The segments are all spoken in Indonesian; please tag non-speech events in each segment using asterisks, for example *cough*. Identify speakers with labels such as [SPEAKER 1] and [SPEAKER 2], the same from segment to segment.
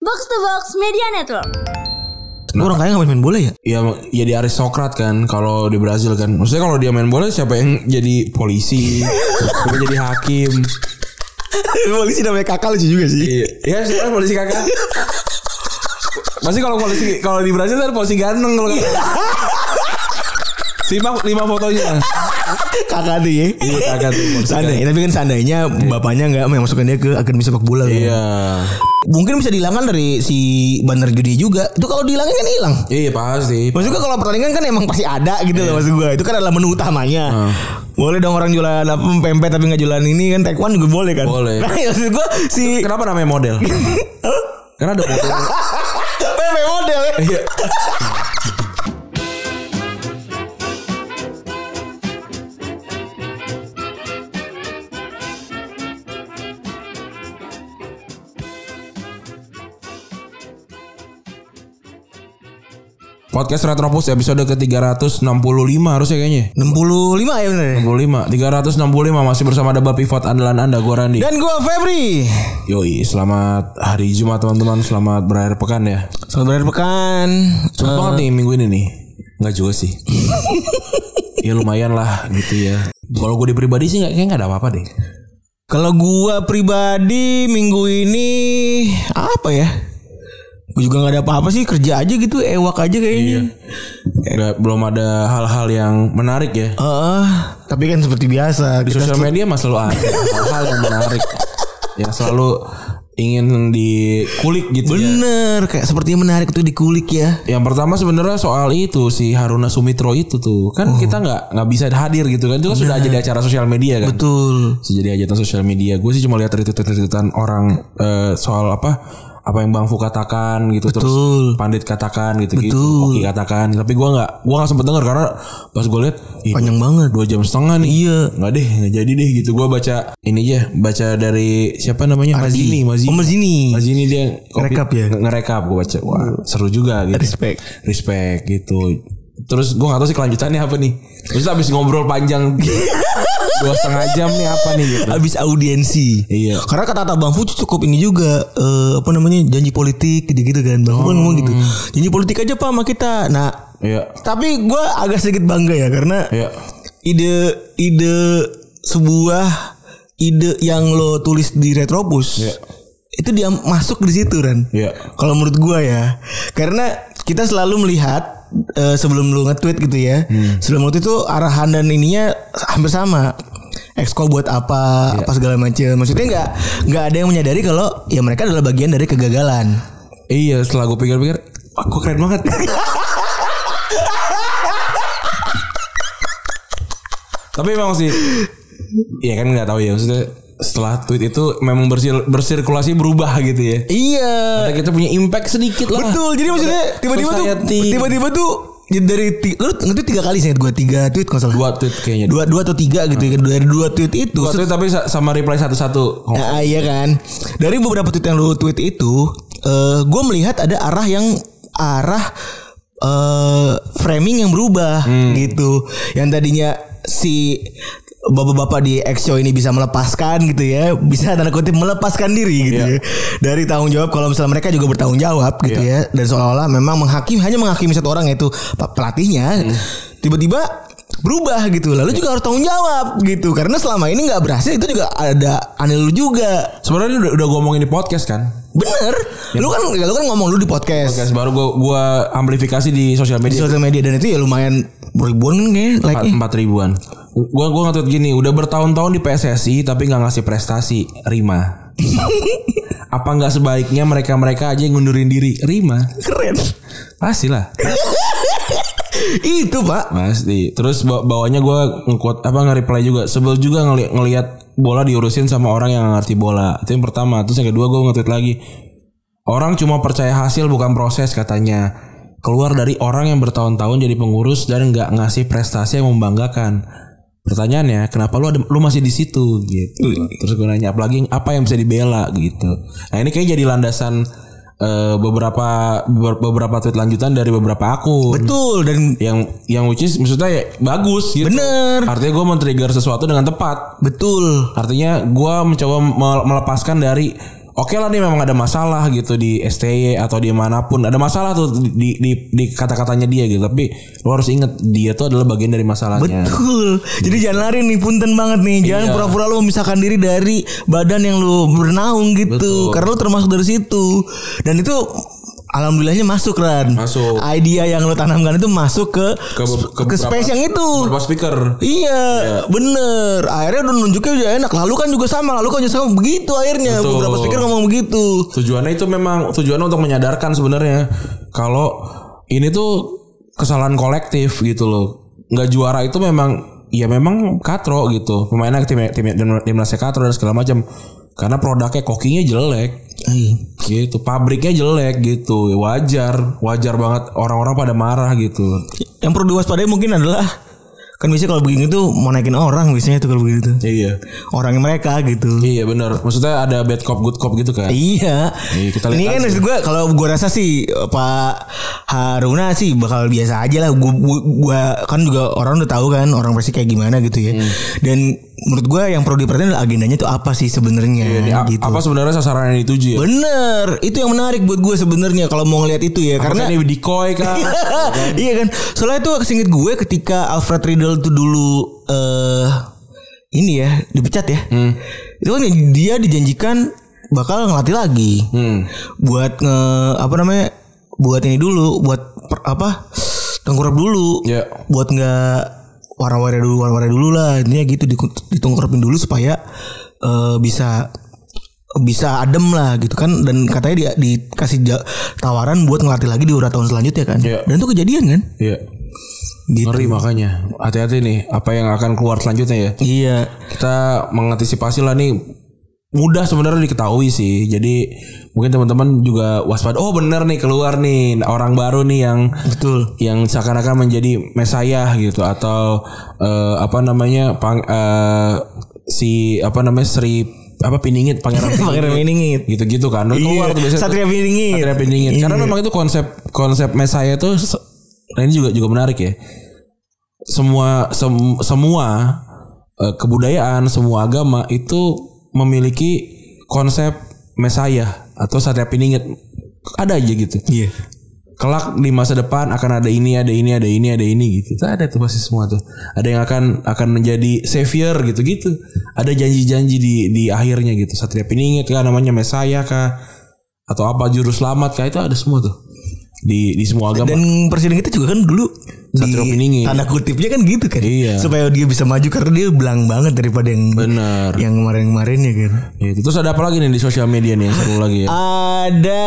[SPEAKER 1] Box to Box Media Network.
[SPEAKER 2] Lu orang kaya gak main, main bola ya?
[SPEAKER 3] Ya jadi aristokrat kan kalau di Brazil kan. Maksudnya kalau dia main bola siapa yang jadi polisi, siapa yang jadi hakim.
[SPEAKER 2] *laughs* polisi namanya kakak lucu juga sih.
[SPEAKER 3] Iya, ya siapa polisi kakak? Masih kalau polisi kalau di Brazil kan polisi ganteng kalau kakak. Simak lima fotonya.
[SPEAKER 2] kakak tuh ya.
[SPEAKER 3] Iya kakak tuh polisi.
[SPEAKER 2] Seandainya,
[SPEAKER 3] ganteng.
[SPEAKER 2] tapi kan seandainya bapaknya gak memasukkan dia ke akademi sepak bola. loh.
[SPEAKER 3] Iya.
[SPEAKER 2] Mungkin bisa dihilangkan dari si Bandar Judi juga. Itu kalau dihilangin kan hilang.
[SPEAKER 3] Iya pasti.
[SPEAKER 2] Maksud gua kalau pertandingan kan emang pasti ada gitu
[SPEAKER 3] Iya.
[SPEAKER 2] loh maksud gua. Itu kan adalah menu utamanya.
[SPEAKER 3] Hmm.
[SPEAKER 2] Boleh dong orang jualan apa pempek tapi nggak jualan ini kan taekwondo juga boleh kan?
[SPEAKER 3] Boleh.
[SPEAKER 2] *laughs* Nah, ya maksud gua
[SPEAKER 3] *laughs*
[SPEAKER 2] si
[SPEAKER 3] Kenapa namanya model? Karena ada model.
[SPEAKER 2] pempek model ya.
[SPEAKER 3] Iya. Podcast Retropus episode ke-365 harusnya kayaknya.
[SPEAKER 2] 65 ya bener.
[SPEAKER 3] 65, 365 masih bersama Daba Pivot andalan Anda gua Randi.
[SPEAKER 2] Dan gua Febri.
[SPEAKER 3] Yoi, selamat hari Jumat teman-teman, selamat berakhir pekan ya.
[SPEAKER 2] Selamat berakhir pekan.
[SPEAKER 3] Cepet banget nih minggu ini nih. Enggak juga sih. ya lumayan lah gitu ya. Kalau gue di pribadi sih nggak- kayaknya nggak ada apa-apa deh.
[SPEAKER 2] Kalau gua pribadi minggu ini apa ya? Gue juga nggak ada apa-apa sih kerja aja gitu ewak aja kayaknya.
[SPEAKER 3] Nggak- belum ada hal-hal yang menarik ya.
[SPEAKER 2] Heeh, tapi kan seperti biasa
[SPEAKER 3] Di
[SPEAKER 2] kita
[SPEAKER 3] sosial media mah selalu ada hal-hal yang menarik. Yang selalu ingin dikulik gitu ya.
[SPEAKER 2] bener kayak sepertinya menarik tuh dikulik ya.
[SPEAKER 3] Yang pertama sebenarnya soal itu si Haruna Sumitro itu tuh kan kita nggak nggak bisa hadir gitu kan itu kan sudah jadi acara sosial media
[SPEAKER 2] Iya.
[SPEAKER 3] kan.
[SPEAKER 2] Betul.
[SPEAKER 3] Jadi hajatan sosial media gue sih cuma lihat retweet-retweetan orang eh, soal apa apa yang Bang Fu katakan gitu
[SPEAKER 2] Betul.
[SPEAKER 3] terus Pandit katakan gitu gitu
[SPEAKER 2] Betul.
[SPEAKER 3] Oki katakan tapi gue nggak gue nggak sempet denger karena pas gue lihat ih,
[SPEAKER 2] Panjang banget.
[SPEAKER 3] dua jam setengah nih iya nggak deh nggak jadi deh gitu gue baca ini aja baca dari siapa namanya Mazini Mazini
[SPEAKER 2] Oh, Mazini.
[SPEAKER 3] Mazini dia
[SPEAKER 2] Ngerekap ya? Iya.
[SPEAKER 3] nge- ngerekap gue baca wah seru juga gitu
[SPEAKER 2] Respect.
[SPEAKER 3] respect gitu terus gue gak tahu sih kelanjutannya apa nih terus abis ngobrol panjang *laughs* dua setengah jam nih apa nih gitu
[SPEAKER 2] Abis audiensi.
[SPEAKER 3] Iya.
[SPEAKER 2] Karena kata-kata Bang Fu cukup ini juga eh, apa namanya janji politik gitu-gitu kan. Bang Fu kan ngomong gitu. Janji politik aja Pak sama kita. Nah,
[SPEAKER 3] iya
[SPEAKER 2] tapi gue agak sedikit bangga ya karena
[SPEAKER 3] iya
[SPEAKER 2] ide ide sebuah ide yang lo tulis di Retropus
[SPEAKER 3] Iya.
[SPEAKER 2] itu dia masuk di situ Ran.
[SPEAKER 3] Iya.
[SPEAKER 2] Kalau menurut gua ya, karena kita selalu melihat eh, sebelum lu nge-tweet gitu ya, sebelum lu itu arahan dan ininya hampir sama. Exco buat apa, apa segala macam. Maksudnya nggak nggak ada yang menyadari kalau ya mereka adalah bagian dari kegagalan.
[SPEAKER 3] iya setelah gue pikir-pikir wah gue keren banget tapi emang sih ya kan nggak tahu ya maksudnya setelah tweet itu memang bersir- bersirkulasi berubah gitu ya
[SPEAKER 2] Iya.
[SPEAKER 3] Kita- kita punya impact sedikit lah
[SPEAKER 2] Betul. Jadi maksudnya tiba-tiba tuh
[SPEAKER 3] Society.
[SPEAKER 2] tiba-tiba tuh jadi dari ti- lu nge-tweet tiga kali sih gua tiga tweet kalau salah.
[SPEAKER 3] dua tweet kayaknya
[SPEAKER 2] Dua dua atau tiga gitu ya. Dari dua tweet itu
[SPEAKER 3] dua tweet tapi sa- sama reply satu-satu
[SPEAKER 2] Ya, ah, iya kan. Dari beberapa tweet yang lu tweet itu, eh gue melihat ada arah yang arah eh framing yang berubah gitu. Yang tadinya si bapak-bapak di Exo ini bisa melepaskan gitu ya, bisa tanda kutip melepaskan diri gitu ya.
[SPEAKER 3] Iya.
[SPEAKER 2] Dari tanggung jawab kalau misalnya mereka juga bertanggung jawab gitu ya. Dan seolah-olah memang menghakimi hanya menghakimi satu orang yaitu pe- pelatihnya. Tiba-tiba berubah gitu lalu juga harus tanggung jawab gitu karena selama ini nggak berhasil itu juga ada aneh lu juga
[SPEAKER 3] Sebenarnya udah, udah ngomongin di podcast kan.
[SPEAKER 2] bener lu kan lu kan ngomong lu di podcast,
[SPEAKER 3] Podcast baru gua gua amplifikasi di sosial
[SPEAKER 2] di
[SPEAKER 3] media
[SPEAKER 2] sosial media dan itu ya lumayan kan ribuan kayak like
[SPEAKER 3] empat empat ribuan. Gua gua nge-tweet gini, udah bertahun-tahun di PSSI tapi nggak ngasih prestasi, Rima. Apa nggak sebaiknya mereka-mereka aja yang ngundurin diri, Rima?
[SPEAKER 2] keren
[SPEAKER 3] Pastilah.
[SPEAKER 2] itu pak
[SPEAKER 3] Pasti. Terus ba- bawahnya gua nge-quote apa nge-reply juga. Sebel juga ngeli- ngelihat bola diurusin sama orang yang nggak ngerti bola. Itu yang pertama. Terus yang kedua gua nge-tweet lagi. Orang cuma percaya hasil bukan proses katanya. Keluar dari orang yang bertahun-tahun jadi pengurus dan nggak ngasih prestasi yang membanggakan. Pertanyaannya, kenapa lu ada, lu masih di situ gitu. Terus gue nanya apalagi apa yang bisa dibela gitu. Nah, ini kayak jadi landasan eh, beberapa beber- beberapa tweet lanjutan dari beberapa akun
[SPEAKER 2] betul dan
[SPEAKER 3] yang yang which is maksudnya ya bagus gitu.
[SPEAKER 2] Bener.
[SPEAKER 3] Artinya gue men-trigger sesuatu dengan tepat.
[SPEAKER 2] betul
[SPEAKER 3] Artinya gue mencoba mel- melepaskan dari Oke lah nih memang ada masalah gitu di STY atau di manapun ada masalah tuh di di, di kata-katanya dia gitu tapi lu harus inget dia tuh adalah bagian dari masalahnya.
[SPEAKER 2] Betul. Jadi jangan lari nih, punten banget nih. Jangan
[SPEAKER 3] Iya.
[SPEAKER 2] pura-pura lu memisahkan diri dari badan yang lu bernaung gitu.
[SPEAKER 3] Betul.
[SPEAKER 2] Karena lu termasuk dari situ. Dan itu alhamdulillahnya masuk Ran.
[SPEAKER 3] Masuk.
[SPEAKER 2] Idea yang lu tanamkan itu masuk ke
[SPEAKER 3] Ke, ke,
[SPEAKER 2] ke space yang itu.
[SPEAKER 3] Beberapa speaker.
[SPEAKER 2] Iya, bener. Akhirnya udah nunjuknya udah enak. Lalu kan juga sama, lalu kan juga sama begitu akhirnya.
[SPEAKER 3] Betul.
[SPEAKER 2] Beberapa speaker ngomong begitu.
[SPEAKER 3] Tujuannya itu memang tujuannya untuk menyadarkan sebenarnya kalau ini tuh kesalahan kolektif gitu loh. Nggak juara itu memang ya memang katro gitu. Pemainnya tim tim timnasnya katro dan segala macam. Karena produknya kokinya jelek
[SPEAKER 2] Ay,
[SPEAKER 3] gitu pabriknya jelek gitu wajar wajar banget orang-orang pada marah gitu
[SPEAKER 2] Yang perlu diwaspadai mungkin adalah kan biasanya kalau begini tuh mau naikin orang biasanya tuh kalau begitu.
[SPEAKER 3] iya
[SPEAKER 2] Orangnya mereka gitu.
[SPEAKER 3] iya benar maksudnya ada bad cop good cop gitu kan
[SPEAKER 2] Iya.
[SPEAKER 3] Iya, kita lihat
[SPEAKER 2] Ini kan
[SPEAKER 3] aja.
[SPEAKER 2] maksud gue kalau gue rasa sih eh, Pak Haruna sih bakal biasa aja lah. Gue kan juga orang udah tahu kan orang pasti kayak gimana gitu ya.
[SPEAKER 3] Hmm.
[SPEAKER 2] Dan menurut gue yang perlu diperhatiin adalah agendanya tuh apa sih sebenarnya
[SPEAKER 3] Jadi, a-
[SPEAKER 2] gitu.
[SPEAKER 3] apa sebenarnya sasaran yang dituju ya
[SPEAKER 2] Bener, itu yang menarik buat gue sebenarnya kalau mau ngeliat itu ya
[SPEAKER 3] karena
[SPEAKER 2] karena
[SPEAKER 3] ini decoy kan
[SPEAKER 2] iya kan. Soalnya itu kesingit gue ketika Alfred Riddle tuh dulu eh ini ya dipecat ya. Itu kan dia dijanjikan bakal ngelatih lagi. Buat nge apa namanya? Buat ini dulu, buat per- apa? Tengkurap dulu.
[SPEAKER 3] Ya.
[SPEAKER 2] Buat nggak warna-warna dulu, warna-warna dulu lah. Intinya gitu diku- ditengkurapin dulu supaya eh, bisa bisa adem lah gitu kan dan katanya dia dikasih ja- tawaran buat ngelatih lagi di urat tahun selanjutnya kan
[SPEAKER 3] Iya.
[SPEAKER 2] dan itu kejadian kan
[SPEAKER 3] iya
[SPEAKER 2] gitu
[SPEAKER 3] Ngeri makanya. Hati-hati nih apa yang akan keluar selanjutnya ya.
[SPEAKER 2] iya
[SPEAKER 3] Kita mengantisipasi lah nih mudah sebenarnya diketahui sih. Jadi mungkin teman-teman juga waspada. Oh bener nih keluar nih orang baru nih yang
[SPEAKER 2] betul
[SPEAKER 3] yang seakan-akan menjadi mesayah gitu atau eh, apa namanya pang, eh, si apa namanya Sri apa Piningit
[SPEAKER 2] *laughs*
[SPEAKER 3] pangeran
[SPEAKER 2] Pangeran Piningit. Iya,
[SPEAKER 3] gitu-gitu kan keluar tuh biasanya tuh.
[SPEAKER 2] Satria Piningit.
[SPEAKER 3] Satria Piningit. Karena memang itu konsep konsep Mesaya tuh se- nah ini juga juga menarik ya. Semua sem- semua eh, kebudayaan, semua agama itu memiliki konsep Mesaya atau Satria Piningit. Ada aja gitu.
[SPEAKER 2] iya
[SPEAKER 3] Kelak di masa depan akan ada ini, ada ini, ada ini, ada ini gitu. Itu ada tuh pasti semua tuh. Ada yang akan akan menjadi savior gitu-gitu. Ada janji-janji di di akhirnya gitu. Satria Piningit kah namanya Mesaya kah atau apa juru selamat kah itu ada semua tuh. Di di semua agama.
[SPEAKER 2] dan presiden kita juga kan dulu
[SPEAKER 3] Satrio Piningit.
[SPEAKER 2] tanda kutipnya kan gitu kan
[SPEAKER 3] Iya.
[SPEAKER 2] supaya dia bisa maju karena dia belang banget daripada yang
[SPEAKER 3] Bener.
[SPEAKER 2] yang kemarin-kemarin ya kan
[SPEAKER 3] Gitu. Terus ada apa lagi nih di sosial media nih yang seru lagi ya?
[SPEAKER 2] Ah. ada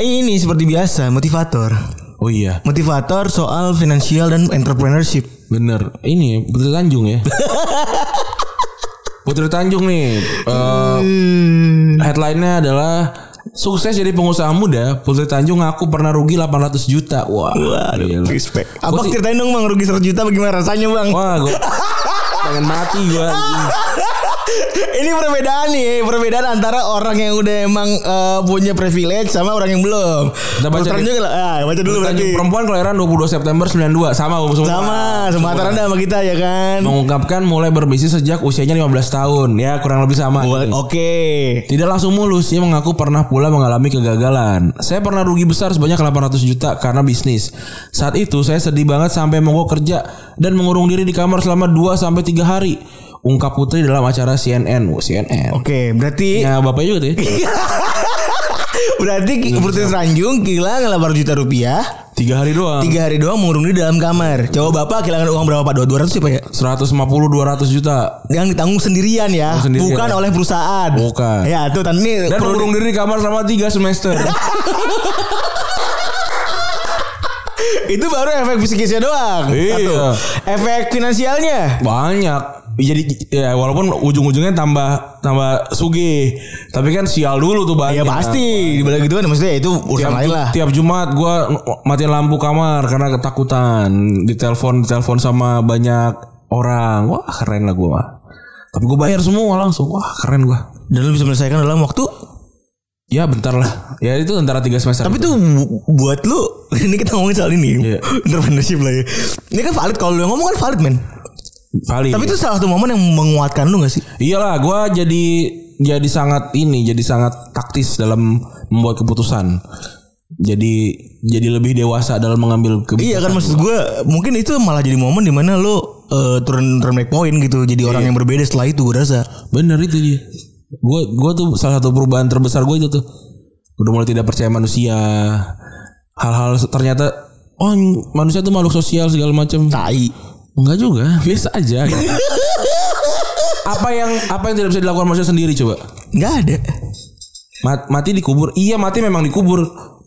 [SPEAKER 2] ini seperti biasa motivator
[SPEAKER 3] Oh iya.
[SPEAKER 2] motivator soal finansial dan entrepreneurship
[SPEAKER 3] Bener. Ini Putri Tanjung
[SPEAKER 2] *laughs*
[SPEAKER 3] ya. Putri Tanjung nih. eh,
[SPEAKER 2] Hmm.
[SPEAKER 3] headline-nya adalah sukses jadi pengusaha muda. Putri Tanjung ngaku pernah rugi 800 juta. Wah. gila.
[SPEAKER 2] respect
[SPEAKER 3] Gua
[SPEAKER 2] abang
[SPEAKER 3] sih-
[SPEAKER 2] ceritain dong bang rugi 100 juta bagaimana rasanya bang
[SPEAKER 3] Wah, gue pengen mati gue.
[SPEAKER 2] *laughs* Ini perbedaan nih, eh, perbedaan antara orang yang udah emang eh, punya privilege sama orang yang belum.
[SPEAKER 3] Kita baca
[SPEAKER 2] Putra
[SPEAKER 3] nih.
[SPEAKER 2] juga lah. Ah, baca dulu berarti.
[SPEAKER 3] Tanjung perempuan kelahiran 22 September 92 sama Bu, semua.
[SPEAKER 2] Sama, Sumatera Anda sama kita ya kan.
[SPEAKER 3] Mengungkapkan mulai berbisnis sejak usianya 15 tahun. Ya, kurang lebih sama.
[SPEAKER 2] Boleh.
[SPEAKER 3] Nih.
[SPEAKER 2] Ah, Oke.
[SPEAKER 3] Tidak langsung mulus, ia mengaku pernah pula mengalami kegagalan. Saya pernah rugi besar sebanyak 800 juta karena bisnis. Saat itu saya sedih banget sampai mogok kerja dan mengurung diri di kamar selama 2 sampai 3 hari. Ungkap Putri dalam acara CNN. Wah, CNN.
[SPEAKER 2] Oke, berarti
[SPEAKER 3] Ya, bapaknya juga tuh ya.
[SPEAKER 2] *laughs* berarti Ki- Putri Ranjung kehilangan 8 juta rupiah,
[SPEAKER 3] 3 hari doang.
[SPEAKER 2] tiga hari doang mengurung diri dalam kamar. Coba Bapak kehilangan uang berapa Pak? 200 ya Pak ya?
[SPEAKER 3] 150 200 juta.
[SPEAKER 2] Yang ditanggung sendirian ya,
[SPEAKER 3] Tanggung sendirian.
[SPEAKER 2] bukan oleh perusahaan.
[SPEAKER 3] Bukan.
[SPEAKER 2] Ya, tuh tadi ini
[SPEAKER 3] Dan
[SPEAKER 2] perlu-
[SPEAKER 3] mengurung diri di kamar selama 3
[SPEAKER 2] *laughs*
[SPEAKER 3] semester.
[SPEAKER 2] itu baru efek psikisnya doang.
[SPEAKER 3] Iya.
[SPEAKER 2] Satu. Efek finansialnya.
[SPEAKER 3] Banyak. Jadi ya walaupun ujung-ujungnya tambah tambah sugih, tapi kan sial dulu tuh
[SPEAKER 2] Ya
[SPEAKER 3] banyak.
[SPEAKER 2] pasti, dibilang gitu kan maksudnya itu urusan
[SPEAKER 3] tiap,
[SPEAKER 2] lain lah.
[SPEAKER 3] tiap Jumat gue matiin lampu kamar karena ketakutan ditelepon telepon sama banyak orang wah keren lah gue mah tapi gue bayar semua langsung wah keren gue
[SPEAKER 2] Dan lu bisa menyelesaikan dalam waktu.
[SPEAKER 3] ya bentar lah ya itu antara tiga semester
[SPEAKER 2] Tapi itu bu- buat lu *laughs* ini kita ngomongin soal ini.
[SPEAKER 3] Iya.
[SPEAKER 2] Entrepreneurship lah ya. Ini kan valid kalau lu yang ngomong kan valid men.
[SPEAKER 3] paling Iya.
[SPEAKER 2] Tapi itu salah satu momen yang menguatkan lu gak sih?
[SPEAKER 3] iyalah gue Iya jadi jadi sangat ini jadi sangat taktis dalam membuat keputusan. Jadi jadi lebih dewasa dalam mengambil keputusan.
[SPEAKER 2] Iya kan maksud gue mungkin itu malah jadi momen dimana lo eh, turun turun naik poin gitu jadi orang
[SPEAKER 3] Iya.
[SPEAKER 2] yang berbeda setelah itu gue rasa.
[SPEAKER 3] Bener itu dia. Gue gue tuh salah satu perubahan terbesar gue itu tuh. Udah mulai tidak percaya manusia. Hal-hal se- ternyata oh n- manusia tuh makhluk sosial segala macam.
[SPEAKER 2] Tai.
[SPEAKER 3] Enggak juga, biasa aja. *laughs* gitu. apa yang apa yang tidak bisa dilakukan manusia sendiri coba?
[SPEAKER 2] Nggak ada.
[SPEAKER 3] Ma- mati dikubur. Iya, mati memang dikubur.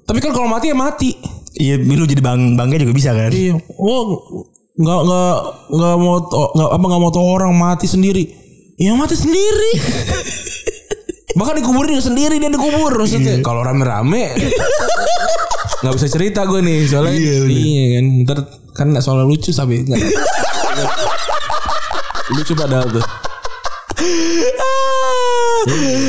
[SPEAKER 3] Tapi kan kalau mati ya mati.
[SPEAKER 2] Iya lu jadi bang bangga juga bisa kan.
[SPEAKER 3] Iya. Oh, nggak nggak nggak mau to- nggak apa nggak mau tau orang mati sendiri. Ya mati sendiri. Bahkan dikuburin juga sendiri dia dikubur maksudnya. Kalau rame-rame nggak bisa cerita gue nih soalnya
[SPEAKER 2] Iya, bener.
[SPEAKER 3] iya kan ntar kan nggak soal lucu sampai nggak lucu padahal tuh
[SPEAKER 2] *laughs*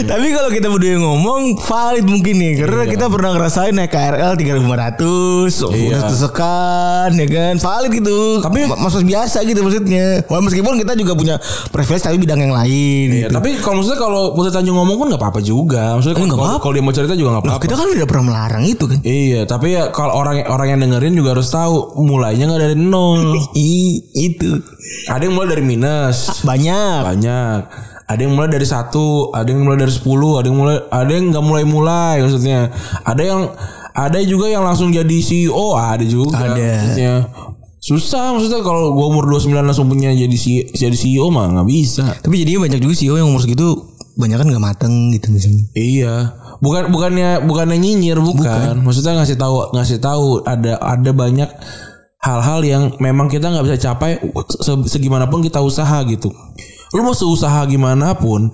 [SPEAKER 2] Tapi kalau kita berdua yang ngomong valid mungkin nih karena kita pernah ngerasain naik KRL 3500,
[SPEAKER 3] Iya.
[SPEAKER 2] oh, udah tersekan ya kan. Valid gitu.
[SPEAKER 3] Tapi-
[SPEAKER 2] Ma- maksud biasa gitu maksudnya. Wah, meskipun kita juga punya privilege tapi bidang yang lain
[SPEAKER 3] Iya,
[SPEAKER 2] gitu.
[SPEAKER 3] tapi kalau maksudnya kalau Putri Tanjung ngomong pun nggak apa-apa juga maksudnya
[SPEAKER 2] Eh,
[SPEAKER 3] kan
[SPEAKER 2] nggak
[SPEAKER 3] kalau-
[SPEAKER 2] apa-apa.
[SPEAKER 3] kalau dia mau cerita juga nggak
[SPEAKER 2] Loh,
[SPEAKER 3] apa-apa
[SPEAKER 2] kita kan tidak pernah melarang itu kan.
[SPEAKER 3] Iya, tapi ya kalau orang orang yang dengerin juga harus tahu mulainya nggak dari
[SPEAKER 2] *laughs*
[SPEAKER 3] nol.
[SPEAKER 2] I, itu
[SPEAKER 3] Ada yang mulai dari minus
[SPEAKER 2] banyak.
[SPEAKER 3] banyak. Ada yang mulai dari satu, ada yang mulai dari sepuluh, ada yang mulai ada yang nggak mulai mulai maksudnya. Ada yang ada juga yang langsung jadi CEO, ada juga.
[SPEAKER 2] Ada.
[SPEAKER 3] Maksudnya. Susah maksudnya kalau gua umur 29 langsung punya jadi C- jadi CEO mah nggak bisa.
[SPEAKER 2] Tapi jadinya banyak juga sih oh, yang umur segitu banyak kan gak mateng gitu misalnya.
[SPEAKER 3] Iya, bukan bukannya bukannya nyinyir bukan. Maksudnya ngasih tahu ngasih tahu ada ada banyak hal-hal yang memang kita nggak bisa capai se- segimanapun kita usaha gitu. Lu mau seusaha gimana pun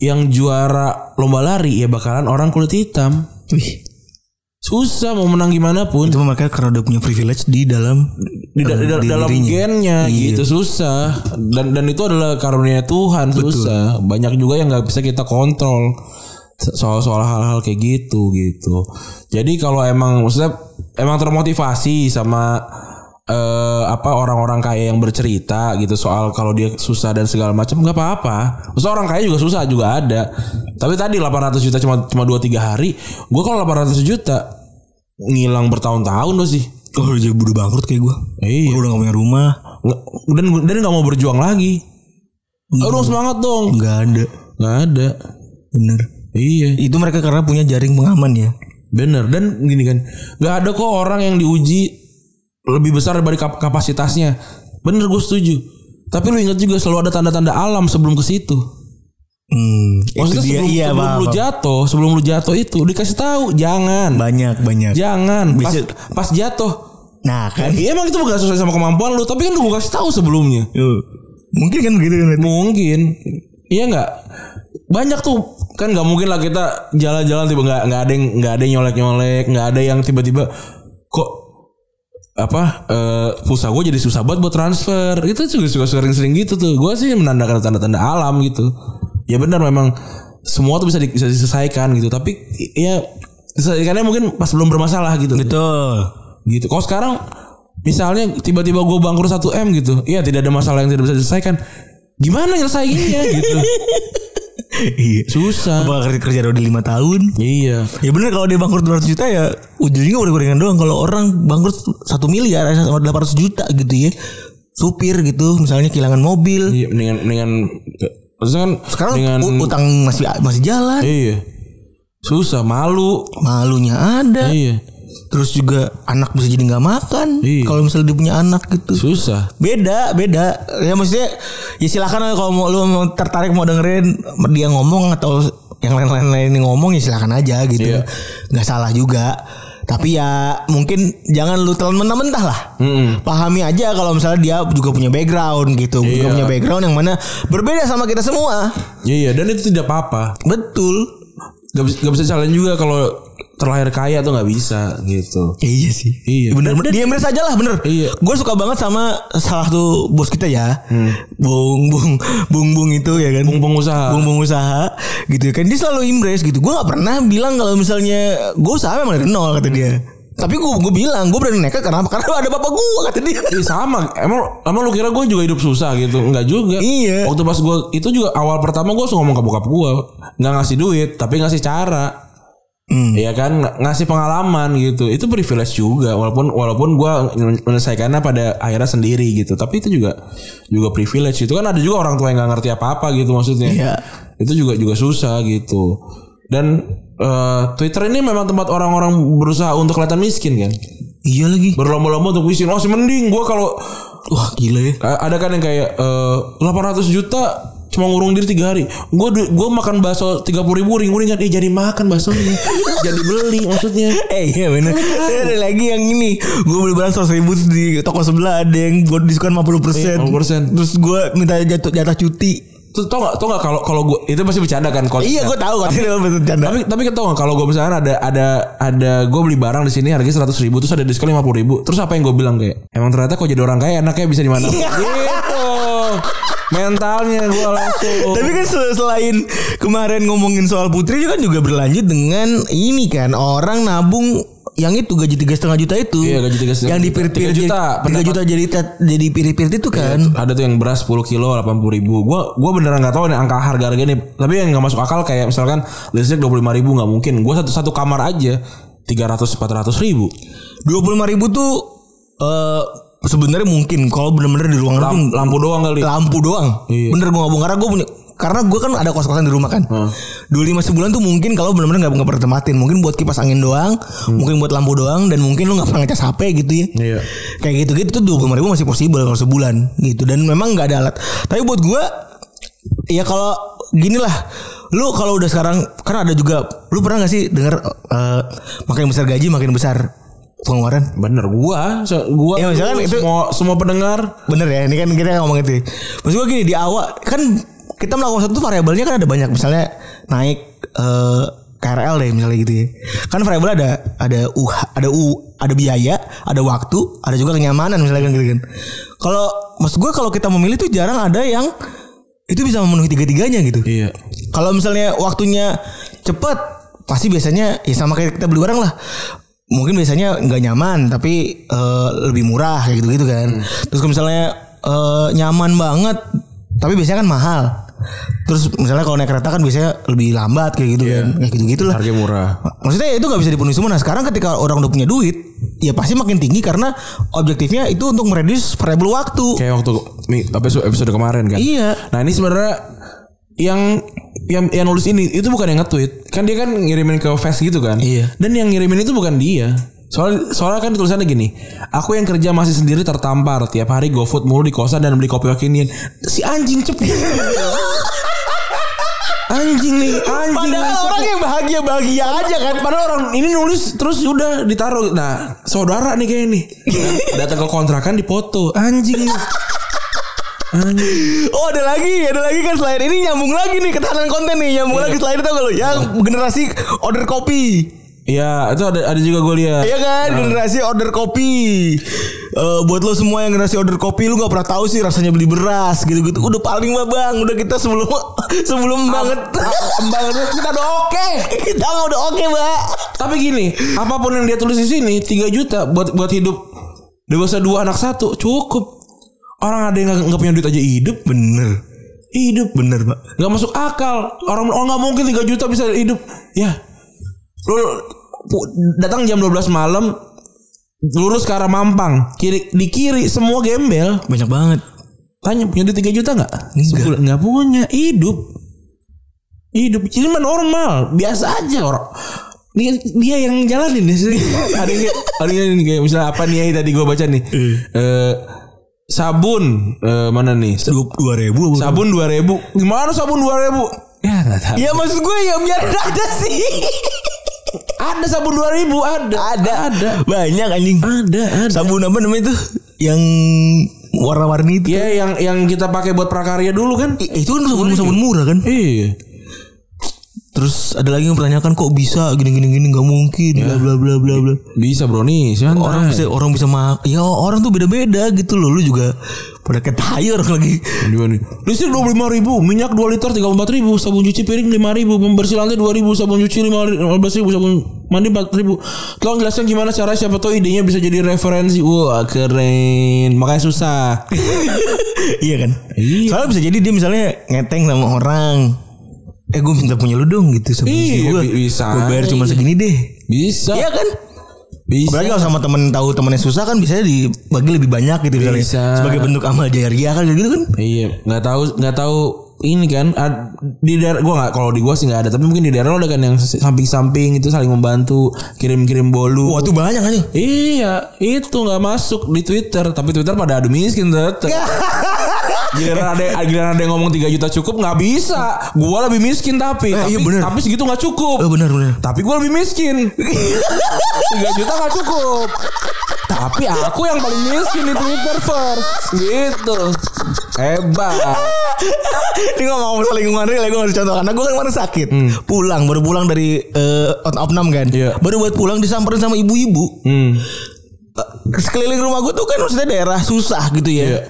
[SPEAKER 3] yang juara lomba lari ya bakalan orang kulit hitam.
[SPEAKER 2] Wih,
[SPEAKER 3] Susah mau menang gimana pun
[SPEAKER 2] itu mereka karena udah punya privilege di dalam eh,
[SPEAKER 3] di, da- di da-
[SPEAKER 2] di
[SPEAKER 3] dalam
[SPEAKER 2] dirinya.
[SPEAKER 3] gennya gitu susah dan dan itu adalah karunia Tuhan susah banyak juga yang nggak bisa kita kontrol soal soal hal-hal kayak gitu gitu jadi kalau emang maksudnya emang termotivasi sama eh, apa orang-orang kaya yang bercerita gitu soal kalau dia susah dan segala macam nggak apa-apa Maksudnya orang kaya juga susah juga ada tapi tadi 800 juta cuma cuma dua tiga hari gue kalau 800 juta ngilang bertahun-tahun loh sih
[SPEAKER 2] Oh udah jadi udah bangkrut kayak gue
[SPEAKER 3] Iya.
[SPEAKER 2] Gue udah gak punya rumah
[SPEAKER 3] Nggak- dan dan nggak mau berjuang lagi. Aduh semangat dong.
[SPEAKER 2] Gak ada
[SPEAKER 3] Nggak ada.
[SPEAKER 2] Bener
[SPEAKER 3] Iya.
[SPEAKER 2] Itu mereka karena punya jaring pengaman ya
[SPEAKER 3] Bener dan gini kan, nggak ada kok orang yang diuji lebih besar daripada kap- kapasitasnya. Bener gue setuju. Tapi lu ingat juga selalu ada tanda-tanda alam sebelum ke situ.
[SPEAKER 2] Hmm
[SPEAKER 3] Maksudnya
[SPEAKER 2] Itu dia
[SPEAKER 3] sebelum,
[SPEAKER 2] iya
[SPEAKER 3] sebelum
[SPEAKER 2] paham,
[SPEAKER 3] lu
[SPEAKER 2] paham.
[SPEAKER 3] jatuh, sebelum lu jatuh itu dikasih tahu jangan,
[SPEAKER 2] Banyak banyak
[SPEAKER 3] jangan. Pas,
[SPEAKER 2] Bisa-
[SPEAKER 3] pas jatuh,
[SPEAKER 2] Nah kan
[SPEAKER 3] iya emang itu bukan sesuai sama kemampuan lu, tapi kan lu gue kasih tahu sebelumnya.
[SPEAKER 2] Tuh. Mungkin kan begitu kan
[SPEAKER 3] Mungkin. Iya nggak? Banyak tuh kan nggak mungkin lah kita jalan-jalan tiba nggak nggak ada yang nggak ada yang nyolek-nyolek, nggak ada yang tiba-tiba kok apa eh pulsa gue jadi susah banget buat transfer itu juga suka sering-sering gitu tuh gue sih menandakan tanda-tanda alam gitu ya benar memang semua tuh bisa, di- bisa diselesaikan gitu tapi ya diselesaikannya mungkin pas belum bermasalah gitu
[SPEAKER 2] Betul
[SPEAKER 3] gitu. Kalau sekarang misalnya tiba-tiba gue bangkrut 1 m gitu, iya tidak ada masalah yang tidak bisa diselesaikan. Gimana
[SPEAKER 2] *laughs*
[SPEAKER 3] nyelesainnya gitu?
[SPEAKER 2] Iya
[SPEAKER 3] Susah.
[SPEAKER 2] Apa kerja, kerja udah 5 tahun
[SPEAKER 3] Iya.
[SPEAKER 2] Ya bener kalau dia bangkrut 200 juta ya ujungnya udah gorengan doang. Kalau orang bangkrut 1 miliar eh, sama 800 juta gitu ya. Supir gitu misalnya kehilangan mobil.
[SPEAKER 3] Iya, mendingan mendingan maksudnya kan
[SPEAKER 2] Sekarang
[SPEAKER 3] dengan
[SPEAKER 2] u- utang masih masih jalan.
[SPEAKER 3] iya. Susah, malu.
[SPEAKER 2] Malunya ada.
[SPEAKER 3] Iya.
[SPEAKER 2] Terus juga anak bisa jadi nggak makan.
[SPEAKER 3] Iya.
[SPEAKER 2] Kalau misalnya dia punya anak gitu.
[SPEAKER 3] Susah.
[SPEAKER 2] Beda, beda. Ya maksudnya ya silakan aja kalau mau lu mau tertarik mau dengerin dia ngomong atau yang lain-lain lain yang ngomong ya silakan aja gitu.
[SPEAKER 3] Iya.
[SPEAKER 2] nggak salah juga. Tapi ya mungkin jangan lu telan mentah-mentah lah.
[SPEAKER 3] Mm-mm.
[SPEAKER 2] Pahami aja kalau misalnya dia juga punya background gitu, juga
[SPEAKER 3] Iya.
[SPEAKER 2] punya background yang mana berbeda sama kita semua.
[SPEAKER 3] Iya, iya, dan itu tidak apa-apa.
[SPEAKER 2] Betul.
[SPEAKER 3] Gak bisa, gak bisa jalan juga kalau terlahir kaya tuh nggak bisa gitu.
[SPEAKER 2] Ya, iya sih.
[SPEAKER 3] Iya.
[SPEAKER 2] Bener bener. Dia aja lah bener.
[SPEAKER 3] Iya.
[SPEAKER 2] Gue suka banget sama salah satu bos kita ya. Bung bung bung bung itu ya kan.
[SPEAKER 3] Hmm. Bung pengusaha.
[SPEAKER 2] Bung bung usaha gitu kan dia selalu impress gitu. Gue nggak pernah bilang kalau misalnya gue usaha memang dari nol kata dia. Tapi gue gue bilang gue berani nekat karena karena ada bapak gue kata dia.
[SPEAKER 3] Ih, Iya, sama emang emang lu kira gue juga hidup susah gitu Enggak juga
[SPEAKER 2] Iya.
[SPEAKER 3] waktu pas gue itu juga awal pertama gue langsung ngomong ke bokap gue nggak ngasih duit tapi ngasih cara
[SPEAKER 2] Hmm.
[SPEAKER 3] Iya kan ng- ngasih pengalaman gitu itu privilege juga walaupun walaupun gue menyelesaikannya pada akhirnya sendiri gitu tapi itu juga juga privilege itu kan ada juga orang tua yang nggak ngerti apa apa gitu maksudnya
[SPEAKER 2] Iya.
[SPEAKER 3] itu juga juga susah gitu dan eh, Twitter ini memang tempat orang-orang berusaha untuk kelihatan miskin kan
[SPEAKER 2] Iya lagi.
[SPEAKER 3] berlomba-lomba untuk miskin oh sih mending gue kalau
[SPEAKER 2] Wah gila ya.
[SPEAKER 3] A- ada kan yang kayak eh, 800 juta cuma ngurung diri tiga hari. Gue gue makan bakso 30 ribu ring ringan. Eh jadi
[SPEAKER 2] *laughs*
[SPEAKER 3] makan baksonya. jadi beli maksudnya.
[SPEAKER 2] Eh iya bener Terus Ada lagi yang ini Gue beli barang 100 ribu terus Di toko sebelah ada yang Gue diskon 50%
[SPEAKER 3] Iya, 50%.
[SPEAKER 2] Terus gue minta jatuh, jatah cuti
[SPEAKER 3] Tuh tau gak tau gak kalau kalau gue itu pasti bercanda kan kalau
[SPEAKER 2] Iya gue tahu Katanya dalam bentuk canda
[SPEAKER 3] tapi tapi kan tau gak kalau gue misalnya ada ada ada gue beli barang di sini harganya seratus ribu terus ada diskon lima ribu terus apa yang gue bilang kayak emang ternyata kok jadi orang kaya enaknya bisa di
[SPEAKER 2] *laughs*
[SPEAKER 3] mana gitu mentalnya gue langsung
[SPEAKER 2] Tapi kan sel- selain kemarin ngomongin soal putri juga kan juga berlanjut dengan ini kan orang nabung yang itu gaji tiga setengah juta itu
[SPEAKER 3] Iya, gaji 3,5
[SPEAKER 2] yang di
[SPEAKER 3] juta.
[SPEAKER 2] pir pir
[SPEAKER 3] 3 juta,
[SPEAKER 2] tiga
[SPEAKER 3] pendapat. Iya,
[SPEAKER 2] juta jadi tet- jadi pir pir itu kan
[SPEAKER 3] ada tuh yang beras 10 kilo 80 ribu gue gua beneran nggak tahu nih angka harga harga ini tapi yang nggak masuk akal kayak misalkan listrik 25 ribu nggak mungkin gue satu satu kamar aja 300 400 ribu
[SPEAKER 2] dua puluh lima ribu tuh eh, sebenarnya mungkin kalau bener-bener di ruang
[SPEAKER 3] Lam-
[SPEAKER 2] lampu
[SPEAKER 3] lampu doang kali
[SPEAKER 2] lampu doang
[SPEAKER 3] Iya.
[SPEAKER 2] bener gue ngomong karena gue punya karena gue kan ada kos kosan di rumah kan dua lima sebulan tuh mungkin kalau bener-bener nggak nggak pernah tematin mungkin buat kipas angin doang mungkin buat lampu doang dan mungkin lu nggak pernah ngecas hp gitu ya
[SPEAKER 3] Hmm. Iya.
[SPEAKER 2] kayak gitu gitu tuh dua ribu masih possible kalau sebulan gitu dan memang nggak ada alat tapi buat gue ya kalau gini lah lu kalau udah sekarang karena ada juga lu pernah nggak sih denger eh, makin besar gaji makin besar pengeluaran
[SPEAKER 3] bener gua so- gua
[SPEAKER 2] Ya, misalkan itu-
[SPEAKER 3] semua semua pendengar
[SPEAKER 2] Bener ya, ini kan kita ngomong itu. Maksud gue gini di awal kan kita melakukan satu variabelnya kan ada banyak misalnya naik eh, KRL deh misalnya gitu ya. Kan variabel ada ada u ada u ada biaya, ada waktu, ada juga kenyamanan misalnya kan gitu kan. Kalau maksud gue kalau kita memilih tuh jarang ada yang itu bisa memenuhi tiga-tiganya gitu.
[SPEAKER 3] iya
[SPEAKER 2] Kalau misalnya waktunya cepat, pasti biasanya ya sama kayak kita beli barang lah. Mungkin biasanya nggak nyaman, tapi eh, lebih murah kayak gitu-gitu kan. Terus kalau misalnya eh, nyaman banget, tapi biasanya kan mahal. Terus misalnya kalau naik kereta kan biasanya lebih lambat kayak gitu kan, kayak gitu-gitu lah.
[SPEAKER 3] harga murah
[SPEAKER 2] Maksudnya ya itu nggak bisa dipenuhi semua. Nah sekarang ketika orang udah punya duit, ya pasti makin tinggi karena objektifnya itu untuk mereduce variable waktu.
[SPEAKER 3] kayak waktu mi- apa episode, episode kemarin kan
[SPEAKER 2] Iya.
[SPEAKER 3] nah ini sebenarnya yang yang yang nulis ini itu bukan yang nge-tweet kan dia kan ngirimin ke fest gitu kan
[SPEAKER 2] Iya.
[SPEAKER 3] dan yang ngirimin itu bukan dia soal soalnya kan tulisannya gini aku yang kerja masih sendiri tertampar tiap hari gofood mulu di kosan dan beli kopi kekinian si anjing cepet *laughs* anjing nih anjing
[SPEAKER 2] Padahal orang
[SPEAKER 3] nih, cepet.
[SPEAKER 2] yang bahagia bahagia aja kan.
[SPEAKER 3] Padahal orang ini nulis terus udah ditaruh. Nah, saudara nih
[SPEAKER 2] *laughs*
[SPEAKER 3] kayaknya nih. Datang ke kontrakan dipoto. Anjing. nih.
[SPEAKER 2] Oh ada lagi, ada lagi kan selain ini nyambung lagi nih ketahanan konten nih, nyambung lagi selain itu kalau yang Ya, generasi order kopi.
[SPEAKER 3] Ya, itu ada ada juga gue lihat.
[SPEAKER 2] Iya kan, generasi order kopi. Eh, buat lo semua yang generasi order kopi, lu nggak pernah tahu sih rasanya beli beras gitu-gitu. Udah paling mah bang, udah kita sebelum *laughs* sebelum banget, banget kita udah oke, kita mah udah oke mbak.
[SPEAKER 3] Tapi gini, apapun yang dia tulis di sini 3 juta buat buat hidup dewasa dua anak satu cukup. Orang ada yang nggak- nggak punya duit aja hidup,
[SPEAKER 2] Bener,
[SPEAKER 3] hidup
[SPEAKER 2] bener mbak.
[SPEAKER 3] nggak masuk akal. Orang oh nggak mungkin 3 juta bisa hidup. Ya, lu pu- datang jam 12 malam lurus ke arah Mampang kiri di kiri semua gembel
[SPEAKER 2] Banyak banget.
[SPEAKER 3] tanya punya duit 3 juta nggak Sebulan. nggak punya hidup hidup cuma normal biasa aja orang dia, dia yang jalanin nih sering. *laughs* ada yang kayak- ada yang ini kayak misalnya apa nih yang tadi gue baca nih Eh, sabun eh, mana nih
[SPEAKER 2] Dua, dua ribu. apa?
[SPEAKER 3] sabun 2000 gimana sabun 2000 ya nggak tahu
[SPEAKER 2] Ya maksud gue ya biar *laughs* ada sih.
[SPEAKER 3] ada sabun 2000 ada ada ada
[SPEAKER 2] Banyak anjing.
[SPEAKER 3] ada ada
[SPEAKER 2] Sabun apa namanya tuh yang warna-warni itu?
[SPEAKER 3] ya yang yang kita pakai buat prakarya dulu kan
[SPEAKER 2] I- Itu kan sabun sabun murah kan?
[SPEAKER 3] iya
[SPEAKER 2] Terus ada lagi yang mempertanyakan kok bisa gini gini gini nggak mungkin bla bla bla bla bla.
[SPEAKER 3] bisa bro nih
[SPEAKER 2] Orang bisa orang bisa ma ya orang tuh beda beda gitu loh lu juga Pada ketayur lagi. *laughs*
[SPEAKER 3] Dua nih. Listrik dua ribu, minyak 2 liter tiga ribu, sabun cuci piring lima ribu, pembersih lantai dua ribu, sabun cuci lima ribu, sabun mandi empat ribu. Tolong jelasin gimana cara siapa tahu idenya bisa jadi referensi. Wah keren, makanya
[SPEAKER 2] *laughs*
[SPEAKER 3] susah.
[SPEAKER 2] iya kan?
[SPEAKER 3] Iya.
[SPEAKER 2] Soalnya bisa jadi dia misalnya ngeteng sama orang. Eh gue minta punya lu dong gitu sama
[SPEAKER 3] Iya,
[SPEAKER 2] gue.
[SPEAKER 3] bi- bisa
[SPEAKER 2] Gue bayar
[SPEAKER 3] aja.
[SPEAKER 2] cuma segini deh.
[SPEAKER 3] Bisa,
[SPEAKER 2] Iya kan?
[SPEAKER 3] bisa.
[SPEAKER 2] Apalagi kalau sama temen tahu temennya susah kan bisa dibagi lebih banyak gitu misalnya.
[SPEAKER 3] Bisa.
[SPEAKER 2] Sebagai bentuk amal jariah kan gitu kan.
[SPEAKER 3] Iya, nggak tahu nggak tahu ini kan ad- di daerah gua nggak kalau di gua sih nggak ada tapi mungkin di daerah lo ada kan yang samping-samping itu saling membantu kirim-kirim bolu.
[SPEAKER 2] Wah tuh banyak kan
[SPEAKER 3] *laughs*
[SPEAKER 2] anjing.
[SPEAKER 3] Iya, itu nggak masuk di Twitter, tapi Twitter pada adu miskin tetep. giliran ada giliran ada yang ngomong 3 juta cukup nggak bisa. Gua lebih miskin tapi
[SPEAKER 2] Eh,
[SPEAKER 3] tapi,
[SPEAKER 2] iya bener.
[SPEAKER 3] tapi segitu nggak cukup.
[SPEAKER 2] Oh benar *laughs* benar.
[SPEAKER 3] Tapi gua lebih miskin. 3 juta nggak cukup. Tapi aku yang paling miskin di Twitter first gitu. Hebat.
[SPEAKER 2] Ini ngomong soal lingkungan real ya gue harus contoh karena gue kan kemarin sakit. Pulang baru pulang dari eh, out opnam kan.
[SPEAKER 3] Hmm. Iya.
[SPEAKER 2] Baru buat pulang disamperin sama ibu-ibu.
[SPEAKER 3] Hmm.
[SPEAKER 2] Eh, Sekeliling rumah gue tuh kan maksudnya daerah susah gitu ya.
[SPEAKER 3] Iya.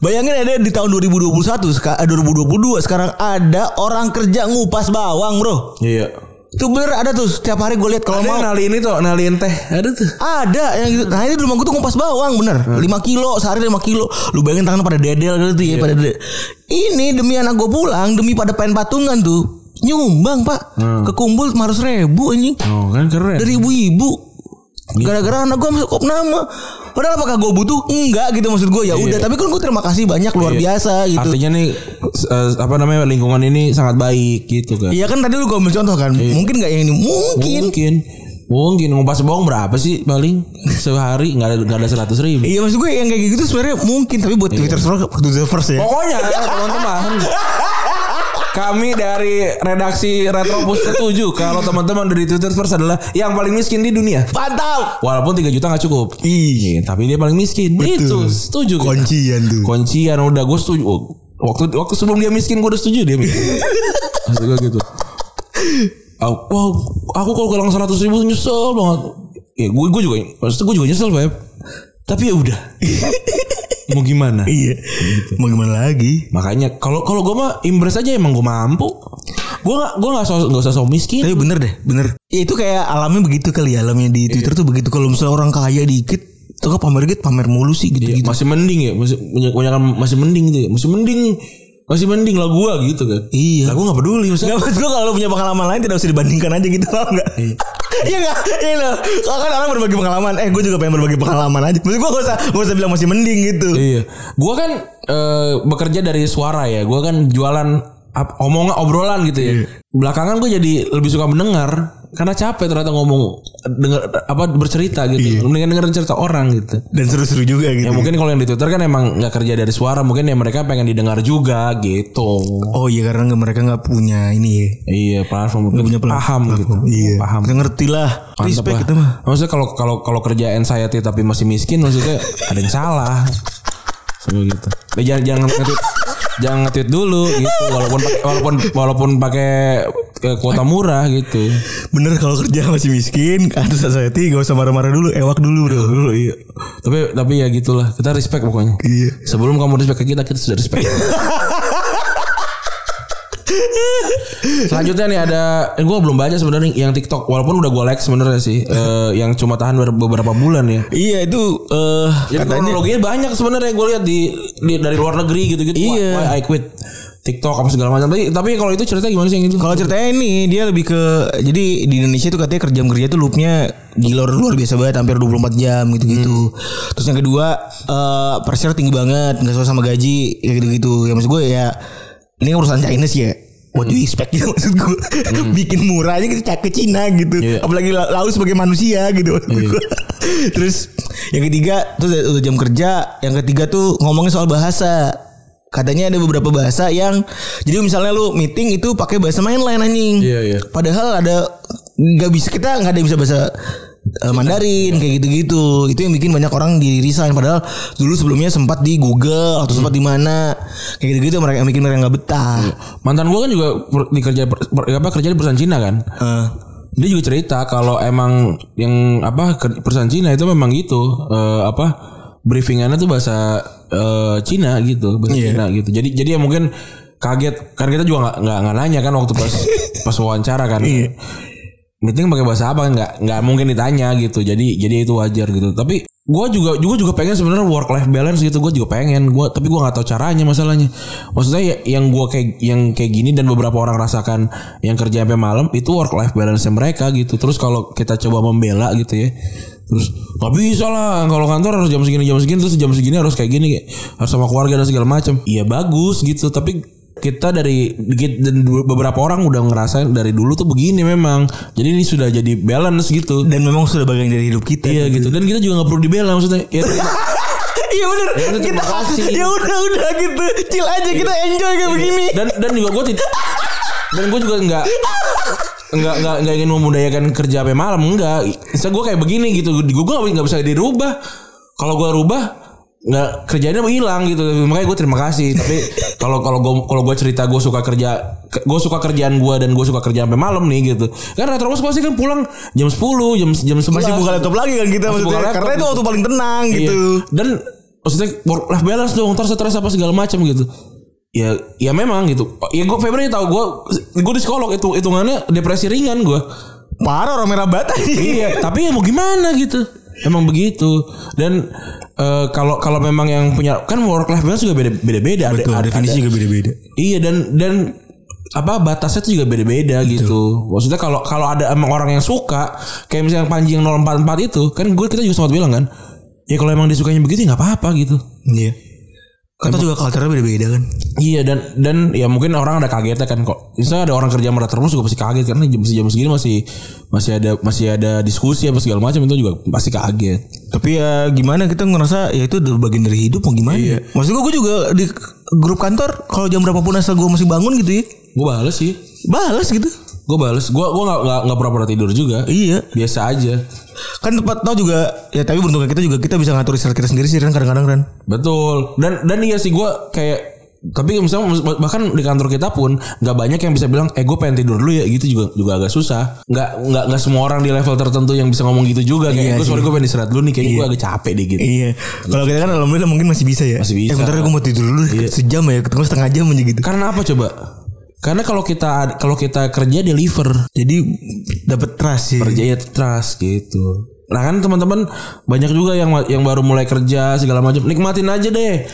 [SPEAKER 2] Bayangin ada di tahun 2021 seka- eh, 2022 sekarang ada orang kerja ngupas bawang, Bro.
[SPEAKER 3] Iya.
[SPEAKER 2] Itu bener ada tuh setiap hari gue lihat kalau
[SPEAKER 3] Ada yang
[SPEAKER 2] mau
[SPEAKER 3] naliin itu, naliin teh. Ada tuh.
[SPEAKER 2] Ada yang gitu. Nah ini di rumah gue tuh ngupas bawang bener
[SPEAKER 3] Hmm.
[SPEAKER 2] 5 kilo sehari 5 kilo Lu bayangin tangan pada dedel gitu ya
[SPEAKER 3] Iya.
[SPEAKER 2] pada dedel. Ini demi anak gue pulang Demi pada pengen patungan tuh Nyumbang pak
[SPEAKER 3] Hmm.
[SPEAKER 2] Kekumpul 500 ribu anjing
[SPEAKER 3] Oh, kan keren.
[SPEAKER 2] Dari ibu-ibu
[SPEAKER 3] Iya.
[SPEAKER 2] Gara-gara anak gue masuk kopnama Padahal apakah gue butuh? Enggak gitu maksud gue ya udah Tapi kan gue terima kasih banyak luar
[SPEAKER 3] Iya.
[SPEAKER 2] biasa gitu
[SPEAKER 3] Artinya nih eh, apa namanya lingkungan ini sangat baik gitu kan.
[SPEAKER 2] Iya kan tadi lu gue ambil contoh kan Mungkin gak yang ini Mungkin
[SPEAKER 3] Iya. Mungkin. Mungkin ngupas bawang berapa sih paling sehari nggak ada nggak ada seratus ribu.
[SPEAKER 2] Iya maksud gue yang kayak gitu sebenarnya mungkin Tapi
[SPEAKER 3] Iya.
[SPEAKER 2] buat Twitter Twitter first ya
[SPEAKER 3] Pokoknya teman-teman kami dari redaksi Retropus setuju kalau teman-teman dari Twitter First adalah yang paling miskin di dunia.
[SPEAKER 2] Mantap
[SPEAKER 3] Walaupun 3 juta nggak cukup.
[SPEAKER 2] Iya,
[SPEAKER 3] Tapi dia paling miskin. Itu setuju. kita.
[SPEAKER 2] Kuncian tuh.
[SPEAKER 3] Kuncian udah gue setuju. Oh, Waktu waktu sebelum dia miskin gue udah setuju dia miskin. Maksud gue gitu. Aku, wow, aku kalau galang seratus ribu nyesel banget. Ya gue gue juga, maksudnya gue juga nyesel Beb. Tapi ya udah. Mau gimana?
[SPEAKER 2] Iya.
[SPEAKER 3] Gitu.
[SPEAKER 2] Mau gimana lagi?
[SPEAKER 3] Makanya kalau kalau gue mah impress aja emang gue mampu. Gue gak gue gak so, gak usah so miskin.
[SPEAKER 2] Tapi bener deh, bener. Ya, itu kayak alamnya begitu kali ya, alamnya di Twitter
[SPEAKER 3] Iya.
[SPEAKER 2] tuh begitu. Kalau misalnya orang kaya dikit, tuh kan pamer dikit, pamer mulu sih
[SPEAKER 3] Iya,
[SPEAKER 2] gitu-gitu.
[SPEAKER 3] masih mending ya, masih banyak banyak masih mending gitu ya. Masih mending masih mending lah gue gitu kan.
[SPEAKER 2] Iya.
[SPEAKER 3] Lah gue gak peduli
[SPEAKER 2] Gak
[SPEAKER 3] maksudnya.
[SPEAKER 2] maksud gue kalau lu punya pengalaman lain tidak usah dibandingkan aja gitu tau gak? Iya gak? Iya loh. Kalau kan orang berbagi pengalaman Eh gue juga pengen berbagi pengalaman aja Maksud gue gak usah, gak usah bilang masih mending gitu
[SPEAKER 3] Iya, gua kan eh, bekerja dari suara ya. Gua kan jualan ap- omongan obrolan gitu
[SPEAKER 2] Iya.
[SPEAKER 3] ya. Belakangan gue jadi lebih suka mendengar karena capek ternyata ngomong denger apa bercerita
[SPEAKER 2] Iya.
[SPEAKER 3] gitu. Mendingan dengerin cerita orang gitu.
[SPEAKER 2] Dan seru-seru juga gitu
[SPEAKER 3] Ya mungkin kalau yang di Twitter kan emang nggak kerja dari suara, mungkin ya mereka pengen didengar juga gitu.
[SPEAKER 2] Oh iya karena nggak- mereka gak punya ini ya
[SPEAKER 3] Iya, platform
[SPEAKER 2] Nggak punya platform.
[SPEAKER 3] paham gitu.
[SPEAKER 2] Iya
[SPEAKER 3] Paham.
[SPEAKER 2] Kita ngerti lah
[SPEAKER 3] Mantep
[SPEAKER 2] Respect
[SPEAKER 3] lah.
[SPEAKER 2] kita mah
[SPEAKER 3] Maksudnya kalau kalau kalau kerja anxiety tapi masih miskin maksudnya *laughs* ada yang salah. Sama gitu. Ya, jangan jangan nge-tweet jangan nge-tweet dulu gitu walaupun pakai- walaupun walaupun pakai eh, kuota murah gitu.
[SPEAKER 2] Bener kalau kerja masih miskin *laughs* Kata society gak usah marah-marah dulu Ewak dulu bro
[SPEAKER 3] Dulu iya. Tapi tapi ya gitulah. Kita respect pokoknya.
[SPEAKER 2] Iya
[SPEAKER 3] Sebelum kamu respect ke kita, kita sudah respect.
[SPEAKER 2] *laughs*
[SPEAKER 3] Selanjutnya nih ada eh, gue belum baca sebenarnya yang TikTok walaupun udah gue like sebenarnya sih eh, yang cuma tahan beberapa bulan ya.
[SPEAKER 2] Iya itu eh
[SPEAKER 3] Jadi kronologinya banyak sebenarnya gue lihat di, di- dari luar negeri gitu-gitu.
[SPEAKER 2] Iya.
[SPEAKER 3] Why, why I quit TikTok apa segala macam. Tapi tapi kalau itu cerita gimana sih yang gitu? itu?
[SPEAKER 2] Kalau ceritanya ini dia lebih ke jadi di Indonesia itu katanya kerja kerja tuh loopnya gila luar biasa banget hampir 24 jam gitu-gitu. Terus yang kedua eh pressure tinggi banget nggak sesuai sama gaji kayak gitu-gitu. Ya maksud gue ya ini urusan Chinese ya. What do you expect *laughs* gitu maksud gue Bikin murah aja gitu Cak ke Cina gitu
[SPEAKER 3] Iya.
[SPEAKER 2] Apalagi la- lalu sebagai manusia gitu maksud gue. *laughs* Terus Yang ketiga Terus udah jam kerja Yang ketiga tuh Ngomongin soal bahasa Katanya ada beberapa bahasa yang jadi misalnya lu meeting itu pakai bahasa mainland anjing.
[SPEAKER 3] Iya, iya.
[SPEAKER 2] Padahal ada nggak bisa kita nggak ada yang bisa bahasa eh, Mandarin kayak gitu-gitu. Itu yang bikin banyak orang di resign padahal dulu sebelumnya sempat di Google atau sempat di mana. Kayak gitu-gitu yang mereka yang bikin mereka nggak betah.
[SPEAKER 3] Mantan gue kan juga per- di kerja per- per- apa kerja di perusahaan Cina kan.
[SPEAKER 2] Eh,
[SPEAKER 3] Dia juga cerita kalau emang yang apa ker- perusahaan Cina itu memang gitu eh, apa briefingannya tuh bahasa eh, Cina gitu bahasa
[SPEAKER 2] Iya.
[SPEAKER 3] Cina gitu jadi jadi ya mungkin kaget karena kita juga nggak nggak nggak nanya kan waktu *laughs* pas pas wawancara kan
[SPEAKER 2] Iya.
[SPEAKER 3] meeting pakai bahasa apa nggak nggak mungkin ditanya gitu jadi jadi itu wajar gitu tapi gue juga juga juga pengen sebenarnya work life balance gitu gue juga pengen gue tapi gue nggak tahu caranya masalahnya maksudnya ya- yang gue kayak yang kayak gini dan beberapa orang rasakan yang kerja sampai malam itu work life balance mereka gitu terus kalau kita coba membela gitu ya terus nggak bisa lah kalau kantor harus jam segini jam segini terus jam segini harus kayak gini kayak harus sama keluarga dan segala macam iya bagus gitu tapi kita dari dikit- dan beberapa orang udah ngerasain dari dulu tuh begini memang jadi ini sudah jadi balance gitu
[SPEAKER 2] dan memang sudah bagian dari hidup kita
[SPEAKER 3] iya gitu dan kita juga nggak perlu dibela maksudnya ya,
[SPEAKER 2] *laughs* Iya bener
[SPEAKER 3] udah,
[SPEAKER 2] Kita
[SPEAKER 3] terima kasih.
[SPEAKER 2] *laughs* Ya udah udah gitu Chill aja kita enjoy kayak begini
[SPEAKER 3] dan dan juga gue tidak dan gue juga nggak nggak nggak nggak ingin memudayakan kerja sampai malam enggak saya gue kayak begini gitu gue gue nggak nggak bisa dirubah kalau gue rubah nggak kerjanya hilang gitu makanya gue terima kasih tapi kalau kalau gue kalau gue cerita gue suka kerja gue suka kerjaan gue dan gue suka kerjaan sampai malam nih gitu kan retrobus pasti kan pulang jam 10 jam jam 11
[SPEAKER 2] Masih buka laptop lagi kan kita
[SPEAKER 3] Masih buka
[SPEAKER 2] maksudnya
[SPEAKER 3] laptop
[SPEAKER 2] Karena itu
[SPEAKER 3] gitu.
[SPEAKER 2] waktu paling tenang
[SPEAKER 3] Iya.
[SPEAKER 2] gitu
[SPEAKER 3] Dan maksudnya work life balance dong, ntar stres apa segala macam gitu. Ya, ya memang gitu. Ya gue Febri tahu gue, gue di psikolog itu hitungannya depresi ringan gue.
[SPEAKER 2] Parah orang merah bat
[SPEAKER 3] iya, tapi ya mau gimana gitu. Emang begitu. Dan eh, kalau kalau memang yang punya kan work life balance juga beda beda beda.
[SPEAKER 2] juga beda-beda
[SPEAKER 3] Iya dan dan apa batasnya tuh juga beda-beda gitu. Maksudnya kalau kalau ada emang orang yang suka kayak misalnya yang Panji yang 044 itu kan gue kita juga sempat bilang kan ya kalau emang disukainya begitu ya nggak apa-apa gitu.
[SPEAKER 2] Iya Kata juga culture beda-beda kan
[SPEAKER 3] Iya dan dan ya mungkin orang ada kagetnya kan kok. Misalnya ada orang kerja merah terus juga pasti kaget karena jam jam segini masih masih ada masih ada diskusi apa segala macam itu juga pasti kaget.
[SPEAKER 2] Tapi ya gimana kita ngerasa ya itu udah bagian dari hidup mau gimana
[SPEAKER 3] Iya.
[SPEAKER 2] Maksud gue, gue juga di grup kantor kalau jam berapapun asal gue masih bangun gitu ya
[SPEAKER 3] Gue bales sih.
[SPEAKER 2] Balas gitu
[SPEAKER 3] Gue bales. Gue gue nggak nggak nggak pura-pura tidur juga.
[SPEAKER 2] Iya
[SPEAKER 3] Biasa aja.
[SPEAKER 2] Kan tempat tau juga Ya tapi beruntungnya kita juga Kita bisa ngatur istirahat kita sendiri sih Ren kadang-kadang Ren
[SPEAKER 3] Betul. Dan dan iya sih gue kayak tapi misalnya bahkan di kantor kita pun nggak banyak yang bisa bilang eh gue pengen tidur dulu ya gitu juga juga agak susah nggak nggak nggak semua orang di level tertentu yang bisa ngomong gitu juga kayak
[SPEAKER 2] Iya
[SPEAKER 3] gue
[SPEAKER 2] sih.
[SPEAKER 3] soalnya gue pengen istirahat dulu nih kayaknya gue agak capek deh gitu
[SPEAKER 2] Iya. Kalau kita kan alhamdulillah mungkin masih bisa ya.
[SPEAKER 3] Masih
[SPEAKER 2] Eh,
[SPEAKER 3] bisa.
[SPEAKER 2] bentar gue mau tidur dulu deh, sejam ya, ketemu setengah jam aja gitu.
[SPEAKER 3] Karena apa coba? Karena kalau kita kalau kita kerja deliver
[SPEAKER 2] Jadi dapat trust sih.
[SPEAKER 3] kerja ya trust gitu. Nah kan teman-teman banyak juga yang yang baru mulai kerja segala macam nikmatin aja deh.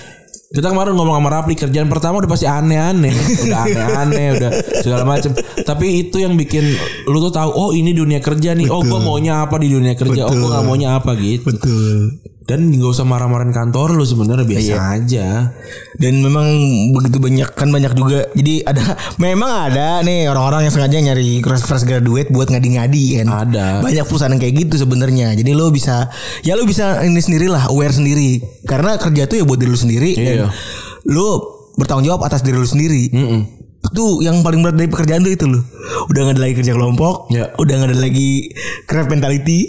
[SPEAKER 3] Kita kemarin ngomong sama Rapli kerjaan pertama udah pasti aneh-aneh, udah aneh-aneh, udah segala macam. Tapi itu yang bikin lu tuh tahu oh ini dunia kerja nih. Oh gue maunya apa di dunia kerja? Oh gue gak maunya apa gitu.
[SPEAKER 2] Betul.
[SPEAKER 3] Dan nggak usah marah-marahin kantor lu sebenarnya biasa aja.
[SPEAKER 2] Dan memang begitu banyak kan banyak juga. Jadi ada *laughs* memang ada nih orang-orang yang sengaja nyari fresh fresh graduate buat ngadi-ngadi kan.
[SPEAKER 3] Ada.
[SPEAKER 2] Banyak perusahaan yang kayak gitu sebenarnya. Jadi lo bisa ya lo bisa ini sendirilah aware sendiri. Karena kerja tuh ya buat diri lo sendiri.
[SPEAKER 3] Iya.
[SPEAKER 2] Dan Lo bertanggung jawab atas diri lo sendiri. Itu yang paling berat dari pekerjaan tuh itu lo. Udah nggak ada lagi kerja kelompok.
[SPEAKER 3] Iya.
[SPEAKER 2] Udah nggak ada lagi crab mentality. *laughs*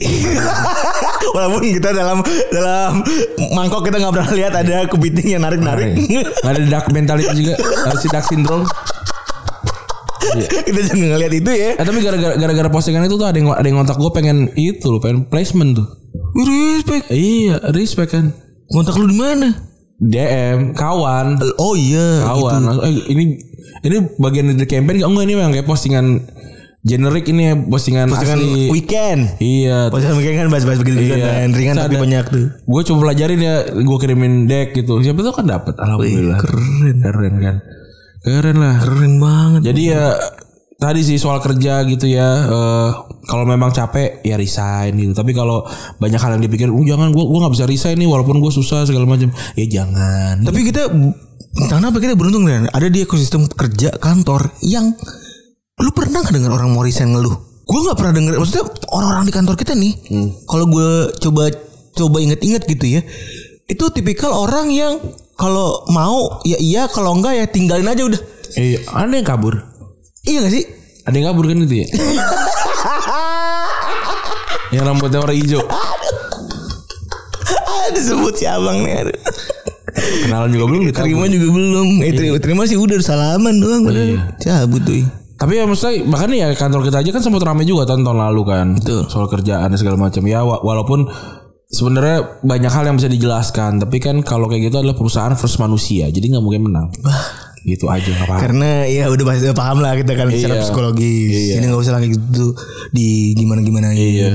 [SPEAKER 2] Walaupun kita dalam dalam mangkok kita nggak pernah lihat ada kepiting yang narik-narik.
[SPEAKER 3] Nggak ada dark mentality juga, ada si dark syndrome.
[SPEAKER 2] *laughs* kita jangan ngeliat itu ya.
[SPEAKER 3] Eh tapi gara-gara gara-gara postingan itu tuh ada yang ada yang ngontak gue pengen itu loh, pengen placement tuh.
[SPEAKER 2] Respect.
[SPEAKER 3] Iya, respect kan.
[SPEAKER 2] Kontak lu di mana?
[SPEAKER 3] DM kawan,
[SPEAKER 2] Oh iya.
[SPEAKER 3] kawan. Langsung, Eh, ini ini bagian dari campaign nggak? enggak ini memang kayak postingan generik ini ya, postingan,
[SPEAKER 2] Postingan
[SPEAKER 3] asli.
[SPEAKER 2] weekend.
[SPEAKER 3] Iya.
[SPEAKER 2] Postingan weekend kan bahas-bahas begitu gitu
[SPEAKER 3] Iya.
[SPEAKER 2] kan. Ringan
[SPEAKER 3] Terus
[SPEAKER 2] tapi
[SPEAKER 3] ada-
[SPEAKER 2] banyak tuh.
[SPEAKER 3] Gue coba pelajarin ya, gue kirimin deck gitu. Siapa tuh kan dapat alhamdulillah. keren. Keren kan. Keren lah.
[SPEAKER 2] Keren banget.
[SPEAKER 3] Jadi ya tadi sih soal kerja gitu ya. eh, kalau memang capek ya resign gitu. Tapi kalau banyak hal yang dipikir, "Uh, jangan gua gua nggak bisa resign nih walaupun gua susah segala macam." Ya jangan.
[SPEAKER 2] Tapi kita entah kenapa kita beruntung kan ada di ekosistem kerja kantor yang lu pernah nggak dengar orang mau resign ngeluh? Gue nggak pernah dengar. Maksudnya orang-orang di kantor kita nih, kalau gue coba coba inget-inget gitu ya, itu tipikal orang yang kalau mau ya iya, kalau enggak ya tinggalin aja udah.
[SPEAKER 3] Eh, ada yang kabur.
[SPEAKER 2] Iya gak sih?
[SPEAKER 3] Ada yang kabur kan itu ya? yang rambutnya warna hijau.
[SPEAKER 2] Ah, disebut si abang nih. aduh.
[SPEAKER 3] Kenalan juga belum dikabur.
[SPEAKER 2] Terima juga belum. Eh, terima, terima sih udah salaman doang. padahal. Cabut tuh.
[SPEAKER 3] Tapi ya maksudnya bahkan ya kan. kantor kita aja kan sempat ramai juga tahun, tahun lalu kan. Soal kerjaan dan segala macam. Ya wa- walaupun sebenarnya banyak hal yang bisa dijelaskan tapi kan kalau kayak gitu adalah perusahaan versus manusia jadi nggak mungkin menang gitu aja nggak apa-apa
[SPEAKER 2] Karena ya udah pasti udah paham lah kita kan secara
[SPEAKER 3] Iya.
[SPEAKER 2] psikologis.
[SPEAKER 3] Iya.
[SPEAKER 2] Jadi nggak usah lagi gitu di gimana gimana
[SPEAKER 3] Iya.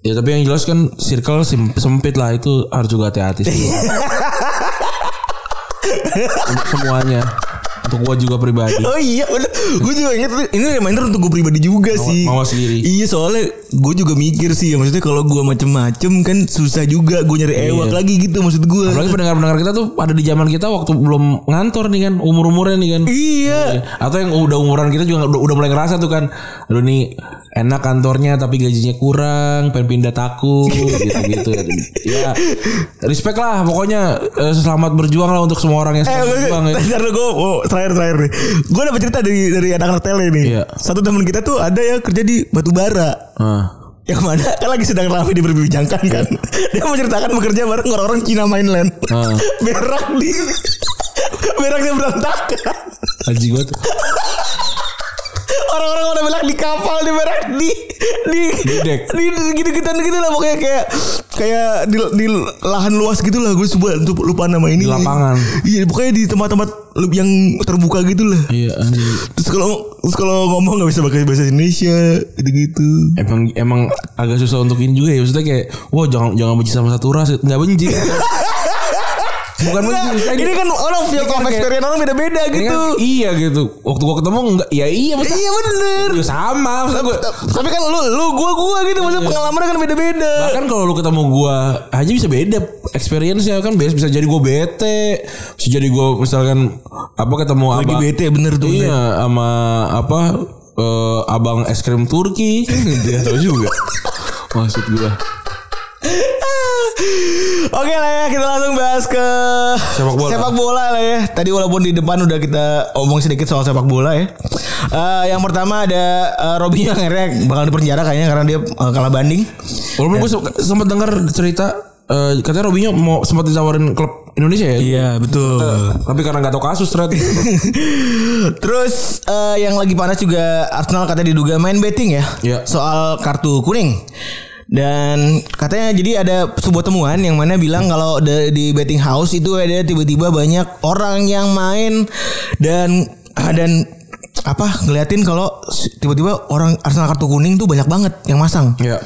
[SPEAKER 3] Ya tapi yang jelas kan circle sem- sempit lah itu harus juga hati-hati sih. Untuk semuanya. Untuk gua juga pribadi.
[SPEAKER 2] Oh iya, bener. Gue juga inget ini reminder untuk gue pribadi juga sih.
[SPEAKER 3] mawas diri.
[SPEAKER 2] Iya soalnya gue juga mikir sih, ya, maksudnya kalau gue macem-macem kan susah juga gue nyari ewak lagi gitu maksud gue.
[SPEAKER 3] Iya. Apalagi pendengar-pendengar kita tuh ada di zaman kita waktu belum ngantor nih kan, umur-umurnya nih kan.
[SPEAKER 2] Iya.
[SPEAKER 3] Atau yang udah umuran kita juga udah, udah mulai ngerasa tuh kan, aduh nih enak kantornya tapi gajinya kurang, pengen pindah takut
[SPEAKER 2] *laughs*
[SPEAKER 3] gitu-gitu ya. Ya, respect lah pokoknya eh, selamat berjuang lah untuk semua orang yang
[SPEAKER 2] Eh,
[SPEAKER 3] selamat berjuang ya.
[SPEAKER 2] *laughs* bentar gue oh, terakhir terakhir nih. Gue dapet cerita dari dari anak-anak tele nih.
[SPEAKER 3] Iya.
[SPEAKER 2] Satu teman kita tuh ada yang kerja di Batubara.
[SPEAKER 3] Ah.
[SPEAKER 2] Yang mana kan lagi sedang ramai diperbincangkan
[SPEAKER 3] *laughs*
[SPEAKER 2] kan. Dia menceritakan bekerja bareng orang-orang Cina mainland.
[SPEAKER 3] Ah.
[SPEAKER 2] *laughs* Berak di beraknya berantakan.
[SPEAKER 3] Anjing gue tuh
[SPEAKER 2] Orang-orang udah bilang di kapal di berak di di
[SPEAKER 3] dek.
[SPEAKER 2] di gitu gitu gitu lah pokoknya kayak kayak di, di lahan luas gitu lah gue coba lupa, lupa nama ini.
[SPEAKER 3] Di lapangan.
[SPEAKER 2] Iya pokoknya di tempat-tempat yang terbuka gitu lah.
[SPEAKER 3] Iya anjing
[SPEAKER 2] Terus kalau terus kalau ngomong nggak bisa pakai bahasa Indonesia gitu-gitu.
[SPEAKER 3] Emang emang agak susah untuk ini juga ya Maksudnya kayak Wah jangan jangan benci sama satu ras Gak
[SPEAKER 2] *laughs*
[SPEAKER 3] benci Bukan benci
[SPEAKER 2] Nah,
[SPEAKER 3] maksudnya
[SPEAKER 2] ini kan orang field
[SPEAKER 3] Ini kan
[SPEAKER 2] of
[SPEAKER 3] kayak-
[SPEAKER 2] experience orang beda-beda
[SPEAKER 3] ini
[SPEAKER 2] gitu.
[SPEAKER 3] kan- Iya gitu Waktu gua ketemu enggak Ya iya maksudnya
[SPEAKER 2] Iya bener.
[SPEAKER 3] Ya sama maksudnya gua
[SPEAKER 2] Tapi kan lu lu gua gua gitu maksudnya pengalaman kan beda-beda.
[SPEAKER 3] Bahkan kalau lu ketemu gua Aja bisa beda Experience-nya kan biasa Bisa jadi gua bete Bisa jadi gua misalkan Apa ketemu
[SPEAKER 2] Lagi
[SPEAKER 3] abang-
[SPEAKER 2] bete bener tuh. bener.
[SPEAKER 3] Iya sama apa eh, abang es krim *laughs* Turki dia Iya, tahu juga maksud gua
[SPEAKER 2] Oke lah ya kita langsung bahas ke
[SPEAKER 3] Sepak bola.
[SPEAKER 2] lah ya. Tadi walaupun di depan udah kita omong sedikit soal sepak bola ya. Eh, yang pertama ada eh, Robinho yang akhirnya bakal dipenjara kayaknya karena dia eh, kalah banding.
[SPEAKER 3] walaupun gua se- sempat dengar cerita eh, katanya Robinho mau sempat ditawarin klub Indonesia ya
[SPEAKER 2] Iya betul.
[SPEAKER 3] tapi karena nggak tahu kasus *laughs* ternyata
[SPEAKER 2] Terus eh, yang lagi panas juga Arsenal katanya diduga main betting ya
[SPEAKER 3] Iya.
[SPEAKER 2] soal kartu kuning. Dan katanya jadi ada sebuah temuan yang mana bilang kalau da- di betting house itu ada tiba-tiba banyak orang yang main dan ah, dan apa ngeliatin kalau s- tiba-tiba orang Arsenal kartu kuning tuh banyak banget yang masang
[SPEAKER 3] ya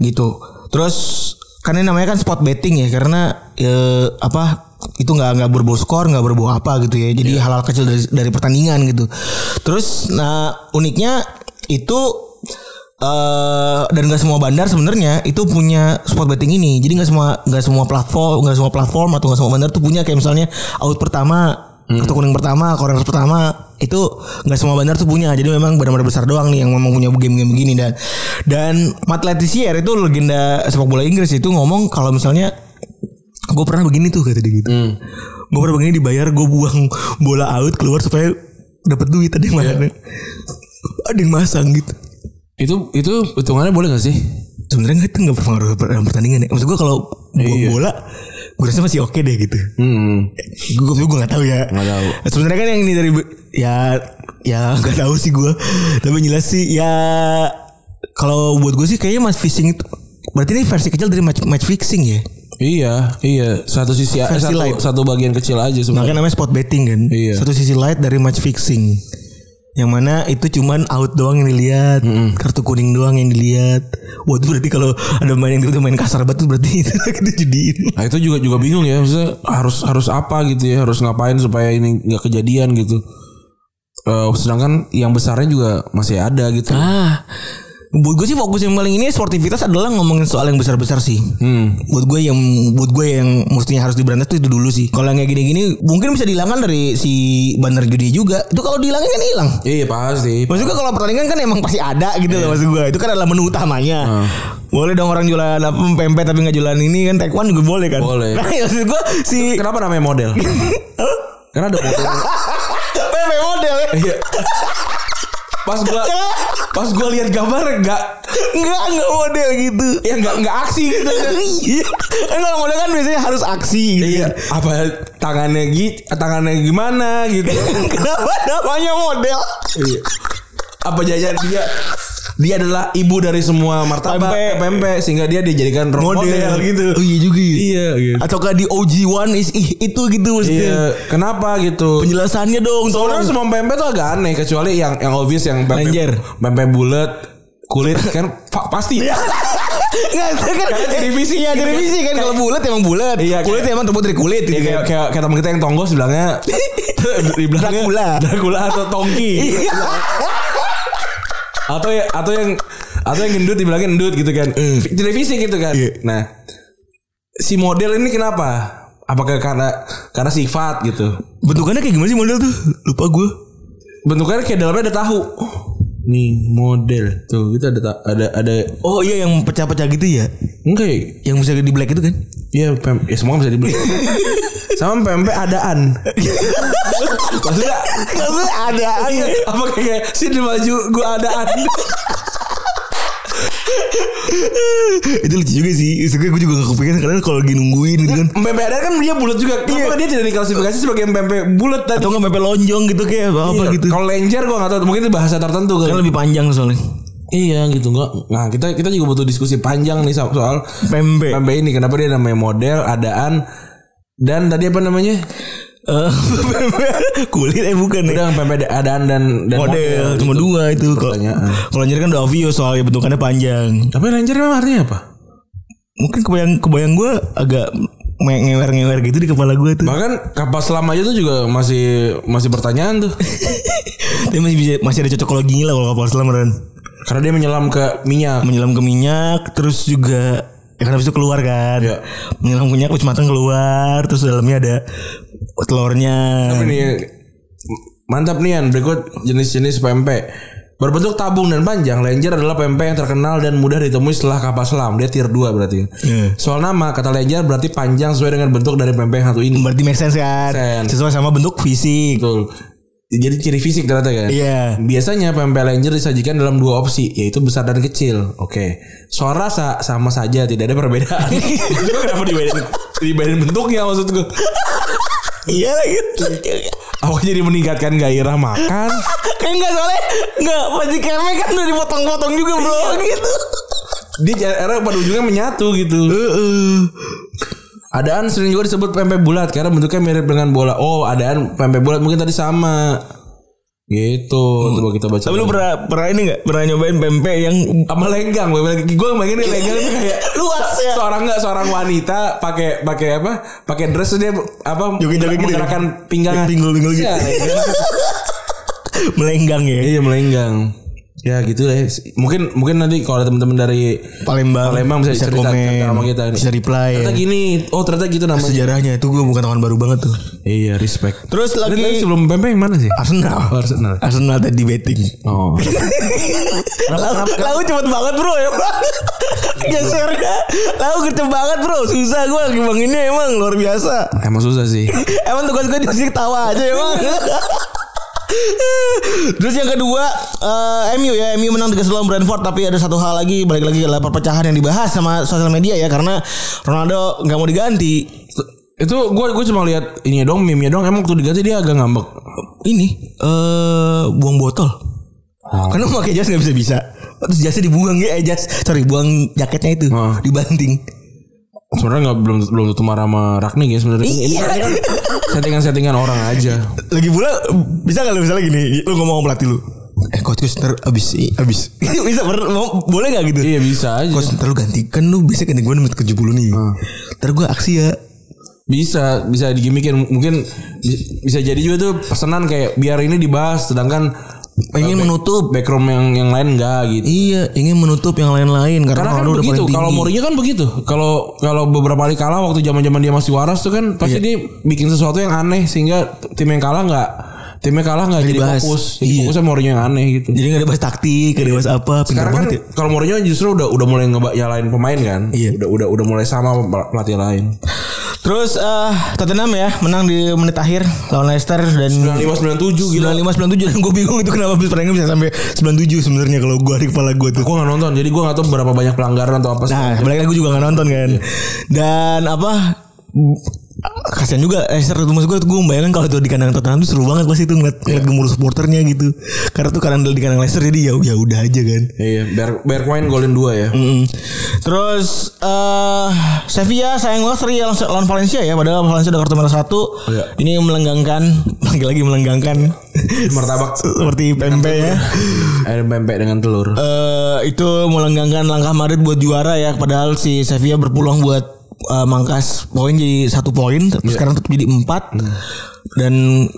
[SPEAKER 2] gitu. Terus karena namanya kan spot betting ya karena ya, apa itu nggak nggak berbau skor nggak berbau apa gitu ya jadi halal kecil dari, dari pertandingan gitu terus nah uniknya itu eh dan nggak semua bandar sebenarnya itu punya spot betting ini jadi nggak semua nggak semua platform nggak semua platform atau nggak semua bandar tuh punya kayak misalnya out pertama kartu kuning pertama corner pertama itu nggak semua bandar tuh punya jadi memang bandar-bandar besar doang nih yang memang punya game-game begini dan dan Matt Letizier itu legenda sepak bola Inggris itu ngomong kalau misalnya gue pernah begini tuh kata dia gitu gue pernah begini dibayar gue buang bola out keluar supaya dapat duit ada yang masang ada yang masang gitu
[SPEAKER 3] itu itu hitungannya boleh nggak sih
[SPEAKER 2] sebenarnya itu nggak berpengaruh per- dalam pertandingan ya maksud gue kalau buang
[SPEAKER 3] Iya.
[SPEAKER 2] bola gue rasa masih oke deh gitu
[SPEAKER 3] hmm.
[SPEAKER 2] gue gue gue nggak tahu ya
[SPEAKER 3] Nggak tahu.
[SPEAKER 2] sebenarnya kan yang ini dari ya ya nggak tahu sih gue tapi yang jelas sih ya kalau buat gue sih kayaknya mas fishing itu berarti ini versi kecil dari match match fixing ya
[SPEAKER 3] iya iya satu sisi eh,
[SPEAKER 2] Versi
[SPEAKER 3] satu,
[SPEAKER 2] light.
[SPEAKER 3] satu bagian kecil aja
[SPEAKER 2] makanya
[SPEAKER 3] sebenarnya
[SPEAKER 2] namanya spot betting kan
[SPEAKER 3] Iya.
[SPEAKER 2] satu sisi light dari match fixing yang mana itu cuman out doang yang dilihat kartu kuning doang yang dilihat wah itu berarti kalau ada main yang tiba-tiba main kasar banget tuh berarti *laughs* itu kita jadiin
[SPEAKER 3] Nah itu juga juga bingung ya maksudnya harus harus apa gitu ya harus ngapain supaya ini nggak kejadian gitu. Eh, sedangkan yang besarnya juga masih ada gitu.
[SPEAKER 2] Ah, buat gue sih fokus yang paling ini sportivitas adalah ngomongin soal yang besar-besar sih. Buat gue yang buat gue yang mestinya harus diberantas tuh itu dulu sih. Kalau yang kayak gini-gini mungkin bisa dihilangkan dari si bandar judi juga. Itu kalau dihilangin kan hilang.
[SPEAKER 3] Iya pasti.
[SPEAKER 2] Maksud gue kalau pertandingan kan emang pasti ada gitu loh maksud gue. Itu kan adalah menu utamanya. Boleh dong orang jualan apa pempek tapi nggak jualan ini kan taekwondo juga boleh kan?
[SPEAKER 3] Boleh.
[SPEAKER 2] Nah, ya maksud gue si
[SPEAKER 3] Kenapa namanya model? Karena ada model.
[SPEAKER 2] pempek model ya.
[SPEAKER 3] Iya. Pas gua pas gua lihat gambar nggak
[SPEAKER 2] Enggak, enggak model gitu.
[SPEAKER 3] ya nggak nggak aksi gitu.
[SPEAKER 2] Iya. Kan kalau model kan biasanya harus aksi gitu.
[SPEAKER 3] Iya. Apa tangannya gitu tangannya
[SPEAKER 2] *laughs*
[SPEAKER 3] gimana gitu.
[SPEAKER 2] Kenapa namanya model?
[SPEAKER 3] Iya. Apa jajan dia dia adalah ibu dari semua martabak
[SPEAKER 2] Pempek.
[SPEAKER 3] eh, pempek sehingga dia dijadikan role model, gitu.
[SPEAKER 2] Oh iya juga ya.
[SPEAKER 3] Iya gitu.
[SPEAKER 2] Ataukah di OG1 is ih, itu gitu maksudnya.
[SPEAKER 3] Iya, kenapa gitu?
[SPEAKER 2] Penjelasannya dong. tolong.
[SPEAKER 3] Soalnya semua pempek tuh agak aneh kecuali yang yang obvious yang pempek
[SPEAKER 2] Lenjer.
[SPEAKER 3] pempek bulat kulit kan pa-
[SPEAKER 2] *laughs*
[SPEAKER 3] pasti.
[SPEAKER 2] Nggak, itu kan
[SPEAKER 3] Karena
[SPEAKER 2] eh,
[SPEAKER 3] direvisi
[SPEAKER 2] Iya,
[SPEAKER 3] gitu kan.
[SPEAKER 2] direvisi kan kalau bulat emang bulat.
[SPEAKER 3] Iya,
[SPEAKER 2] kulit
[SPEAKER 3] kayak-
[SPEAKER 2] emang terbuat dari kulit
[SPEAKER 3] Ya,
[SPEAKER 2] gitu
[SPEAKER 3] kayak
[SPEAKER 2] kan.
[SPEAKER 3] kayak, kayak teman kita yang tonggos *laughs* bilangnya dibilangnya
[SPEAKER 2] Dracula.
[SPEAKER 3] Dracula Iya. atau Tongki.
[SPEAKER 2] Iya.
[SPEAKER 3] atau ya atau yang atau yang gendut dibilangnya gendut gitu kan. Televisi gitu kan.
[SPEAKER 2] Iya.
[SPEAKER 3] Nah, si model ini kenapa? Apakah karena karena sifat gitu?
[SPEAKER 2] Bentukannya kayak gimana sih model tuh? Lupa gue.
[SPEAKER 3] Bentuknya kayak dalamnya ada tahu. Nih model tuh gitu ada ta- ada ada
[SPEAKER 2] Oh iya yang pecah-pecah gitu ya.
[SPEAKER 3] enggak ya?
[SPEAKER 2] Yang bisa di black itu kan.
[SPEAKER 3] Iya, pem- ya semua bisa *laughs* dibeli. Sama pempek adaan. Maksudnya iya,
[SPEAKER 2] Kamu ada aja.
[SPEAKER 3] apa kayak sini maju gua adaan.
[SPEAKER 2] itu lucu juga sih. Sebenernya gue juga gak kepikiran karena kalau lagi nungguin gitu kan.
[SPEAKER 3] Pempek adaan kan dia bulat juga. Kenapa dia tidak diklasifikasi sebagai pempek bulat tadi?
[SPEAKER 2] Atau nggak mepe lonjong gitu kayak apa, -apa
[SPEAKER 3] Iya,
[SPEAKER 2] gitu.
[SPEAKER 3] Kalau lenjer gua enggak tahu, mungkin itu bahasa tertentu kali.
[SPEAKER 2] Kan lebih panjang soalnya.
[SPEAKER 3] Iya gitu enggak. Nah, kita kita juga butuh diskusi panjang nih so- soal
[SPEAKER 2] Pembe.
[SPEAKER 3] pempek ini kenapa dia namanya model, adaan dan tadi apa namanya?
[SPEAKER 2] Eh, *laughs* kulit eh bukan ya.
[SPEAKER 3] Udah pempek adaan dan dan
[SPEAKER 2] model cuma dua itu kalau
[SPEAKER 3] Pertanyaan.
[SPEAKER 2] kalau nyari kan udah obvious soalnya bentukannya panjang
[SPEAKER 3] Tapi lenjer memang artinya apa?
[SPEAKER 2] mungkin kebayang kebayang gue agak ngewer ngewer gitu di kepala gue tuh
[SPEAKER 3] Bahkan kapas selam aja tuh juga masih masih pertanyaan tuh.
[SPEAKER 2] tapi masih bisa masih ada cocokologinya lah kalau kapal selam Ren.
[SPEAKER 3] Karena dia menyelam ke minyak.
[SPEAKER 2] menyelam ke minyak terus juga ya kan habis itu keluar kan
[SPEAKER 3] Iya.
[SPEAKER 2] menyelam ke minyak terus matang keluar terus dalamnya ada telurnya
[SPEAKER 3] Tapi nih mantap nih Yan, berikut jenis-jenis pempek. Berbentuk tabung dan panjang, Lenjer adalah pempek yang terkenal dan mudah ditemui setelah kapal selam. Dia tier 2 berarti.
[SPEAKER 2] Iya.
[SPEAKER 3] Soal nama, kata Lenjer berarti panjang sesuai dengan bentuk dari pempek yang satu ini.
[SPEAKER 2] berarti make sense kan
[SPEAKER 3] Sense.
[SPEAKER 2] sesuai sama bentuk fisik
[SPEAKER 3] Betul. Jadi ciri fisik ternyata kan.
[SPEAKER 2] Iya.
[SPEAKER 3] Biasanya pempek lenjer disajikan dalam dua opsi, yaitu besar dan kecil. Oke. Soal rasa sama saja, tidak ada
[SPEAKER 2] *laughs*
[SPEAKER 3] perbedaan. Itu kenapa dibedain dibedain bentuknya maksud gue?
[SPEAKER 2] iya gitu
[SPEAKER 3] Aku jadi meningkatkan gairah makan.
[SPEAKER 2] kayak enggak Eh, soalnya enggak pasti keme kan udah dipotong-potong juga bro gitu
[SPEAKER 3] Dia j- akhirnya pada ujungnya menyatu gitu. Adaan sering juga disebut pempek bulat karena bentuknya mirip dengan bola. Oh, adaan pempek bulat mungkin tadi sama. Gitu. Coba kita baca.
[SPEAKER 2] tapi lu pernah pernah ini enggak pernah nyobain pempek yang
[SPEAKER 3] sama lenggang gue bilang gue bayangin dia lenggang itu kayak
[SPEAKER 2] Luas
[SPEAKER 3] se-
[SPEAKER 2] ya.
[SPEAKER 3] seorang nggak seorang wanita pakai pakai apa pakai dress terus dia apa
[SPEAKER 2] Joget-joget gitu
[SPEAKER 3] menggerakkan
[SPEAKER 2] ya?
[SPEAKER 3] pinggangan
[SPEAKER 2] Pinggul-pinggul gitu.
[SPEAKER 3] Iya, lenggang.
[SPEAKER 2] *laughs* melenggang ya
[SPEAKER 3] iya melenggang ya gitu deh mungkin mungkin nanti kalau ada teman-teman dari
[SPEAKER 2] Palembang
[SPEAKER 3] Palembang bisa, cerita cerita sama kita nih.
[SPEAKER 2] bisa reply
[SPEAKER 3] ternyata gini oh ternyata gitu namanya
[SPEAKER 2] sejarahnya itu gue bukan tahun baru banget tuh
[SPEAKER 3] iya respect
[SPEAKER 2] terus
[SPEAKER 3] Tapi tadi
[SPEAKER 2] lagi Ah.
[SPEAKER 3] sebelum pempek yang mana sih
[SPEAKER 2] Arsenal
[SPEAKER 3] Oh, Arsenal.
[SPEAKER 2] Arsenal tadi betting
[SPEAKER 3] oh
[SPEAKER 2] Lau, lau cepet banget bro emang Gesernya Lau kecep banget bro Susah gue lagi banginnya emang luar biasa
[SPEAKER 3] emang susah sih
[SPEAKER 2] Emang tugas gue di sini ketawa aja emang. *laughs* Terus yang kedua eh, MU ya MU menang 3 lawan Brentford tapi ada satu hal lagi balik lagi adalah perpecahan yang dibahas sama sosial media ya karena Ronaldo nggak mau diganti
[SPEAKER 3] itu gue gue cuma lihat ini dong meme dong emang waktu diganti dia agak ngambek
[SPEAKER 2] ini eh buang botol
[SPEAKER 3] Ah.
[SPEAKER 2] karena *laughs* pakai jas nggak bisa bisa terus jasnya dibuang ya eh, jas sorry buang jaketnya itu
[SPEAKER 3] Ah.
[SPEAKER 2] dibanting
[SPEAKER 3] sebenarnya nggak belum belum tentu marah sama Ragnik ya sebenarnya ini
[SPEAKER 2] Iya.
[SPEAKER 3] kan settingan settingan orang aja
[SPEAKER 2] lagi pula bisa nggak lu misalnya gini lu ngomong sama pelatih lu eh coach coach ntar abis iya. i- abis *laughs* bisa ber- mau- boleh nggak gitu
[SPEAKER 3] iya bisa aja
[SPEAKER 2] coach ntar lu ganti kan lu bisa ganti gue menit ke 70 nih ntar gue aksi ya
[SPEAKER 3] bisa bisa digimikin mungkin bi- bisa jadi juga tuh pesanan kayak biar ini dibahas sedangkan
[SPEAKER 2] ingin menutup
[SPEAKER 3] background yang yang lain enggak gitu
[SPEAKER 2] iya ingin menutup yang lain-lain karena,
[SPEAKER 3] karena kan
[SPEAKER 2] Ronaldo udah
[SPEAKER 3] begitu
[SPEAKER 2] paling tinggi
[SPEAKER 3] kalau Mourinho kan begitu kalau kalau beberapa kali kalah waktu zaman zaman dia masih waras tuh kan
[SPEAKER 2] Iya.
[SPEAKER 3] pasti dia bikin sesuatu yang aneh sehingga tim yang kalah nggak timnya kalah nggak jadi
[SPEAKER 2] dibahas.
[SPEAKER 3] fokus jadi
[SPEAKER 2] Iya.
[SPEAKER 3] fokusnya Mourinho yang aneh gitu
[SPEAKER 2] jadi nggak ada bahas taktik nggak ada bahas apa pintar
[SPEAKER 3] Sekarang kan
[SPEAKER 2] banget ya
[SPEAKER 3] kalau Mourinho justru udah udah mulai ngebak nyalain pemain kan.
[SPEAKER 2] Iya.
[SPEAKER 3] Udah udah udah mulai sama pel- pelatih lain.
[SPEAKER 2] Terus eh, Tottenham ya menang di menit akhir lawan Leicester dan
[SPEAKER 3] 95 97 gila.
[SPEAKER 2] 95 97 dan gue bingung itu kenapa Bruce Franklin bisa sampai 97 sebenarnya kalau gue di kepala gue tuh.
[SPEAKER 3] Gue gak nonton jadi gue gak tahu berapa
[SPEAKER 2] *laughs*
[SPEAKER 3] banyak pelanggaran atau apa sih.
[SPEAKER 2] Iya. Nah, balik lagi gue juga gak nonton kan. Dan apa kasihan juga eh, seru tuh maksud gue gue membayangkan kalau itu di kandang Tottenham tuh seru banget pasti tuh ngeliat, ngeliat gemuruh supporternya gitu karena tuh kandang di kandang Leicester jadi ya ya udah aja kan
[SPEAKER 3] Iya, Ber Bergwijn golin dua
[SPEAKER 2] *laughs*
[SPEAKER 3] ya.
[SPEAKER 2] Mm-mm. terus eh Sevilla sayang banget seri lawan, lawan Valencia ya padahal Valencia udah kartu merah satu
[SPEAKER 3] Iya.
[SPEAKER 2] ini melenggangkan *laughs* lagi-lagi melenggangkan Iya.
[SPEAKER 3] Martabak.
[SPEAKER 2] *laughs* seperti pempek ya
[SPEAKER 3] Air pempek dengan telur.
[SPEAKER 2] eh itu melenggangkan langkah Madrid buat juara ya padahal si Sevilla berpeluang buat eh, mangkas poin jadi satu poin tapi
[SPEAKER 3] Iya.
[SPEAKER 2] sekarang tetap jadi empat
[SPEAKER 3] Hmm.
[SPEAKER 2] dan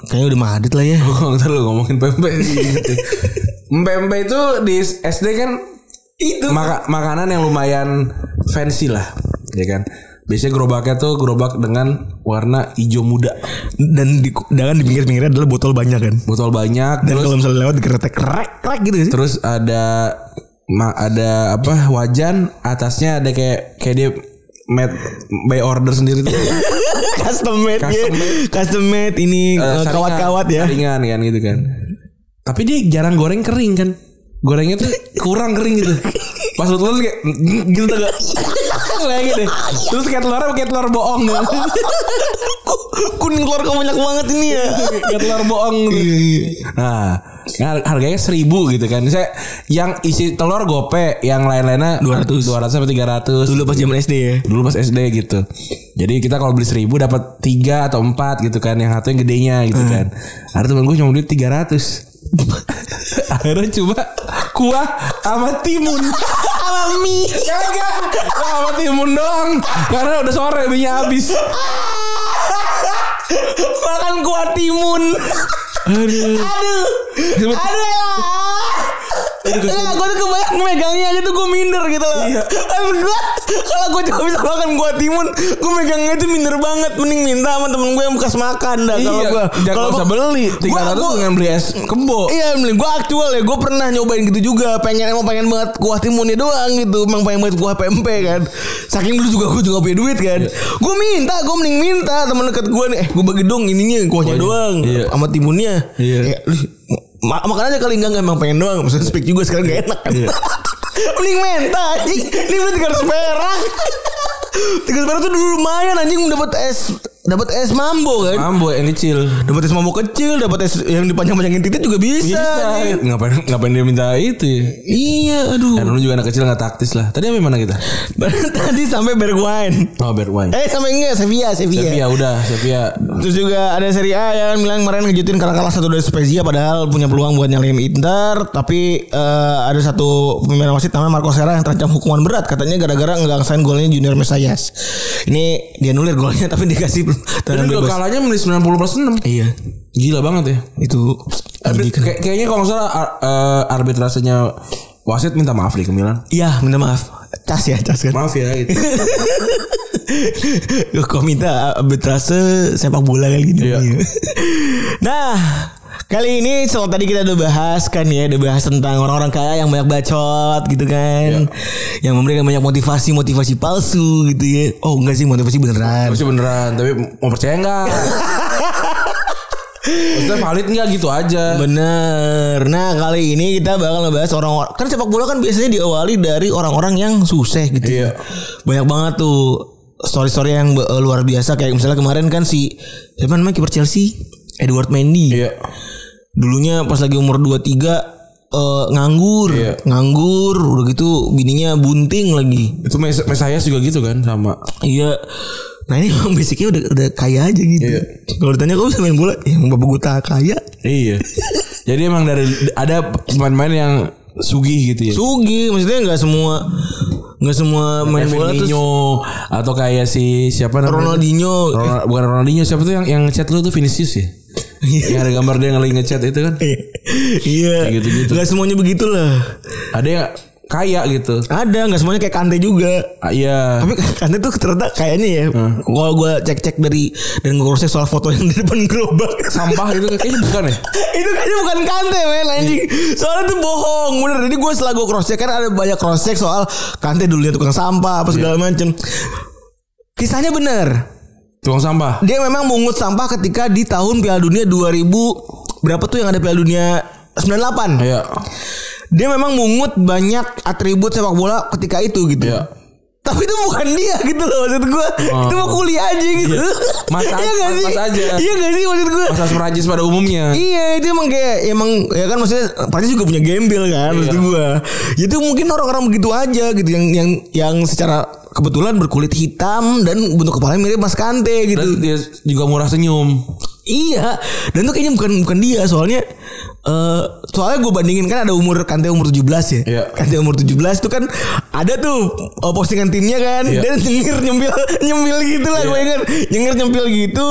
[SPEAKER 2] kayaknya udah Madrid lah
[SPEAKER 3] *laughs*
[SPEAKER 2] ya
[SPEAKER 3] Gua ntar lu ngomongin pempek gitu. Pempek itu di SD kan itu maka makanan yang lumayan fancy lah, ya kan. Biasanya gerobaknya tuh gerobak dengan warna hijau muda.
[SPEAKER 2] dan di dan di pinggir-pinggirnya adalah botol banyak kan
[SPEAKER 3] Botol
[SPEAKER 2] dan
[SPEAKER 3] banyak terus
[SPEAKER 2] kalau misalnya lewat digeretek krek krek gitu sih
[SPEAKER 3] terus ada ma, ada apa wajan atasnya ada kayak kayak dia made by order sendiri tuh.
[SPEAKER 2] *laughs* custom made iya.
[SPEAKER 3] Custom made.
[SPEAKER 2] custom made ini
[SPEAKER 3] Eh,
[SPEAKER 2] eh,
[SPEAKER 3] saringan.
[SPEAKER 2] kawat-kawat ya
[SPEAKER 3] Saringan kan gitu kan. Tapi dia jarang goreng kering kan. Gorengnya tuh kurang kering gitu. Pas lu telan kayak gitu tuh gak. *laughs* Lagi deh. Terus kayak telurnya kayak telur bohong kan.
[SPEAKER 2] *laughs*
[SPEAKER 3] *laughs*
[SPEAKER 2] kuning keluar kok banyak banget ini ya
[SPEAKER 3] kayak telur
[SPEAKER 2] Iya,
[SPEAKER 3] bohong. gitu. Nah, nah, harganya seribu gitu kan. Saya yang isi telur gope, yang lain-lainnya
[SPEAKER 2] 200.
[SPEAKER 3] 200 sampai 300.
[SPEAKER 2] dulu pas zaman SD ya
[SPEAKER 3] dulu pas SD gitu. Jadi kita kalau beli seribu dapat tiga atau empat gitu kan, yang satu yang gedenya gitu
[SPEAKER 2] Hmm.
[SPEAKER 3] kan. Ada temen gue cuma beli tiga
[SPEAKER 2] *laughs*
[SPEAKER 3] ratus. Akhirnya cuma kuah sama
[SPEAKER 2] *laughs*
[SPEAKER 3] timun.
[SPEAKER 2] Ami
[SPEAKER 3] Kagak, kuah sama timun doang. Karena udah sore minyak habis.
[SPEAKER 2] makan kuah timun
[SPEAKER 3] Aduh.
[SPEAKER 2] Aduh. Aduh elah. Elah, gue tuh kebayang megangnya aja tuh gue minder gitu loh. Iya. gue kalau gue cuma bisa makan gua timun, gue megangnya tuh minder banget. Mending minta sama temen gue yang bekas makan dah kalau
[SPEAKER 3] Iya,
[SPEAKER 2] gue.
[SPEAKER 3] kalau usah beli tiga ratus dengan beli es kebo.
[SPEAKER 2] Iya, gue aktual ya. Gue pernah nyobain gitu juga. Pengen emang pengen banget kuah timunnya doang gitu. Emang pengen banget kuah pempek kan. Saking dulu juga gue juga punya duit kan.
[SPEAKER 3] Iya.
[SPEAKER 2] Gue minta, gue mending minta teman dekat gue nih. Eh, gue bagi dong ininya kuahnya
[SPEAKER 3] Kuahnya.
[SPEAKER 2] doang
[SPEAKER 3] Iya.
[SPEAKER 2] sama timunnya.
[SPEAKER 3] Iya.
[SPEAKER 2] Ya, lu, ma- makan aja kali enggak enggak emang pengen doang. Maksudnya speak juga sekarang gak enak kan.
[SPEAKER 3] Iya.
[SPEAKER 2] *laughs* mending minta anjing. Ini udah 300 perak. *laughs* 300 perak tuh dulu lumayan anjing dapat es dapat es mambo kan.
[SPEAKER 3] Mambo yang kecil.
[SPEAKER 2] Dapat es mambo kecil, dapat es yang dipanjang-panjangin titik juga bisa. anjing.
[SPEAKER 3] Bisa. gitu. iya. Ngapain ngapain dia minta itu? ya?
[SPEAKER 2] Iya, aduh.
[SPEAKER 3] Dan dulu juga anak kecil nggak taktis lah. Tadi sampai mana kita?
[SPEAKER 2] Eh, Tadi sampai Bergwijn.
[SPEAKER 3] Oh, Bergwijn.
[SPEAKER 2] Eh sampai enggak Sevilla, Sevilla.
[SPEAKER 3] Sevilla udah, Sevilla
[SPEAKER 2] Terus juga ada Serie A yang bilang kemarin ngejutin kalah kalah satu dari Spezia padahal punya peluang buat nyalahin Inter tapi eh, ada satu pemain wasit namanya Marco Serra yang terancam hukuman berat katanya gara-gara ngegangsain golnya Junior Mesias. Ini dia nulir golnya tapi dikasih tendangan
[SPEAKER 3] Dan dua
[SPEAKER 2] bebas.
[SPEAKER 3] kalanya menit 90 plus 6
[SPEAKER 2] Iya,
[SPEAKER 3] Gila banget ya
[SPEAKER 2] itu menyedihkan.
[SPEAKER 3] Kay- Kayaknya kalau nggak salah ar- eh, arbitrasenya wasit minta maaf nih ke Milan
[SPEAKER 2] Iya, minta maaf. Cas ya, cas kan.
[SPEAKER 3] Maaf ya *laughs* gitu
[SPEAKER 2] Kok minta arbitrase sepak bola kali gitu.
[SPEAKER 3] Iya.
[SPEAKER 2] *laughs* nah, kali ini setelah tadi kita udah bahas kan ya, udah bahas tentang orang-orang kaya yang banyak bacot gitu kan.
[SPEAKER 3] Iya.
[SPEAKER 2] Yang memberikan banyak motivasi-motivasi palsu gitu ya. Oh, enggak sih motivasi beneran.
[SPEAKER 3] Masih beneran Tapi mau percaya nggak? Maksudnya valid nggak gitu aja
[SPEAKER 2] Bener. Nah kali ini kita bakal ngebahas orang-orang. Kan sepak bola kan biasanya diawali dari orang-orang yang susah gitu.
[SPEAKER 3] Iya.
[SPEAKER 2] Banyak banget tuh story-story yang eh, luar biasa. Kayak misalnya kemarin kan si siapa namanya kiper Chelsea Edward Mendy.
[SPEAKER 3] Iya
[SPEAKER 2] Dulunya pas lagi umur 23 eh nganggur,
[SPEAKER 3] Iya.
[SPEAKER 2] nganggur, udah gitu bininya bunting lagi.
[SPEAKER 3] Itu Mes Mesayas juga gitu kan sama
[SPEAKER 2] Iya. Nah ini *laughs* emang basicnya udah udah kaya aja gitu.
[SPEAKER 3] Iya.
[SPEAKER 2] Kalau ditanya kok bisa main bola, ya emang bapak gue tak kaya.
[SPEAKER 3] Iya Jadi emang dari Ada pemain-pemain yang Sugih gitu ya
[SPEAKER 2] Sugi maksudnya nggak semua nggak semua main
[SPEAKER 3] Kevin
[SPEAKER 2] bola terus
[SPEAKER 3] Minyo, Atau kayak si Siapa namanya
[SPEAKER 2] Ronaldinho
[SPEAKER 3] Ronald- bukan Ronaldinho siapa tuh yang yang ngechat lu tuh Vinicius ya? yang ada gambar dia ngeling ngechat itu kan.
[SPEAKER 2] *laughs* iya
[SPEAKER 3] Kayak gitu-gitu.
[SPEAKER 2] nggak semuanya begitulah
[SPEAKER 3] Ada yang kaya gitu.
[SPEAKER 2] ada nggak semuanya kayak Kante juga
[SPEAKER 3] Ah, Iya.
[SPEAKER 2] tapi *laughs* Kante tuh ternyata kayaknya ya kalau gue cek cek dari dan gue soal foto yang di depan gerobak *laughs*
[SPEAKER 3] sampah gitu kayaknya bukan ya?
[SPEAKER 2] itu kayaknya bukan Kante men anjing soalnya tuh bohong bener jadi gue setelah gue cross check kan ada banyak cross check soal Kante dulunya tukang sampah apa segala macem kisahnya bener
[SPEAKER 3] Tukang sampah.
[SPEAKER 2] dia memang mungut sampah ketika di tahun Piala Dunia 2000 berapa tuh yang ada Piala Dunia 98.
[SPEAKER 3] Iya.
[SPEAKER 2] Dia memang mungut banyak atribut sepak bola ketika itu gitu.
[SPEAKER 3] Iya. Oh.
[SPEAKER 2] tapi itu bukan dia gitu loh maksud gue itu mau kuliah aja gitu
[SPEAKER 3] Mas aja,
[SPEAKER 2] *laughs* Iya nggak
[SPEAKER 3] mas-
[SPEAKER 2] sih?
[SPEAKER 3] mas aja.
[SPEAKER 2] iya gak sih maksud gue
[SPEAKER 3] Masa Prajis pada umumnya.
[SPEAKER 2] Iya itu emang kayak emang ya kan maksudnya Prancis juga punya gembel kan maksud
[SPEAKER 3] Iya.
[SPEAKER 2] gua. Itu mungkin orang-orang begitu aja gitu yang yang yang secara kebetulan berkulit hitam dan bentuk kepalanya mirip Mas Kante gitu.
[SPEAKER 3] Dan dia juga murah senyum.
[SPEAKER 2] Iya, dan tuh kayaknya bukan bukan dia soalnya eh soalnya gue bandingin kan ada umur Kante umur 17 ya.
[SPEAKER 3] Iya.
[SPEAKER 2] Kante umur 17 tuh kan ada tuh eh, postingan timnya kan
[SPEAKER 3] Iya.
[SPEAKER 2] dan nyengir nyempil nyempil gitu lah gue ingat. Nyengir nyempil gitu.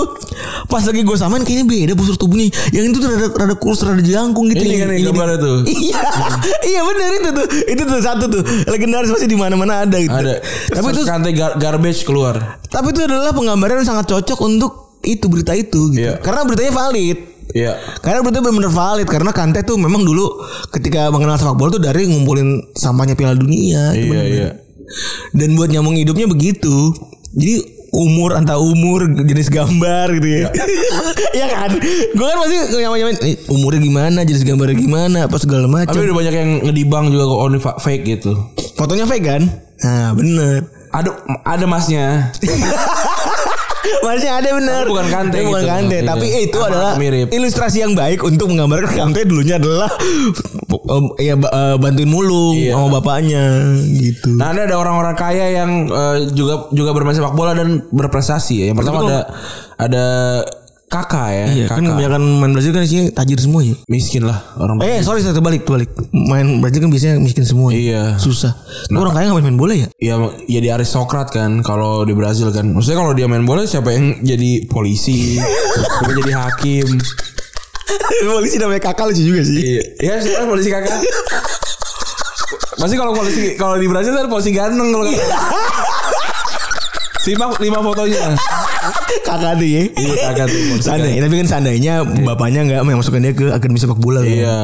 [SPEAKER 2] Pas lagi gue samain kayaknya beda postur tubuhnya. Yang itu tuh rada rada kurus rada jelangkung gitu.
[SPEAKER 3] Ini kan yang gambar itu.
[SPEAKER 2] Iya. *laughs* Iya benar itu tuh. Itu tuh satu tuh. Legendaris pasti di mana-mana ada gitu.
[SPEAKER 3] Ada.
[SPEAKER 2] Tapi itu
[SPEAKER 3] kante gar- garbage keluar.
[SPEAKER 2] tapi itu adalah penggambaran yang sangat cocok untuk itu berita itu gitu.
[SPEAKER 3] Iya.
[SPEAKER 2] Karena beritanya valid.
[SPEAKER 3] Iya.
[SPEAKER 2] Karena berita benar-benar valid karena Kante tuh memang dulu ketika mengenal sepak bola tuh dari ngumpulin sampahnya Piala Dunia itu
[SPEAKER 3] Iya,
[SPEAKER 2] bener.
[SPEAKER 3] iya.
[SPEAKER 2] dan buat nyambung hidupnya begitu. Jadi umur antara umur jenis gambar gitu ya. *laughs* Iya kan? Gue kan masih nyaman-nyaman "Eh, umurnya gimana, jenis gambarnya gimana, apa segala
[SPEAKER 3] Tapi
[SPEAKER 2] macam.
[SPEAKER 3] udah banyak yang ngedibang juga kok only fa- fake gitu.
[SPEAKER 2] Fotonya fake kan? Nah, bener.
[SPEAKER 3] Ada ada masnya.
[SPEAKER 2] Masih ada benar.
[SPEAKER 3] Tapi bukan Kante
[SPEAKER 2] Bukan
[SPEAKER 3] gitu.
[SPEAKER 2] Kante,
[SPEAKER 3] Iya.
[SPEAKER 2] tapi itu
[SPEAKER 3] Sama
[SPEAKER 2] adalah
[SPEAKER 3] mirip.
[SPEAKER 2] ilustrasi yang baik untuk menggambarkan Kante dulunya adalah em, ya ba- eh, bantuin mulung
[SPEAKER 3] Iya.
[SPEAKER 2] sama bapaknya gitu.
[SPEAKER 3] Nah, ada ada orang-orang kaya yang eh, juga juga bermain sepak bola dan berprestasi ya. Yang pertama
[SPEAKER 2] Betul.
[SPEAKER 3] ada ada Kakak ya.
[SPEAKER 2] Iya, kan
[SPEAKER 3] Kakak.
[SPEAKER 2] kebanyakan main Brazil kan isinya tajir semua ya.
[SPEAKER 3] miskin lah orang.
[SPEAKER 2] Eh, sorry saya terbalik, terbalik. Main Brazil kan biasanya miskin semua. ya.
[SPEAKER 3] Iya.
[SPEAKER 2] Susah. Lu orang kaya nggak main, main bola
[SPEAKER 3] *laughs*
[SPEAKER 2] ya?
[SPEAKER 3] ya jadi aristokrat kan kalau di Brazil kan. Maksudnya kalau dia main bola siapa yang jadi *laughs* polisi, siapa yang jadi hakim.
[SPEAKER 2] Polisi namanya kakak lucu juga sih.
[SPEAKER 3] Iya, ya siapa polisi kakak. Pasti kalau polisi kalau di Brazil kan polisi ganteng kalau kakak. Simak lima fotonya.
[SPEAKER 2] kakak tuh ya.
[SPEAKER 3] Iya, kakak Iya. tuh, polisi
[SPEAKER 2] Seandainya, tapi kan seandainya bapaknya nggak masukin dia ke akademi sepak bola. kan.
[SPEAKER 3] Iya.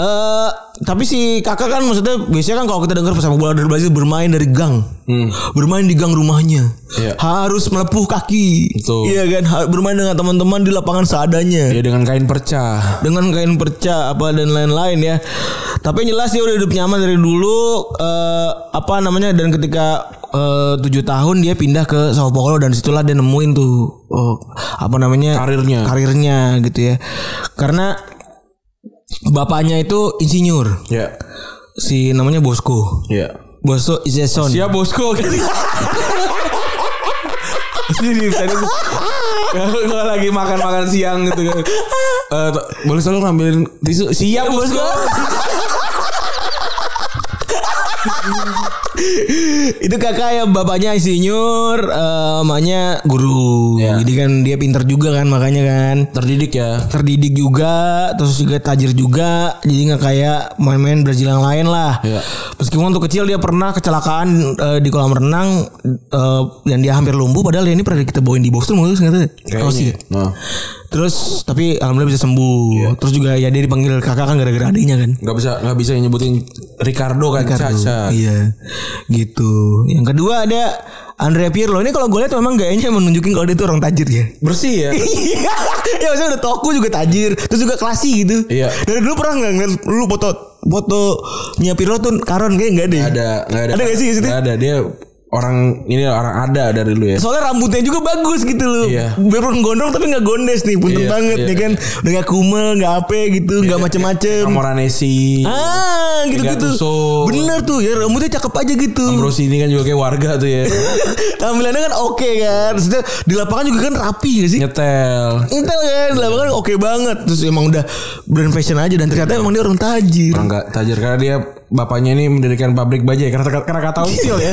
[SPEAKER 2] Eh, tapi si kakak kan maksudnya biasanya kan kalau kita dengar pesepak bola dari Brazil bermain dari gang, bermain di gang rumahnya,
[SPEAKER 3] Hmm. Iya.
[SPEAKER 2] harus melepuh kaki,
[SPEAKER 3] Betul.
[SPEAKER 2] iya kan, Ha- bermain dengan teman-teman di lapangan seadanya,
[SPEAKER 3] Ya dengan kain perca.
[SPEAKER 2] dengan kain perca apa dan lain-lain ya. Tapi yang jelas dia udah hidup nyaman dari dulu, eh, apa namanya dan ketika eh, tujuh tahun dia pindah ke Sao Paulo dan situlah dia nemuin tuh oh, apa namanya
[SPEAKER 3] Karirnya.
[SPEAKER 2] karirnya gitu ya, karena Bapaknya itu insinyur
[SPEAKER 3] Ya.
[SPEAKER 2] si namanya Bosco.
[SPEAKER 3] Ya.
[SPEAKER 2] Bosco Iseson.
[SPEAKER 3] Siap *laughs* bosku. Sini tadi gue lagi makan makan siang gitu kan. Eh, to- boleh selalu ngambilin tisu. Siap bosku.
[SPEAKER 2] Itu kakak ya bapaknya insinyur, eh, emaknya guru.
[SPEAKER 3] Iya.
[SPEAKER 2] Jadi kan dia pinter juga kan makanya kan.
[SPEAKER 3] Terdidik ya.
[SPEAKER 2] Terdidik juga, terus juga tajir juga. Jadi nggak kayak main-main Brazil yang lain lah.
[SPEAKER 3] Iya.
[SPEAKER 2] Meskipun waktu kecil dia pernah kecelakaan eh, di kolam renang eh, dan dia hampir lumpuh padahal dia ini pernah kita bawain di box tuh maksudnya ternyata.
[SPEAKER 3] Kayaknya.
[SPEAKER 2] Oh, sih.
[SPEAKER 3] Nah.
[SPEAKER 2] Terus tapi alhamdulillah bisa sembuh.
[SPEAKER 3] Iya.
[SPEAKER 2] Terus juga ya dia dipanggil kakak kan gara-gara adiknya kan.
[SPEAKER 3] Gak bisa nggak bisa nyebutin Ricardo kan Caca.
[SPEAKER 2] Iya gitu. Yang kedua ada Andrea Pirlo. Ini kalau gue lihat memang gayanya menunjukin kalau dia tuh orang tajir ya.
[SPEAKER 3] Bersih ya.
[SPEAKER 2] Iya, *laughs* ya maksudnya udah toko juga tajir, terus juga klasi gitu.
[SPEAKER 3] Iya.
[SPEAKER 2] Dari dulu pernah nggak ngeliat lu foto foto Nya Pirlo tuh karon kayak nggak deh.
[SPEAKER 3] Nggak ada nggak ada.
[SPEAKER 2] Ada ya? nggak sih di situ?
[SPEAKER 3] Nggak ada dia orang ini orang ada dari lu ya.
[SPEAKER 2] Soalnya rambutnya juga bagus gitu loh.
[SPEAKER 3] Iya.
[SPEAKER 2] Walaupun gondrong tapi nggak gondes nih, punten
[SPEAKER 3] Iya,
[SPEAKER 2] banget
[SPEAKER 3] iya,
[SPEAKER 2] ya kan. Udah nggak kumel, nggak apa gitu, nggak macem-macem.
[SPEAKER 3] Moranesi.
[SPEAKER 2] Ah, gitu-gitu.
[SPEAKER 3] Gattuso.
[SPEAKER 2] Bener tuh ya rambutnya cakep aja gitu.
[SPEAKER 3] Ambrosini kan juga kayak warga tuh *laughs* ya.
[SPEAKER 2] *laughs* Tampilannya kan oke kan. Maksudnya di lapangan juga kan rapi gak
[SPEAKER 3] Iya.
[SPEAKER 2] sih?
[SPEAKER 3] Nyetel.
[SPEAKER 2] Intel kan di lapangan oke banget. Terus emang udah brand fashion aja dan ternyata emang dia orang tajir.
[SPEAKER 3] Orang nggak tajir karena dia bapaknya ini mendirikan pabrik baja ya, karena karena kata *laughs* usil
[SPEAKER 2] *laughs*
[SPEAKER 3] ya.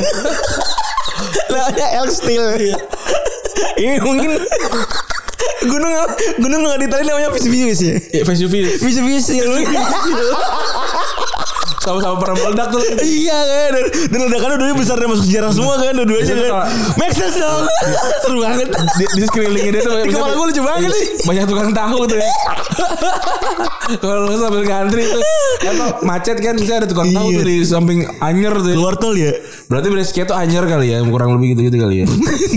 [SPEAKER 2] Namanya El Steel. *laughs* Ini mungkin gunung gunung nggak ditarik namanya Vesuvius ya.
[SPEAKER 3] Ya, face to face
[SPEAKER 2] Vesuvius ya lu.
[SPEAKER 3] sama-sama pernah meledak tuh.
[SPEAKER 2] Iya kan dan, dan ledakan dua besar dan masuk sejarah semua kan dua-duanya kan. Make sense dong. *laughs* Seru banget.
[SPEAKER 3] Di, di sekelilingnya dia tuh
[SPEAKER 2] Di kepala gue lucu banget sih.
[SPEAKER 3] banyak tukang tahu tuh ya. Kalau lu sambil ngantri tuh apa macet kan bisa ada tukang tahu
[SPEAKER 2] Iya.
[SPEAKER 3] tuh di samping anyer tuh. ya.
[SPEAKER 2] Keluar tol ya. *laughs*
[SPEAKER 3] Berarti brescia tuh anyer kali ya, kurang lebih gitu-gitu kali ya.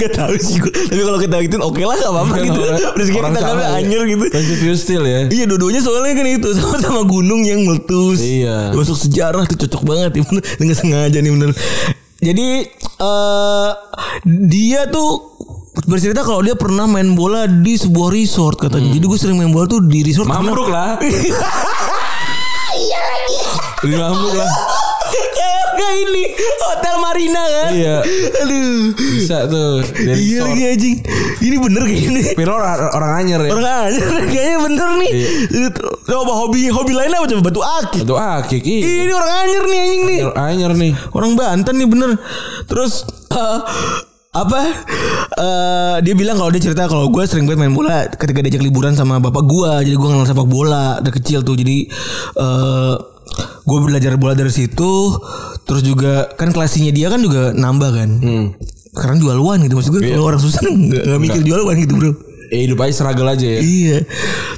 [SPEAKER 2] Gak tahu sih gue. Tapi kalau kita gituin oke lah gak apa-apa *laughs* gitu. Terus kayak
[SPEAKER 3] Orang
[SPEAKER 2] kita
[SPEAKER 3] sama
[SPEAKER 2] ngambil
[SPEAKER 3] ya.
[SPEAKER 2] anjir gitu.
[SPEAKER 3] Face to face still ya.
[SPEAKER 2] Iya dua-duanya soalnya kan itu sama-sama gunung yang meletus.
[SPEAKER 3] Iya.
[SPEAKER 2] *laughs* Masuk sejarah tuh cocok banget ya bener. Nggak sengaja nih bener. Jadi eh dia tuh bercerita kalau dia pernah main bola di sebuah resort katanya. Jadi gue sering main bola tuh di resort. karena-
[SPEAKER 3] Mamruk Hmm. lah. Iya lagi. Mamruk lah.
[SPEAKER 2] *laughs* Kayak ini hotel Marina kan?
[SPEAKER 3] Iya.
[SPEAKER 2] Aduh.
[SPEAKER 3] Bisa tuh. Dari
[SPEAKER 2] Iya
[SPEAKER 3] sor-
[SPEAKER 2] lagi anjing. Ini bener kayak ini.
[SPEAKER 3] Piro orang, orang anyar ya.
[SPEAKER 2] Orang aja *laughs* kayaknya bener nih. Coba hobi hobi lain apa coba batu akik.
[SPEAKER 3] Itu ah kiki.
[SPEAKER 2] Ini orang anjir nih anjing nih.
[SPEAKER 3] Anyar nih.
[SPEAKER 2] Orang Banten nih bener. Terus *laughs* eh, apa? Eh, dia bilang kalau dia cerita kalau gue sering banget main bola ketika diajak liburan sama bapak gue. Jadi gue kenal sepak bola dari kecil tuh. Jadi eh gue belajar bola dari situ. Terus juga kan klasinya dia kan juga nambah kan. Karena jualan gitu maksud gue kalau orang susah *laughs* nggak nggak mikir jualan gitu bro.
[SPEAKER 3] Eh hidup aja struggle aja ya.
[SPEAKER 2] Iya.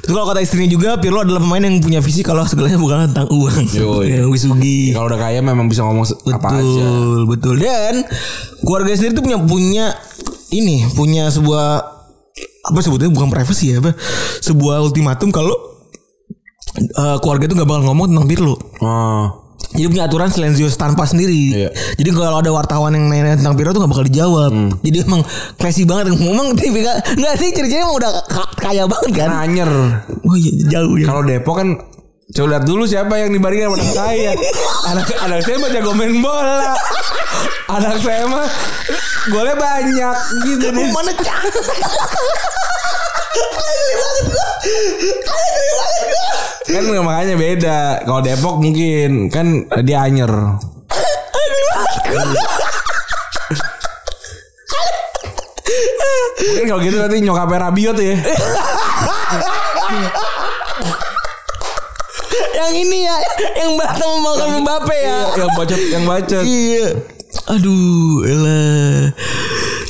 [SPEAKER 2] Terus kalau kata istrinya juga Pirlo adalah pemain yang punya visi kalau segalanya bukan tentang uang.
[SPEAKER 3] Yoi.
[SPEAKER 2] Ya, Wisugi.
[SPEAKER 3] Kalau udah kaya memang bisa ngomong se- apa aja.
[SPEAKER 2] Betul, betul. Dan keluarga sendiri tuh punya punya ini, punya sebuah apa sebutnya bukan privacy ya, apa? Sebuah ultimatum kalau eh, keluarga itu nggak bakal ngomong tentang Pirlo.
[SPEAKER 3] Oh.
[SPEAKER 2] Jadi punya aturan silensius tanpa sendiri.
[SPEAKER 3] Iya.
[SPEAKER 2] Jadi kalau ada wartawan yang nanya tentang Pirlo tuh gak bakal dijawab.
[SPEAKER 3] Hmm.
[SPEAKER 2] Jadi emang classy banget. Emang *laughs* tipikal nggak sih ciri-cirinya emang udah ka- kaya banget kan?
[SPEAKER 3] Nah, Anyer.
[SPEAKER 2] Oh iya jauh ya.
[SPEAKER 3] Kalau Depok kan Coba lihat dulu siapa yang dibandingin sama anak saya. Anak, anak saya mah jago main bola. Anak saya mah golnya banyak gitu nih.
[SPEAKER 2] Mana cah?
[SPEAKER 3] Kan makanya beda. Kalau Depok mungkin kan dia anyer. Mungkin kalau gitu nanti nyokapnya Rabiot ya.
[SPEAKER 2] yang ini ya, yang berantem sama sama Mbappe ya.
[SPEAKER 3] yang bacot yang bacot.
[SPEAKER 2] Iya. Aduh, elah.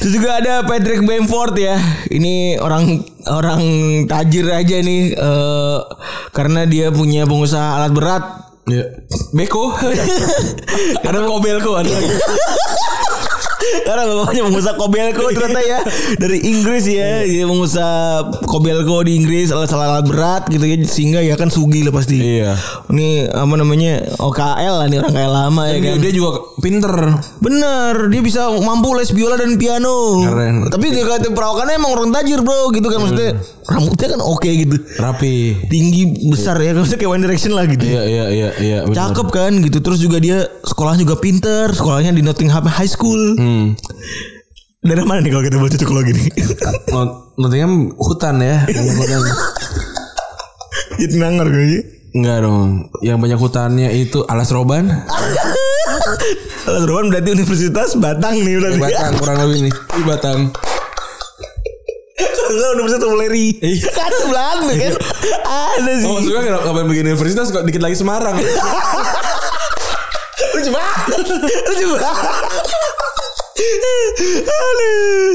[SPEAKER 2] Terus juga ada Patrick Bamford ya. Ini orang orang tajir aja nih eh, karena dia punya pengusaha alat berat.
[SPEAKER 3] Iya. Beko. *laughs* ada kobelko ada. lagi.
[SPEAKER 2] kan. *laughs* Karena bapaknya pengusaha Kobelko ternyata ya dari Inggris ya. Dia
[SPEAKER 3] Iya.
[SPEAKER 2] pengusaha Kobelko di Inggris alat alat berat gitu ya sehingga ya kan sugi lah pasti.
[SPEAKER 3] Iya.
[SPEAKER 2] Ini apa namanya OKL lah nih orang kaya lama ya kan.
[SPEAKER 3] Dia, dia juga pinter.
[SPEAKER 2] Bener, dia bisa mampu les biola dan piano.
[SPEAKER 3] Keren. Iya.
[SPEAKER 2] Tapi dia kata perawakannya emang orang tajir bro, gitu kan maksudnya rambutnya kan oke gitu,
[SPEAKER 3] Rapi.
[SPEAKER 2] tinggi besar ya, maksudnya kayak One Direction lah gitu.
[SPEAKER 3] Iya iya iya iya. bener.
[SPEAKER 2] Cakep kan gitu, terus juga dia sekolahnya juga pinter, sekolahnya di Nottingham High School.
[SPEAKER 3] Hmm.
[SPEAKER 2] Dari mana nih kalau kita baca cocok
[SPEAKER 3] *laughs*
[SPEAKER 2] gini?
[SPEAKER 3] Not- Nottingham hutan ya. Banyak hutan.
[SPEAKER 2] Jadi nangor kayaknya.
[SPEAKER 3] Enggak dong. Yang banyak hutannya itu alas roban.
[SPEAKER 2] Alas Rowan berarti Universitas Batang nih berarti.
[SPEAKER 3] Batang kurang lebih nih. Di Batang.
[SPEAKER 2] *laughs* Kalau Universitas Uleri. *laughs* Kan sebelahan kan. Ada sih.
[SPEAKER 3] Iya. Oh, maksudnya kenapa kapan bikin universitas kok dikit lagi Semarang.
[SPEAKER 2] *laughs* Lucu banget. Lucu banget. *laughs* Aduh.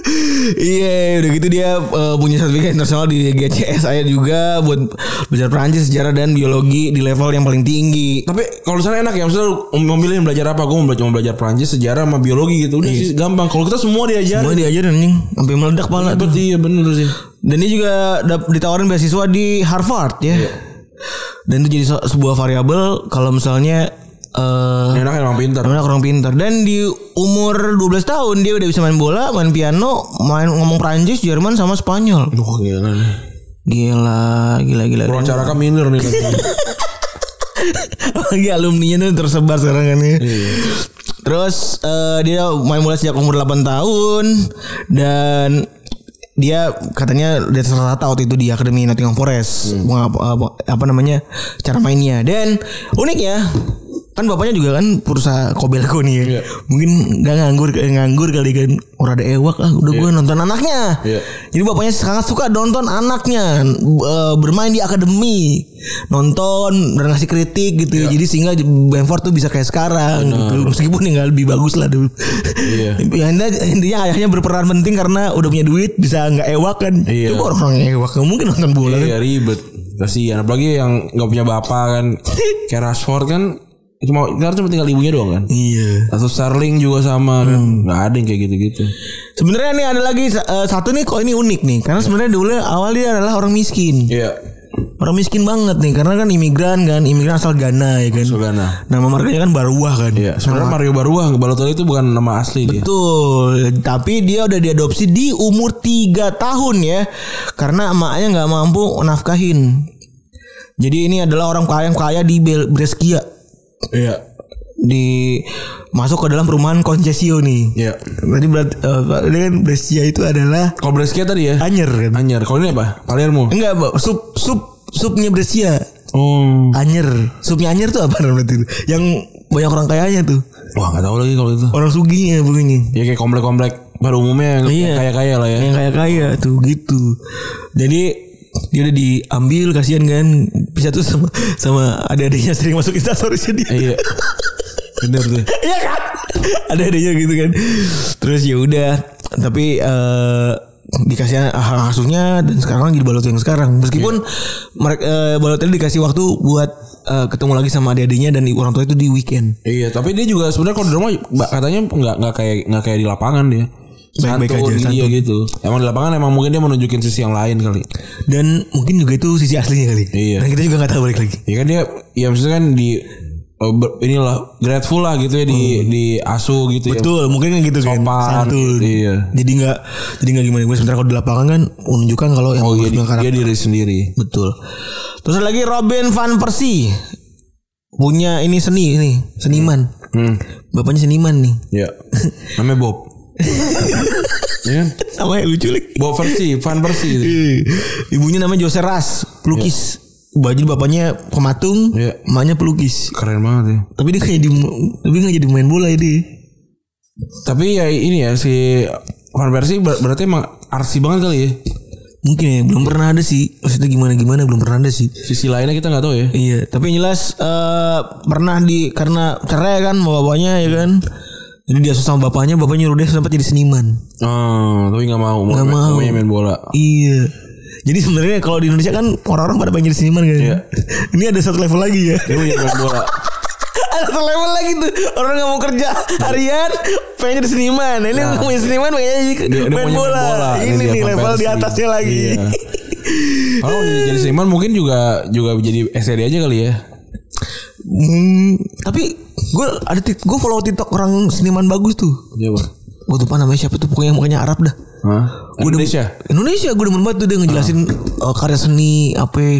[SPEAKER 2] Iya, udah gitu dia eh, punya sertifikat internasional di GCS saya juga buat belajar Perancis sejarah dan biologi di level yang paling tinggi.
[SPEAKER 3] Tapi kalau di sana enak ya, maksudnya lu memilih belajar apa? Gue mau belajar, mau belajar Perancis, sejarah, sama biologi gitu. Udah sih gampang. Kalau kita semua
[SPEAKER 2] Gue
[SPEAKER 3] diajarin.
[SPEAKER 2] diajarin anjing sampai meledak pala tuh.
[SPEAKER 3] Hebat, iya bener sih.
[SPEAKER 2] Dan dia juga dap- ditawarin beasiswa di Harvard ya. Dan itu jadi se- sebuah variabel kalau misalnya eh
[SPEAKER 3] Enak emang pintar.
[SPEAKER 2] Namanya orang pintar dan di umur 12 tahun dia udah bisa main bola, main piano, main ngomong Prancis, Jerman sama Spanyol.
[SPEAKER 3] Duh gila nih.
[SPEAKER 2] Gila, gila, gila.
[SPEAKER 3] Wawancara kan minder nih. *laughs*
[SPEAKER 2] Lagi alumninya tuh tersebar sekarang kan ya.
[SPEAKER 3] Iya.
[SPEAKER 2] Terus eh, dia main bola sejak umur 8 tahun dan dia katanya dia rata waktu itu di Akademi Nottingham Forest
[SPEAKER 3] Hmm.
[SPEAKER 2] Mengapa- apa, apa namanya cara mainnya dan uniknya kan bapaknya juga kan perusaha Kobelko nih ya.
[SPEAKER 3] Iya.
[SPEAKER 2] Mungkin nggak nganggur nganggur kali kan orang ada ewak ah udah gue nonton anaknya.
[SPEAKER 3] Iya.
[SPEAKER 2] Jadi bapaknya sangat suka nonton anaknya eh, bermain di akademi, nonton dan ngasih kritik gitu.
[SPEAKER 3] Iya.
[SPEAKER 2] Jadi sehingga Bamford tuh bisa kayak sekarang gitu. Meskipun ya nggak lebih bagus lah dulu. *laughs*
[SPEAKER 3] Iya.
[SPEAKER 2] Ya, intinya- intinya ayahnya berperan penting karena udah punya duit bisa nggak ewak kan.
[SPEAKER 3] Iya.
[SPEAKER 2] Coba orang yang ewak nggak mungkin nonton bola. kan.
[SPEAKER 3] Iya ribet. Kasihan apalagi yang nggak punya bapak *laughs* kan. Kayak Rashford kan cuma kan cuma tinggal ibunya doang kan.
[SPEAKER 2] Iya.
[SPEAKER 3] Atau Sterling juga sama kan. Nggak ada yang kayak gitu-gitu.
[SPEAKER 2] Sebenarnya nih ada lagi eh, satu nih kok ini unik nih karena sebenarnya dulu awal dia adalah orang miskin.
[SPEAKER 3] Iya.
[SPEAKER 2] Orang miskin banget nih karena kan imigran kan, imigran asal Ghana ya kan.
[SPEAKER 3] Asal Ghana.
[SPEAKER 2] Nama markanya kan Baruah kan.
[SPEAKER 3] Iya, sebenarnya Mario Baruah Balotelli itu bukan nama asli dia.
[SPEAKER 2] Betul, tapi dia udah diadopsi di umur 3 tahun ya. Karena emaknya nggak mampu nafkahin. Jadi ini adalah orang kaya yang kaya di Bel- Brescia
[SPEAKER 3] Iya.
[SPEAKER 2] di masuk ke dalam perumahan koncesio nih.
[SPEAKER 3] Iya.
[SPEAKER 2] Berarti berat, eh, ini kan Brescia itu adalah
[SPEAKER 3] Kalau Brescia tadi ya?
[SPEAKER 2] Anyer kan?
[SPEAKER 3] Anyer. Kalau ini apa? Palermo.
[SPEAKER 2] Enggak, Bo. sup sup supnya Brescia.
[SPEAKER 3] Oh.
[SPEAKER 2] Anyer, supnya Anyer tuh apa *laughs* namanya itu? Yang banyak orang kayanya tuh.
[SPEAKER 3] Wah, enggak tahu lagi kalau itu.
[SPEAKER 2] Orang suginya pokoknya.
[SPEAKER 3] Ya kayak komplek-komplek pada umumnya yang
[SPEAKER 2] Iya.
[SPEAKER 3] kaya-kaya lah ya.
[SPEAKER 2] yang kaya kaya tuh gitu jadi dia udah diambil kasihan kan bisa tuh sama sama adik-adiknya sering masuk instastories dia *laughs*
[SPEAKER 3] Iya. Bener tuh.
[SPEAKER 2] Iya kan ada adanya gitu kan terus ya udah tapi eh dikasih hak asuhnya dan sekarang jadi balot yang sekarang meskipun
[SPEAKER 3] Iya.
[SPEAKER 2] mereka eh, Balotelli dikasih waktu buat eh, ketemu lagi sama adik-adiknya dan orang tua itu di weekend
[SPEAKER 3] Iya, tapi dia juga sebenarnya kalau di rumah ba- katanya nggak nggak kayak nggak kayak di lapangan dia.
[SPEAKER 2] Baik-baik
[SPEAKER 3] Santun
[SPEAKER 2] aja,
[SPEAKER 3] dia gitu. Emang di lapangan emang mungkin dia menunjukin sisi yang lain kali.
[SPEAKER 2] dan mungkin juga itu sisi aslinya kali
[SPEAKER 3] Iya.
[SPEAKER 2] dan kita juga nggak tahu balik lagi
[SPEAKER 3] Ya kan dia ya maksudnya kan di eh, ber- inilah grateful lah gitu ya di di asuh gitu
[SPEAKER 2] Hmm.
[SPEAKER 3] ya.
[SPEAKER 2] Betul, mungkin kan gitu kan.
[SPEAKER 3] Sopan,
[SPEAKER 2] Santun.
[SPEAKER 3] iya.
[SPEAKER 2] Jadi nggak jadi nggak gimana gimana sementara kalau di lapangan kan menunjukkan kalau yang
[SPEAKER 3] Oh
[SPEAKER 2] bagus
[SPEAKER 3] iya, dia,
[SPEAKER 2] punya karakter.
[SPEAKER 3] dia diri sendiri.
[SPEAKER 2] Betul. Terus ada lagi Robin van Persie punya ini seni nih, seniman.
[SPEAKER 3] Hmm.
[SPEAKER 2] Bapaknya seniman
[SPEAKER 3] *laughs*
[SPEAKER 2] nih. *laughs*
[SPEAKER 3] Ya. Namanya Bob. ya kan?
[SPEAKER 2] Sama yang lucu lagi.
[SPEAKER 3] Bob Versi, Van gitu. Versi. itu.
[SPEAKER 2] Ibunya namanya Jose Ras, pelukis. Baju bapaknya pematung,
[SPEAKER 3] Iya.
[SPEAKER 2] emaknya pelukis.
[SPEAKER 3] Keren banget ya.
[SPEAKER 2] Tapi dia kayak di tapi nggak jadi main bola ya dia.
[SPEAKER 3] Tapi ya ini ya si Van Persie ber- berarti emang arsi banget kali ya.
[SPEAKER 2] Mungkin ya belum pernah ada sih. Maksudnya gimana gimana belum pernah ada sih.
[SPEAKER 3] Sisi lainnya kita nggak tahu ya.
[SPEAKER 2] Iya, tapi yang jelas eh, pernah di karena cerai kan sama bapaknya ya kan. Jadi dia susah sama bapaknya, bapaknya nyuruh dia sempat jadi seniman.
[SPEAKER 3] Oh, tapi nggak mau.
[SPEAKER 2] Nggak mau.
[SPEAKER 3] Maunya main bola.
[SPEAKER 2] Iya. Jadi sebenarnya kalau di Indonesia kan orang-orang pada pengen jadi seniman kan.
[SPEAKER 3] Iya.
[SPEAKER 2] *laughs* Ini ada satu level lagi ya. *laughs*
[SPEAKER 3] Dia mau jadi main bola.
[SPEAKER 2] ada satu level lagi tuh. Orang nggak mau kerja harian, pengen jadi seniman. Ini mau jadi seniman pengen jadi
[SPEAKER 3] Nah. Dia- dia
[SPEAKER 2] main
[SPEAKER 3] maunya main
[SPEAKER 2] bola.
[SPEAKER 3] bola. Ini
[SPEAKER 2] Ini
[SPEAKER 3] dia
[SPEAKER 2] nih level di
[SPEAKER 3] kompetisi.
[SPEAKER 2] atasnya lagi.
[SPEAKER 3] Iya. Kalau jadi jadi seniman mungkin juga juga jadi SCD aja kali ya.
[SPEAKER 2] Hmm, tapi gue ada gue follow TikTok orang seniman bagus tuh.
[SPEAKER 3] Iya, Bang.
[SPEAKER 2] Gue lupa namanya siapa tuh pokoknya yang mukanya Arab dah.
[SPEAKER 3] Hah?
[SPEAKER 2] Gua demen-
[SPEAKER 3] Indonesia.
[SPEAKER 2] Indonesia gue demen banget tuh dia ngejelasin
[SPEAKER 3] Hmm.
[SPEAKER 2] eh, karya seni apa ya,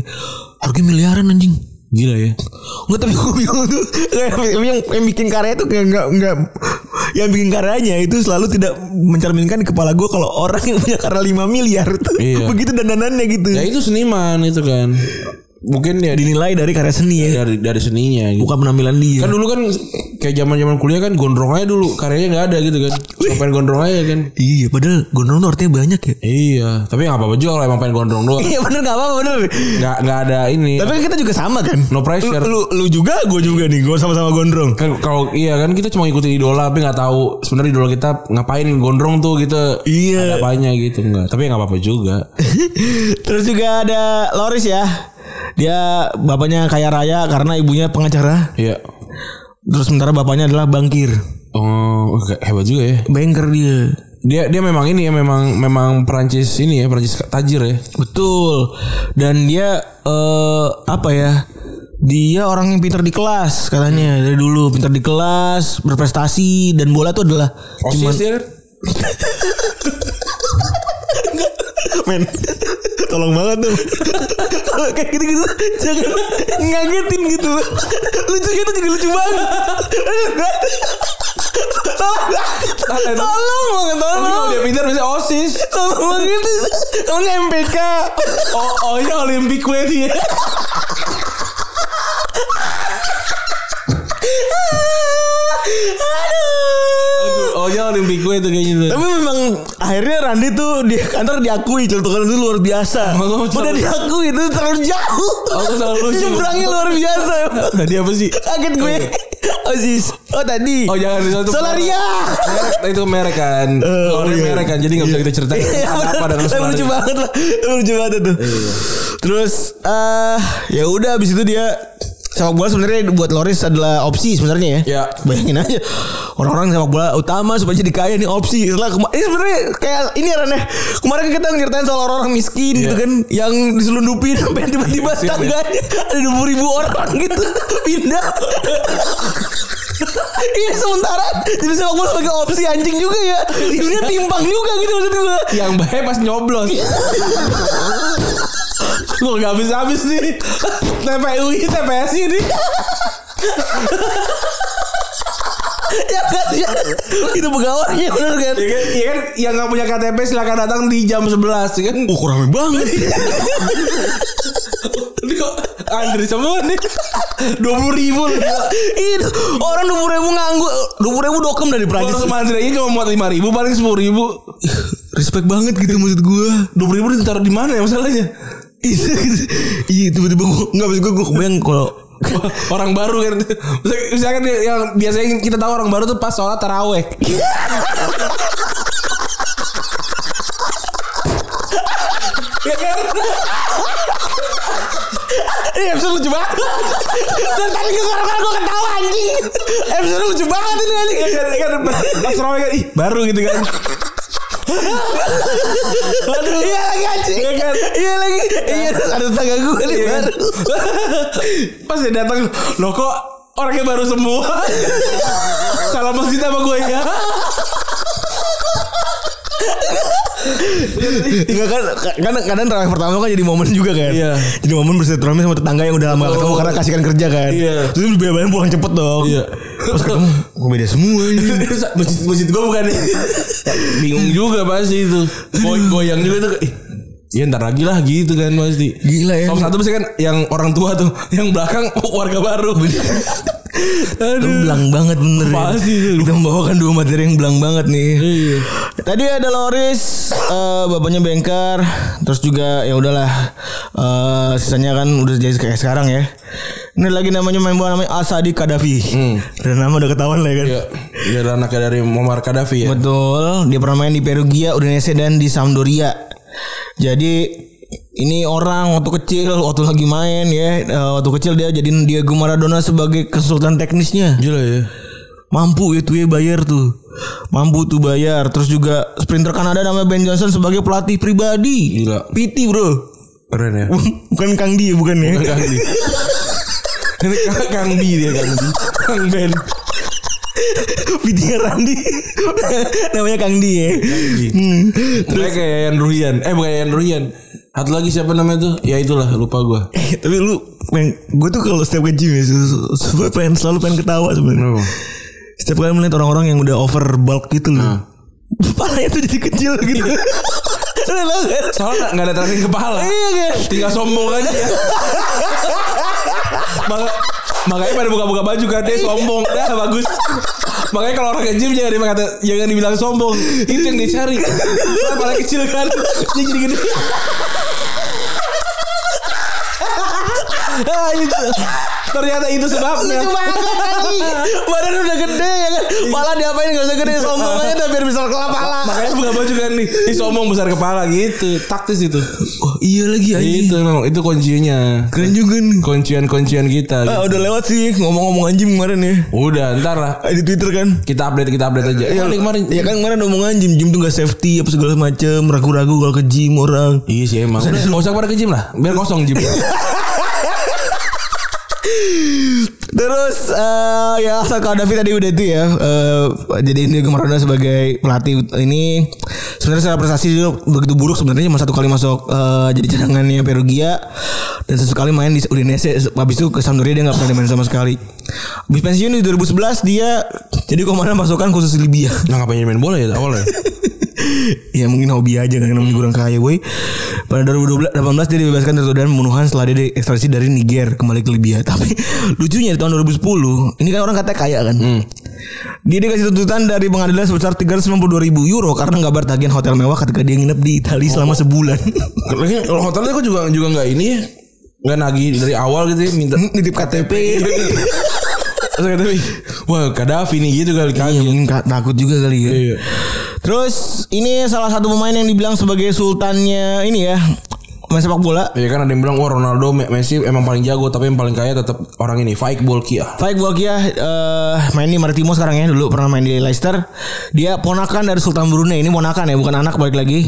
[SPEAKER 2] harga miliaran anjing.
[SPEAKER 3] Gila ya.
[SPEAKER 2] Nggak tapi gue bingung tuh *laughs* kayak yang, yang bikin karya itu kayak nggak nggak yang bikin karyanya itu selalu tidak mencerminkan di kepala gue kalau orang yang punya karya 5 miliar tuh
[SPEAKER 3] Iya.
[SPEAKER 2] *laughs* begitu dandanannya gitu.
[SPEAKER 3] Ya itu seniman itu kan. Mungkin ya di-
[SPEAKER 2] Dinilai dari karya seni ya,
[SPEAKER 3] dari dari seninya gitu.
[SPEAKER 2] bukan penampilan dia.
[SPEAKER 3] Iya. Kan dulu kan kayak zaman-zaman kuliah kan gondrong aja dulu karyanya nggak ada gitu kan. Cuma pengen gondrong aja kan.
[SPEAKER 2] Iya, padahal gondrong tuh artinya banyak
[SPEAKER 3] *laughs*
[SPEAKER 2] ya.
[SPEAKER 3] Iya, tapi nggak apa-apa juga kalau emang pengen gondrong doang.
[SPEAKER 2] Iya bener gak apa-apa bener
[SPEAKER 3] Nggak nggak ada ini.
[SPEAKER 2] Tapi kan kita juga sama kan
[SPEAKER 3] No pressure.
[SPEAKER 2] Lu, lu, lu juga gue juga nih Gue sama-sama gondrong
[SPEAKER 3] kan kalau iya kan kita cuma ngikutin idola tapi nggak tahu sebenarnya idola kita ngapain gondrong tuh gitu.
[SPEAKER 2] Iya.
[SPEAKER 3] Ada apanya gitu enggak. Tapi ya nggak apa-apa juga.
[SPEAKER 2] *laughs* Terus juga ada Loris ya. Dia bapaknya kaya raya karena ibunya pengacara.
[SPEAKER 3] Iya.
[SPEAKER 2] Terus sementara bapaknya adalah bankir.
[SPEAKER 3] Oh, oke. hebat juga ya.
[SPEAKER 2] Banker dia.
[SPEAKER 3] Dia dia memang ini ya memang memang Perancis ini ya Perancis tajir ya.
[SPEAKER 2] Betul. Dan dia eh apa ya? Dia orang yang pintar di kelas katanya dari dulu pintar di kelas berprestasi dan bola itu adalah iya
[SPEAKER 3] Osis ya kan?
[SPEAKER 2] men *laughs* tolong banget dong kalau kayak gitu gitu jangan ngagetin gitu lucu gitu juga lucu banget tolong tolong banget
[SPEAKER 3] Tapi kalau
[SPEAKER 2] tolong
[SPEAKER 3] dia pintar biasanya osis.
[SPEAKER 2] tolong banget kalau nggak MPK
[SPEAKER 3] Oh, oh ya Olympic Way ya.
[SPEAKER 2] aduh
[SPEAKER 3] Oh ya Olympic Way itu kayaknya tuh.
[SPEAKER 2] tapi memang akhirnya Randy tuh di kantor diakui celtukan itu luar biasa
[SPEAKER 3] Oh,
[SPEAKER 2] udah diakui itu terlalu jauh
[SPEAKER 3] Aku selalu lucu.
[SPEAKER 2] nyebrangnya luar biasa emang.
[SPEAKER 3] *laughs* Tadi apa sih?
[SPEAKER 2] kaget gue Osis oh tadi
[SPEAKER 3] iya. Oh jangan itu satu-
[SPEAKER 2] Solaria
[SPEAKER 3] Merek- *laughs* itu merek kan.
[SPEAKER 2] Eh,
[SPEAKER 3] Kalau
[SPEAKER 2] oh,
[SPEAKER 3] dia
[SPEAKER 2] iya.
[SPEAKER 3] merek kan jadi nggak bisa kita ceritain
[SPEAKER 2] *laughs* Iya,
[SPEAKER 3] ada apa dengan
[SPEAKER 2] bener.
[SPEAKER 3] Solaria.
[SPEAKER 2] lucu banget *laughs*
[SPEAKER 3] Iya.
[SPEAKER 2] lah Emang lucu banget itu terus eh ya udah abis itu dia sepak bola sebenarnya buat Loris adalah opsi sebenarnya ya.
[SPEAKER 3] Ya.
[SPEAKER 2] Bayangin aja orang-orang sepak bola utama supaya jadi kaya nih opsi. Setelah kema- ini sebenarnya kayak ini aneh. Kemarin kita nyeritain soal orang-orang miskin gitu kan yang diselundupin *laughs* sampai tiba-tiba
[SPEAKER 3] Iya,
[SPEAKER 2] tangganya ada 20 ribu orang gitu *laughs* pindah. Ini Iya, sementara jadi sepak bola sebagai opsi anjing juga ya. Dunia timpang juga gitu maksud gue.
[SPEAKER 3] Yang bahaya pas nyoblos. Gue gak habis-habis nih. TPUI, TPS ini.
[SPEAKER 2] Ya kan ya. Itu pegawainya bener kan.
[SPEAKER 3] Ya kan, ya kan yang gak punya KTP silakan datang di jam 11 ya kan. Iya.
[SPEAKER 2] Oh, kok rame banget.
[SPEAKER 3] Ini kok antri semua nih. 20 ribu loh. gila.
[SPEAKER 2] Itu orang dua ribu nganggur, dua ribu dokem dari Prancis.
[SPEAKER 3] Orang sama antriannya cuma muat 5 ribu paling 10 *laughs* ribu.
[SPEAKER 2] Respect banget gitu maksud gue.
[SPEAKER 3] 20 ribu ditaruh di mana ya masalahnya? gitu.
[SPEAKER 2] Iya tiba-tiba gue nggak maksud gue gue kebayang kalau
[SPEAKER 3] *laughs* orang baru kan misalkan yang biasanya kita tahu orang baru tuh pas sholat taraweh ya kan ini episode lucu banget Dan tadi gue gara-gara gue ketawa anjing episode lucu banget ini anjing kan, kan, pas taraweh kan ih baru gitu kan
[SPEAKER 2] Aduh Iya lagi anjing
[SPEAKER 3] Iya kan?
[SPEAKER 2] Iya lagi Iya ada tetangga gue nih
[SPEAKER 3] Iya kan?
[SPEAKER 2] baru
[SPEAKER 3] *laughs* Pas dia datang, loh kok orangnya baru semua. *laughs* Salah masjid sama gue ya.
[SPEAKER 2] Iya kan Kadang kadang terawih pertama kan jadi momen juga kan
[SPEAKER 3] Iya.
[SPEAKER 2] Jadi momen bersilaturahmi sama tetangga yang udah lama gak ketemu
[SPEAKER 3] Betul.
[SPEAKER 2] Karena kasihkan kerja kan
[SPEAKER 3] Iya.
[SPEAKER 2] Terus beda-bedaan pulang cepet dong
[SPEAKER 3] Iya.
[SPEAKER 2] Terus ketemu Gue beda semua
[SPEAKER 3] *laughs*
[SPEAKER 2] ini
[SPEAKER 3] masjid masjid gue bukan ya. *laughs* Bingung juga pasti itu. Goy goyang juga tuh. Ih, Ya ntar lagi lah gitu kan pasti
[SPEAKER 2] Gila ya.
[SPEAKER 3] Som satu pasti kan yang orang tua tuh Yang belakang *laughs* warga baru Aduh
[SPEAKER 2] belang banget bener ya.
[SPEAKER 3] Pasti itu.
[SPEAKER 2] Kita membawakan dua materi yang belang banget nih.
[SPEAKER 3] Iya.
[SPEAKER 2] Tadi ada Loris, eh, bapaknya bengkar, terus juga ya udahlah eh, sisanya kan udah jadi kayak sekarang ya. Ini lagi namanya main bola namanya Asadi Kadafi. Dan nama udah ketahuan lah ya kan.
[SPEAKER 3] Ya, Dia adalah anaknya dari Muammar Gaddafi ya
[SPEAKER 2] Betul, dia pernah main di Perugia, Udinese dan di Sampdoria. Jadi ini orang waktu kecil, waktu lagi main ya, eh, waktu kecil dia jadiin Diego Maradona sebagai kesultanan teknisnya
[SPEAKER 3] Gila ya
[SPEAKER 2] mampu itu ya bayar tuh mampu tuh bayar terus juga sprinter Kanada namanya Ben Johnson sebagai pelatih pribadi
[SPEAKER 3] Gila.
[SPEAKER 2] PT bro *laughs*
[SPEAKER 3] Keren ya
[SPEAKER 2] bukan Kang Di bukan ya *laughs*
[SPEAKER 3] Kang Bi. Ini Kang, Kang Bi dia Kang Bi. Kang Ben.
[SPEAKER 2] PT -nya Randi *laughs* namanya Kang Di ya Hmm.
[SPEAKER 3] Terus kayak Yayan Ruhian. Eh bukan Yayan Ruhian. Satu lagi siapa namanya tuh? Ya itulah lupa gua.
[SPEAKER 2] Eh, tapi lu gue tuh kalau setiap ke gym ya su- su- su- gua pengen selalu pengen ketawa sebenarnya setiap kali melihat orang-orang yang udah over bulk gitu loh palanya tuh jadi kecil *laughs* gitu Lu tau kan?
[SPEAKER 3] Soalnya Eh, nggak ada terakhir kepala.
[SPEAKER 2] iya kan
[SPEAKER 3] Tinggal sombong aja ya. Maka- makanya pada buka-buka baju kan dia sombong. Dah bagus. Makanya kalau orang ke gym jangan dibilang kata jangan dibilang sombong. Itu yang dicari. Soalnya Kepala kecil kan. Dia jadi gede. Ah, itu. Ternyata itu sebabnya.
[SPEAKER 2] Badan udah gede ya kan. Pala diapain gak usah gede sombong aja udah biar besar kepala pala.
[SPEAKER 3] Makanya buka baju kan nih. Ini sombong besar kepala gitu. Taktis itu.
[SPEAKER 2] Oh, iya lagi anjing.
[SPEAKER 3] Itu memang itu kuncinya.
[SPEAKER 2] Keren juga nih.
[SPEAKER 3] Kuncian-kuncian kita.
[SPEAKER 2] Ah, udah lewat sih ngomong-ngomong anjing kemarin ya.
[SPEAKER 3] Udah, ntar lah.
[SPEAKER 2] Ah, Di Twitter kan.
[SPEAKER 3] Kita update, kita update aja.
[SPEAKER 2] Ya,
[SPEAKER 3] Iya, kemarin.
[SPEAKER 2] ya kan kemarin ngomong anjing, gym tuh gak safety apa segala macem, ragu-ragu kalau ke gym orang.
[SPEAKER 3] Iya sih emang. Udah, nggak usah pada ke gym lah. Biar kosong *laughs* gym.
[SPEAKER 2] Terus eh ya asal kalau David tadi udah itu ya eh jadi ini Maradona sebagai pelatih ut- ini sebenarnya secara prestasi dia begitu buruk sebenarnya cuma satu kali masuk eh, jadi cadangannya Perugia dan sesekali main di Udinese habis itu ke Sampdoria dia nggak pernah main sama sekali. Habis pensiun di 2011 dia jadi komandan pasukan khusus Libya.
[SPEAKER 3] Nah ngapain main bola ya awalnya?
[SPEAKER 2] *laughs* ya mungkin hobi aja kan namanya kurang kaya woi. Pada 2018 dia dibebaskan dari tuduhan pembunuhan setelah dia diekstradisi dari Niger kembali ke Libya. *laughs* Tapi lucunya di tahun 2010 ini kan orang katanya kaya kan.
[SPEAKER 3] Hmm.
[SPEAKER 2] Dia dikasih tuntutan dari pengadilan sebesar 392 ribu euro karena nggak bayar tagihan hotel mewah ketika dia nginep di Italia
[SPEAKER 3] Oh.
[SPEAKER 2] selama
[SPEAKER 3] *laughs*
[SPEAKER 2] sebulan.
[SPEAKER 3] Lagi kalau hotelnya kok juga juga nggak ini ya. Nggak nagih dari awal gitu ya *laughs* minta.
[SPEAKER 2] Nitip KTP.
[SPEAKER 3] Terus kata, "Wih, wah Gaddafi nih gitu kali
[SPEAKER 2] Iya,
[SPEAKER 3] kaget.
[SPEAKER 2] mungkin ka- takut juga kali ya.
[SPEAKER 3] Iya.
[SPEAKER 2] Terus ini salah satu pemain yang dibilang sebagai sultannya ini ya. main sepak bola
[SPEAKER 3] Iya kan ada yang bilang wah Ronaldo Me- Messi emang paling jago tapi yang paling kaya tetap orang ini Faik Bolkiah.
[SPEAKER 2] Faik Bolkiah eh main di Maritimo sekarang ya dulu pernah main di Leicester. Dia ponakan dari Sultan Brunei. Ini ponakan ya, bukan anak balik lagi.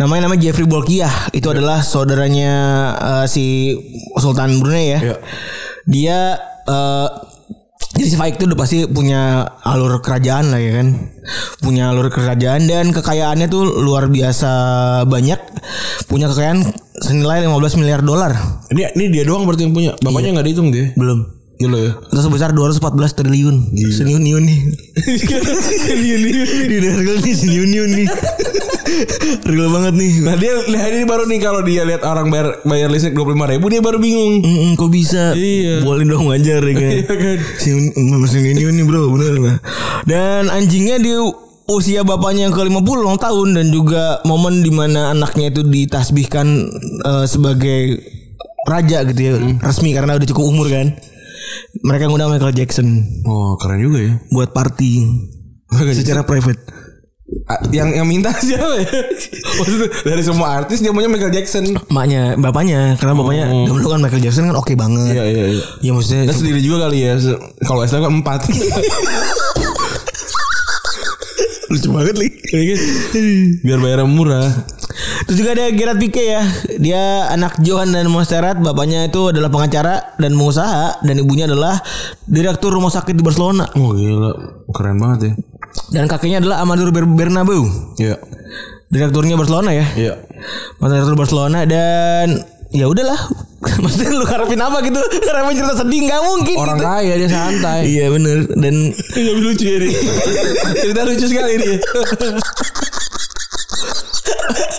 [SPEAKER 2] Namanya namanya Jeffrey Bolkiah. Itu adalah saudaranya eh, si Sultan Brunei ya.
[SPEAKER 3] Iya.
[SPEAKER 2] Dia eh jadi si Faik itu udah pasti punya alur kerajaan lah ya kan. Punya alur kerajaan dan kekayaannya tuh luar biasa banyak. Punya kekayaan senilai 15 miliar dolar.
[SPEAKER 3] Ini ini dia doang berarti yang punya. Bapaknya nggak dihitung dia.
[SPEAKER 2] Belum.
[SPEAKER 3] Gila ya.
[SPEAKER 2] Atau sebesar 214 triliun Seniun-niun nih Seniun-niun nih Didengar nih seniun-niun nih Real banget nih
[SPEAKER 3] Nah dia nah ini baru nih kalau dia lihat orang bayar bayar listrik dua ribu dia baru bingung.
[SPEAKER 2] Mm-mm, kok bisa
[SPEAKER 3] Iya.
[SPEAKER 2] Boleh dong wajar ya kan
[SPEAKER 3] Iya kan.
[SPEAKER 2] Seniun- mm, Seniun-niun nih bro Bener lah Dan anjingnya di usia bapaknya yang ke 50 tahun Dan juga momen dimana anaknya itu ditasbihkan eh, Sebagai raja gitu ya
[SPEAKER 3] Hmm.
[SPEAKER 2] Resmi karena udah cukup umur kan Mereka ngundang Michael Jackson
[SPEAKER 3] Oh keren juga ya.
[SPEAKER 2] Buat party Secara private
[SPEAKER 3] Ah, yang yang minta *laughs* siapa ya? Maksudnya dari semua artis dia maunya Michael Jackson.
[SPEAKER 2] Maknya, bapaknya, karena bapaknya dulu kan Michael Jackson kan oke banget.
[SPEAKER 3] Iya iya iya.
[SPEAKER 2] Ya maksudnya
[SPEAKER 3] Dan sendiri juga kali ya. Se- Kalau Islam kan *laughs* empat.
[SPEAKER 2] lucu banget lagi.
[SPEAKER 3] Iya kan? Biar bayarnya murah.
[SPEAKER 2] Terus juga ada Gerard Pique ya. Dia anak Johan dan Monserrat, bapaknya itu adalah pengacara dan pengusaha dan ibunya adalah direktur rumah sakit di Barcelona
[SPEAKER 3] Oh gila, keren banget ya.
[SPEAKER 2] dan kakeknya adalah Amador Ber- Bernabeu,
[SPEAKER 3] Iya.
[SPEAKER 2] direkturnya Barcelona ya.
[SPEAKER 3] Iya.
[SPEAKER 2] Mantan direktur Barcelona dan ya udahlah. *laughs* Maksudnya lu harapin apa gitu? Harapin cerita sedih nggak mungkin.
[SPEAKER 3] Orang
[SPEAKER 2] gitu.
[SPEAKER 3] kaya dia santai.
[SPEAKER 2] Iya bener dan
[SPEAKER 3] *laughs* Iya lucu ya
[SPEAKER 2] *laughs*
[SPEAKER 3] dia. Cerita lucu sekali dia.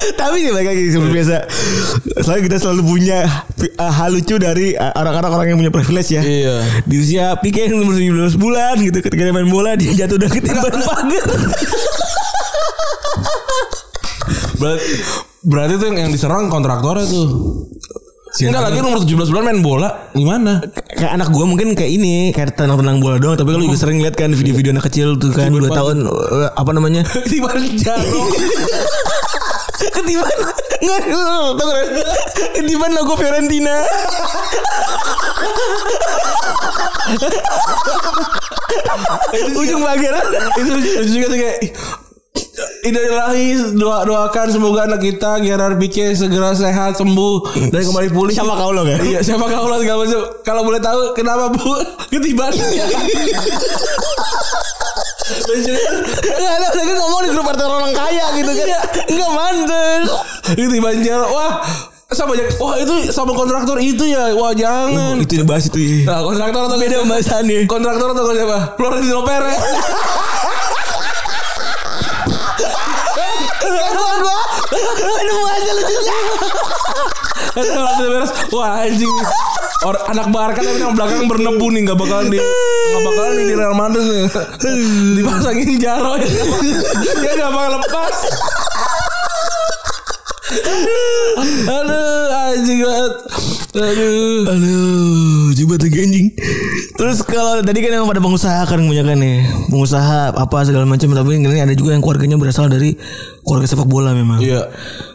[SPEAKER 2] Tapi nih balik lagi seperti biasa. Selalu kita selalu punya uh, hal lucu dari uh, orang-orang orang yang punya privilege ya.
[SPEAKER 3] Iya.
[SPEAKER 2] Di usia Pique yang umur 17 bulan gitu ketika dia main bola dia jatuh dan
[SPEAKER 3] *laughs*
[SPEAKER 2] ketimbang pagar.
[SPEAKER 3] Berarti, berarti tuh yang, yang diserang kontraktornya tuh. Enggak lagi nomor 17 bulan main bola gimana?
[SPEAKER 2] kayak anak gua mungkin kayak ini kayak tenang-tenang bola doang tapi kalau juga sering lihat kan video-video anak kecil tuh kan 2 tahun uh, apa namanya
[SPEAKER 3] *laughs* Ketiban jarum.
[SPEAKER 2] *laughs* ketiban nggak tau nggak? ketiban logo Fiorentina ujung pagar
[SPEAKER 3] itu lucu juga tuh kayak Idolahi doa doakan semoga anak kita Gerard Pique segera sehat sembuh dan kembali pulih.
[SPEAKER 2] Siapa kau lo kan?
[SPEAKER 3] *laughs* Iya, siapa kau lah segala macam. Kalau boleh tahu kenapa Bu *laughs* ketibaan? Lucu.
[SPEAKER 2] Enggak ada lagi ngomong di grup partai orang kaya gitu kan. Enggak mantul.
[SPEAKER 3] Ketibaan jarum. Iya. Wah, sama aja. Wah, itu sama kontraktor itu ya. Wah, jangan.
[SPEAKER 2] Itu dibahas itu ya.
[SPEAKER 3] Nah, kontraktor atau
[SPEAKER 2] Beda pembahasannya.
[SPEAKER 3] kontraktor atau siapa? Florentino Perez.
[SPEAKER 2] Aduh gua. Aduh aja lucunya.
[SPEAKER 3] Florentino Perez. Wah, anjing. Or, anak Barca tapi yang belakang bernebu nih nggak bakalan di nggak bakalan nih di Real Madrid nih. Dipasangin Jaro ya. Dia nggak bakal lepas. Aduh, anjing banget. Aduh.
[SPEAKER 2] Aduh, coba tuh anjing. Terus kalau tadi kan yang pada pengusaha kan kebanyakan ya. Pengusaha apa segala macam tapi ini ada juga yang keluarganya berasal dari keluarga sepak bola memang.
[SPEAKER 3] Iya,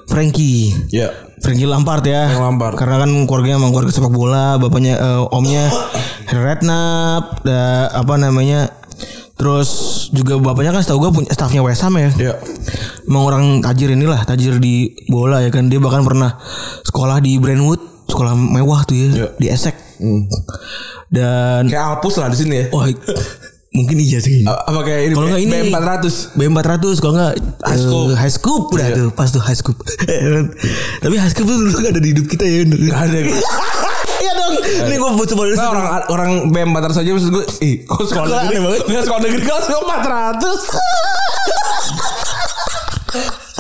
[SPEAKER 2] Frankie.
[SPEAKER 3] iya.
[SPEAKER 2] Frankie Lampard ya.
[SPEAKER 3] Frank Lampard.
[SPEAKER 2] Karena kan keluarganya emang keluarga sepak bola, bapaknya eh, omnya Harry Redknapp, da- apa namanya? Terus juga bapaknya kan setahu gue punya staffnya West Ham ya.
[SPEAKER 3] Iya.
[SPEAKER 2] Emang orang tajir inilah, tajir di bola ya kan. Dia bahkan pernah sekolah di Brentwood, sekolah mewah tuh ya,
[SPEAKER 3] Iya.
[SPEAKER 2] di Essex. Dan
[SPEAKER 3] Kayak Alpus lah di sini ya.
[SPEAKER 2] wah mungkin iya sih.
[SPEAKER 3] Apa kayak ini?
[SPEAKER 2] Oh. Kalau nggak ini-
[SPEAKER 3] B400.
[SPEAKER 2] B400 kalau enggak
[SPEAKER 3] High scoop.
[SPEAKER 2] high scoop udah
[SPEAKER 3] Iya.
[SPEAKER 2] tuh pas tuh high scoop. *laughs* Tapi high scoop tuh dulu nggak ada di hidup kita ya. bener.
[SPEAKER 3] Nggak ada.
[SPEAKER 2] Iya dong. Ini gue butuh baru.
[SPEAKER 3] Nah, orang orang BM 400 aja maksud gue, ih, kok
[SPEAKER 2] Sekolah
[SPEAKER 3] sekolah
[SPEAKER 2] aneh
[SPEAKER 3] negeri banget?
[SPEAKER 2] banget.
[SPEAKER 3] sekolah negeri kok sekolah 400.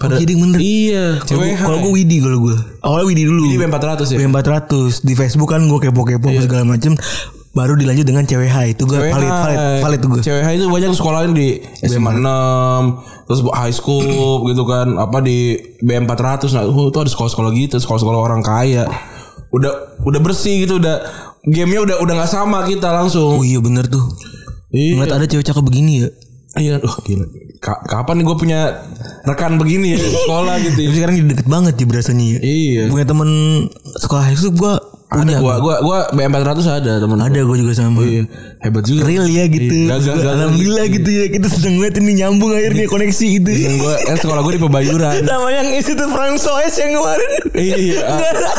[SPEAKER 2] Pada
[SPEAKER 3] Pada-
[SPEAKER 2] jadi bener.
[SPEAKER 3] Iya,
[SPEAKER 2] Kalau
[SPEAKER 3] cewek
[SPEAKER 2] gua- Kalau
[SPEAKER 3] high.
[SPEAKER 2] gue Widi kalau gue. Awalnya Widi dulu.
[SPEAKER 3] Ini BM 400 ya? Iya.
[SPEAKER 2] BM 400 di Facebook kan gue kepo-kepo segala macem baru dilanjut dengan CWH itu gue valid valid valid gue
[SPEAKER 3] Cewek itu banyak sekolahin di SM6 Terus high school gitu kan Apa di BM400 Nah oh, itu ada sekolah-sekolah gitu Sekolah-sekolah orang kaya Udah udah bersih gitu Udah Gamenya udah udah nggak sama kita
[SPEAKER 2] oh
[SPEAKER 3] langsung
[SPEAKER 2] iya bener tuh
[SPEAKER 3] Iya
[SPEAKER 2] ngeliat ada cewek cakep begini ya
[SPEAKER 3] Iya Duh, gila Ka- Kapan nih gue punya Rekan begini ya di Sekolah gitu
[SPEAKER 2] tapi
[SPEAKER 3] ya.
[SPEAKER 2] sekarang jadi deket banget ya berasanya ya.
[SPEAKER 3] Iya
[SPEAKER 2] punya temen sekolah itu gue
[SPEAKER 3] Ada
[SPEAKER 2] punya
[SPEAKER 3] gua gua gua BM400 ada temen
[SPEAKER 2] ada gue juga sama
[SPEAKER 3] Iya Hebat juga
[SPEAKER 2] real ya gitu
[SPEAKER 3] Iya, gagal- gagal.
[SPEAKER 2] alhamdulillah gitu ya kita sedang ngeliat ini nyambung akhirnya koneksi gitu
[SPEAKER 3] Yang gua kan sekolah gue di *laughs* Pebayuran
[SPEAKER 2] *laughs* sama yang Institut François yang kemarin
[SPEAKER 3] Iya.
[SPEAKER 2] Nggak ada.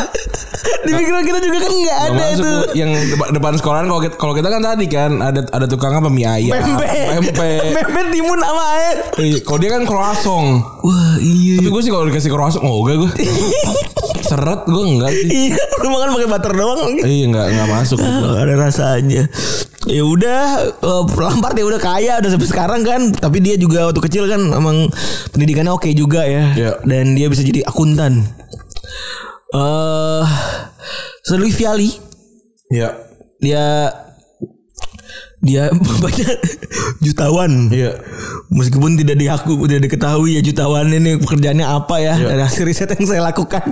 [SPEAKER 2] di pikiran kita juga kan nggak ada
[SPEAKER 3] Nggak
[SPEAKER 2] itu
[SPEAKER 3] masuk Bu. yang depan, depan sekolahan kalau kita, kalau kita kan tadi kan ada ada tukang apa mie ayam,
[SPEAKER 2] Pempek
[SPEAKER 3] Iya, pempek.
[SPEAKER 2] *laughs* Pempek timun sama air
[SPEAKER 3] Iya, Kalau dia kan croissant.
[SPEAKER 2] Wah iya
[SPEAKER 3] Tapi gue sih kalau dikasih croissant oh enggak *laughs* gue. Seret gue enggak sih.
[SPEAKER 2] Iya *laughs* Lu makan pakai butter doang
[SPEAKER 3] Iya enggak enggak masuk gitu.
[SPEAKER 2] Nggak ada rasanya ya udah eh, Lampard ya udah kaya udah sampai sekarang kan tapi dia juga waktu kecil kan emang pendidikannya oke juga ya
[SPEAKER 3] Iya.
[SPEAKER 2] dan dia bisa jadi akuntan eh Sir Louis Vialli
[SPEAKER 3] Iya.
[SPEAKER 2] dia dia *laughs* baca jutawan
[SPEAKER 3] Iya.
[SPEAKER 2] Meskipun tidak diaku, tidak diketahui ya jutawan ini pekerjaannya apa ya
[SPEAKER 3] Iya.
[SPEAKER 2] dari hasil riset yang saya lakukan,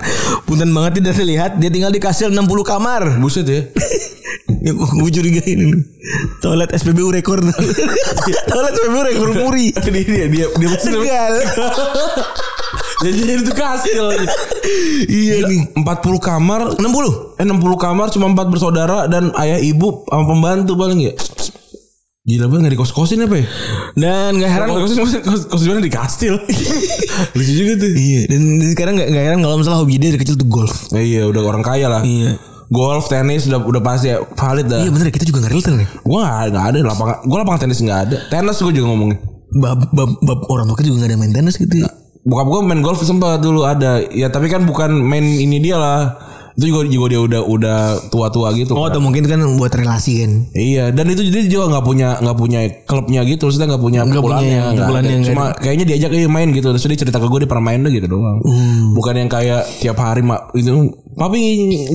[SPEAKER 2] punten banget tidak terlihat. Dia tinggal di kastil 60 kamar.
[SPEAKER 3] Buset ya.
[SPEAKER 2] *laughs* Ya, gua, gua curigain ini. Toilet SPBU rekor. *laughs* Toilet SPBU rekor muri.
[SPEAKER 3] dia dia dia dia pasti *laughs*
[SPEAKER 2] Tegal.
[SPEAKER 3] jadi jadi itu kastil.
[SPEAKER 2] iya nih.
[SPEAKER 3] 40 kamar
[SPEAKER 2] 60.
[SPEAKER 3] eh 60 kamar cuma 4 bersaudara dan ayah ibu sama pembantu paling ya. Gila banget nggak dikos-kosin apa ya?
[SPEAKER 2] Dan gak heran
[SPEAKER 3] Sekarang Kan kos-kosin kos-kosin di kastil. *laughs* Lucu juga tuh.
[SPEAKER 2] Iya, dan dan sekarang gak, gak heran kalau misalnya hobi dia dari kecil tuh golf.
[SPEAKER 3] Ya, iya udah orang kaya lah.
[SPEAKER 2] Iya.
[SPEAKER 3] Golf, tenis udah udah pasti ya, valid dah.
[SPEAKER 2] Iya bener kita juga gak relate nih.
[SPEAKER 3] Gua nggak nggak ada lapangan. Gua lapangan tenis nggak ada. Tenis gua juga ngomongin.
[SPEAKER 2] Bab, bab, bab orang tua kita juga gak ada main tenis gitu. ya.
[SPEAKER 3] Iya. Bokap gua main golf sempat dulu ada. Ya tapi kan bukan main ini dia lah. Itu juga juga dia udah udah tua-tua gitu.
[SPEAKER 2] Oh,
[SPEAKER 3] kan.
[SPEAKER 2] atau mungkin kan buat relasi kan.
[SPEAKER 3] Iya, dan itu jadi juga nggak punya nggak punya klubnya gitu, maksudnya nggak punya
[SPEAKER 2] Nggak punya
[SPEAKER 3] pukulannya, nggak
[SPEAKER 2] pukulannya,
[SPEAKER 3] ada.
[SPEAKER 2] nggak
[SPEAKER 3] Cuma kayaknya diajak eh main gitu, terus dia cerita ke gue dia pernah main deh gitu doang. Bukan yang kayak tiap hari mak itu, tapi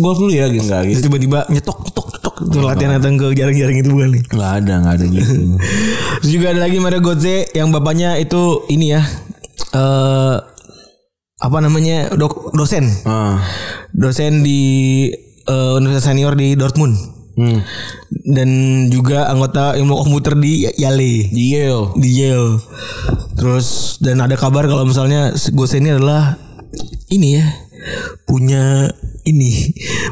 [SPEAKER 3] golf dulu ya gitu nggak gitu.
[SPEAKER 2] Terus tiba-tiba nyetok nyetok nyetok Itu latihan datang ke jarang-jarang itu bukan nih.
[SPEAKER 3] Nggak ada nggak ada gitu.
[SPEAKER 2] Terus juga ada lagi Mario Götze yang bapaknya itu ini ya. Eh apa namanya? dok- dosen.
[SPEAKER 3] *laughs* ah.
[SPEAKER 2] Dosen di eh, Universitas Senior di Dortmund.
[SPEAKER 3] Hmm.
[SPEAKER 2] Dan juga anggota ilmu komputer di Yale.
[SPEAKER 3] Yale.
[SPEAKER 2] Di Yale. Terus dan ada kabar kalau misalnya Götze ini adalah ini ya punya ini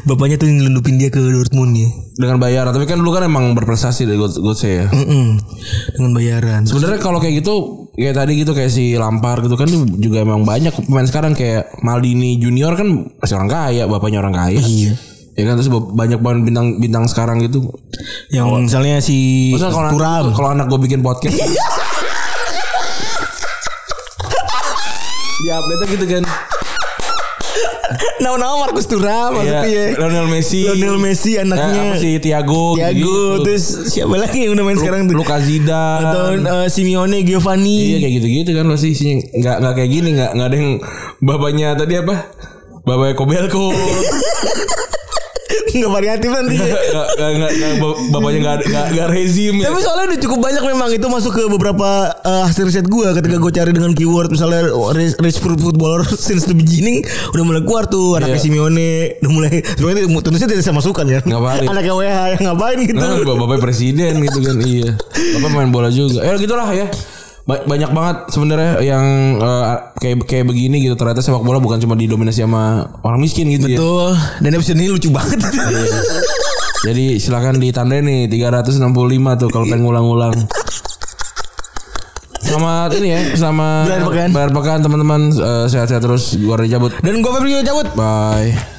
[SPEAKER 2] bapaknya tuh nyelundupin dia ke Dortmund ya.
[SPEAKER 3] dengan bayar tapi kan dulu kan emang berprestasi dari God- Godse ya
[SPEAKER 2] Mm-mm. dengan bayaran.
[SPEAKER 3] sebenarnya kalau kayak gitu kayak tadi gitu kayak si Lampar gitu kan juga emang banyak pemain sekarang kayak Maldini Junior kan masih orang kaya bapaknya orang kaya
[SPEAKER 2] Iya.
[SPEAKER 3] ya kan terus banyak banget bintang bintang sekarang gitu
[SPEAKER 2] Yang misalnya si
[SPEAKER 3] Maksudnya kalau
[SPEAKER 2] Turam.
[SPEAKER 3] kalau anak Iya. gue bikin podcast ya update gitu kan
[SPEAKER 2] *laughs* Nama-nama Markus Turam
[SPEAKER 3] ya,
[SPEAKER 2] maksudnya.
[SPEAKER 3] Lionel Messi
[SPEAKER 2] Lionel Messi
[SPEAKER 3] ya,
[SPEAKER 2] anaknya.
[SPEAKER 3] apa sih gitu. Tiago
[SPEAKER 2] Thiago, terus siapa lagi yang udah main sekarang tuh?
[SPEAKER 3] Luka Zidane
[SPEAKER 2] Atau eh, Simeone Giovanni.
[SPEAKER 3] Iya kayak gitu-gitu kan masih isinya nggak nggak kayak gini nggak nggak ada yang bapaknya tadi apa bapaknya Kobelko
[SPEAKER 2] *laughs* Nggak variatif nanti.
[SPEAKER 3] *laughs* nggak nggak nggak nggak- bap- bapaknya nggak ada- nggak nggak rezim ya.
[SPEAKER 2] Tapi soalnya udah cukup banyak memang itu masuk ke beberapa eh, hasil riset gua ketika gua cari dengan keyword misalnya oh, rich, rich footballer *laughs* since the beginning udah mulai keluar tuh anaknya
[SPEAKER 3] Iya.
[SPEAKER 2] Simeone udah mulai sebenarnya itu tentu saja tidak saya masukkan kan.
[SPEAKER 3] Nggak valid.
[SPEAKER 2] Anaknya WH yang ngapain gitu. *laughs*
[SPEAKER 3] Nah, bap- bapaknya presiden gitu kan iya bapak main bola juga ya gitulah ya Ba- banyak banget sebenarnya yang eh, kayak kayak begini gitu ternyata sepak bola bukan cuma didominasi sama orang miskin gitu ya.
[SPEAKER 2] Betul. Dan episode ini lucu banget. *laughs*
[SPEAKER 3] Jadi silakan ditandai nih 365 tuh kalau pengen ngulang-ngulang. Selamat ini ya, selamat
[SPEAKER 2] Berhari pekan.
[SPEAKER 3] berhari pekan teman-teman Eh, sehat-sehat terus. Gua Reza cabut.
[SPEAKER 2] Dan gue Febri Yoyo cabut.
[SPEAKER 3] Bye.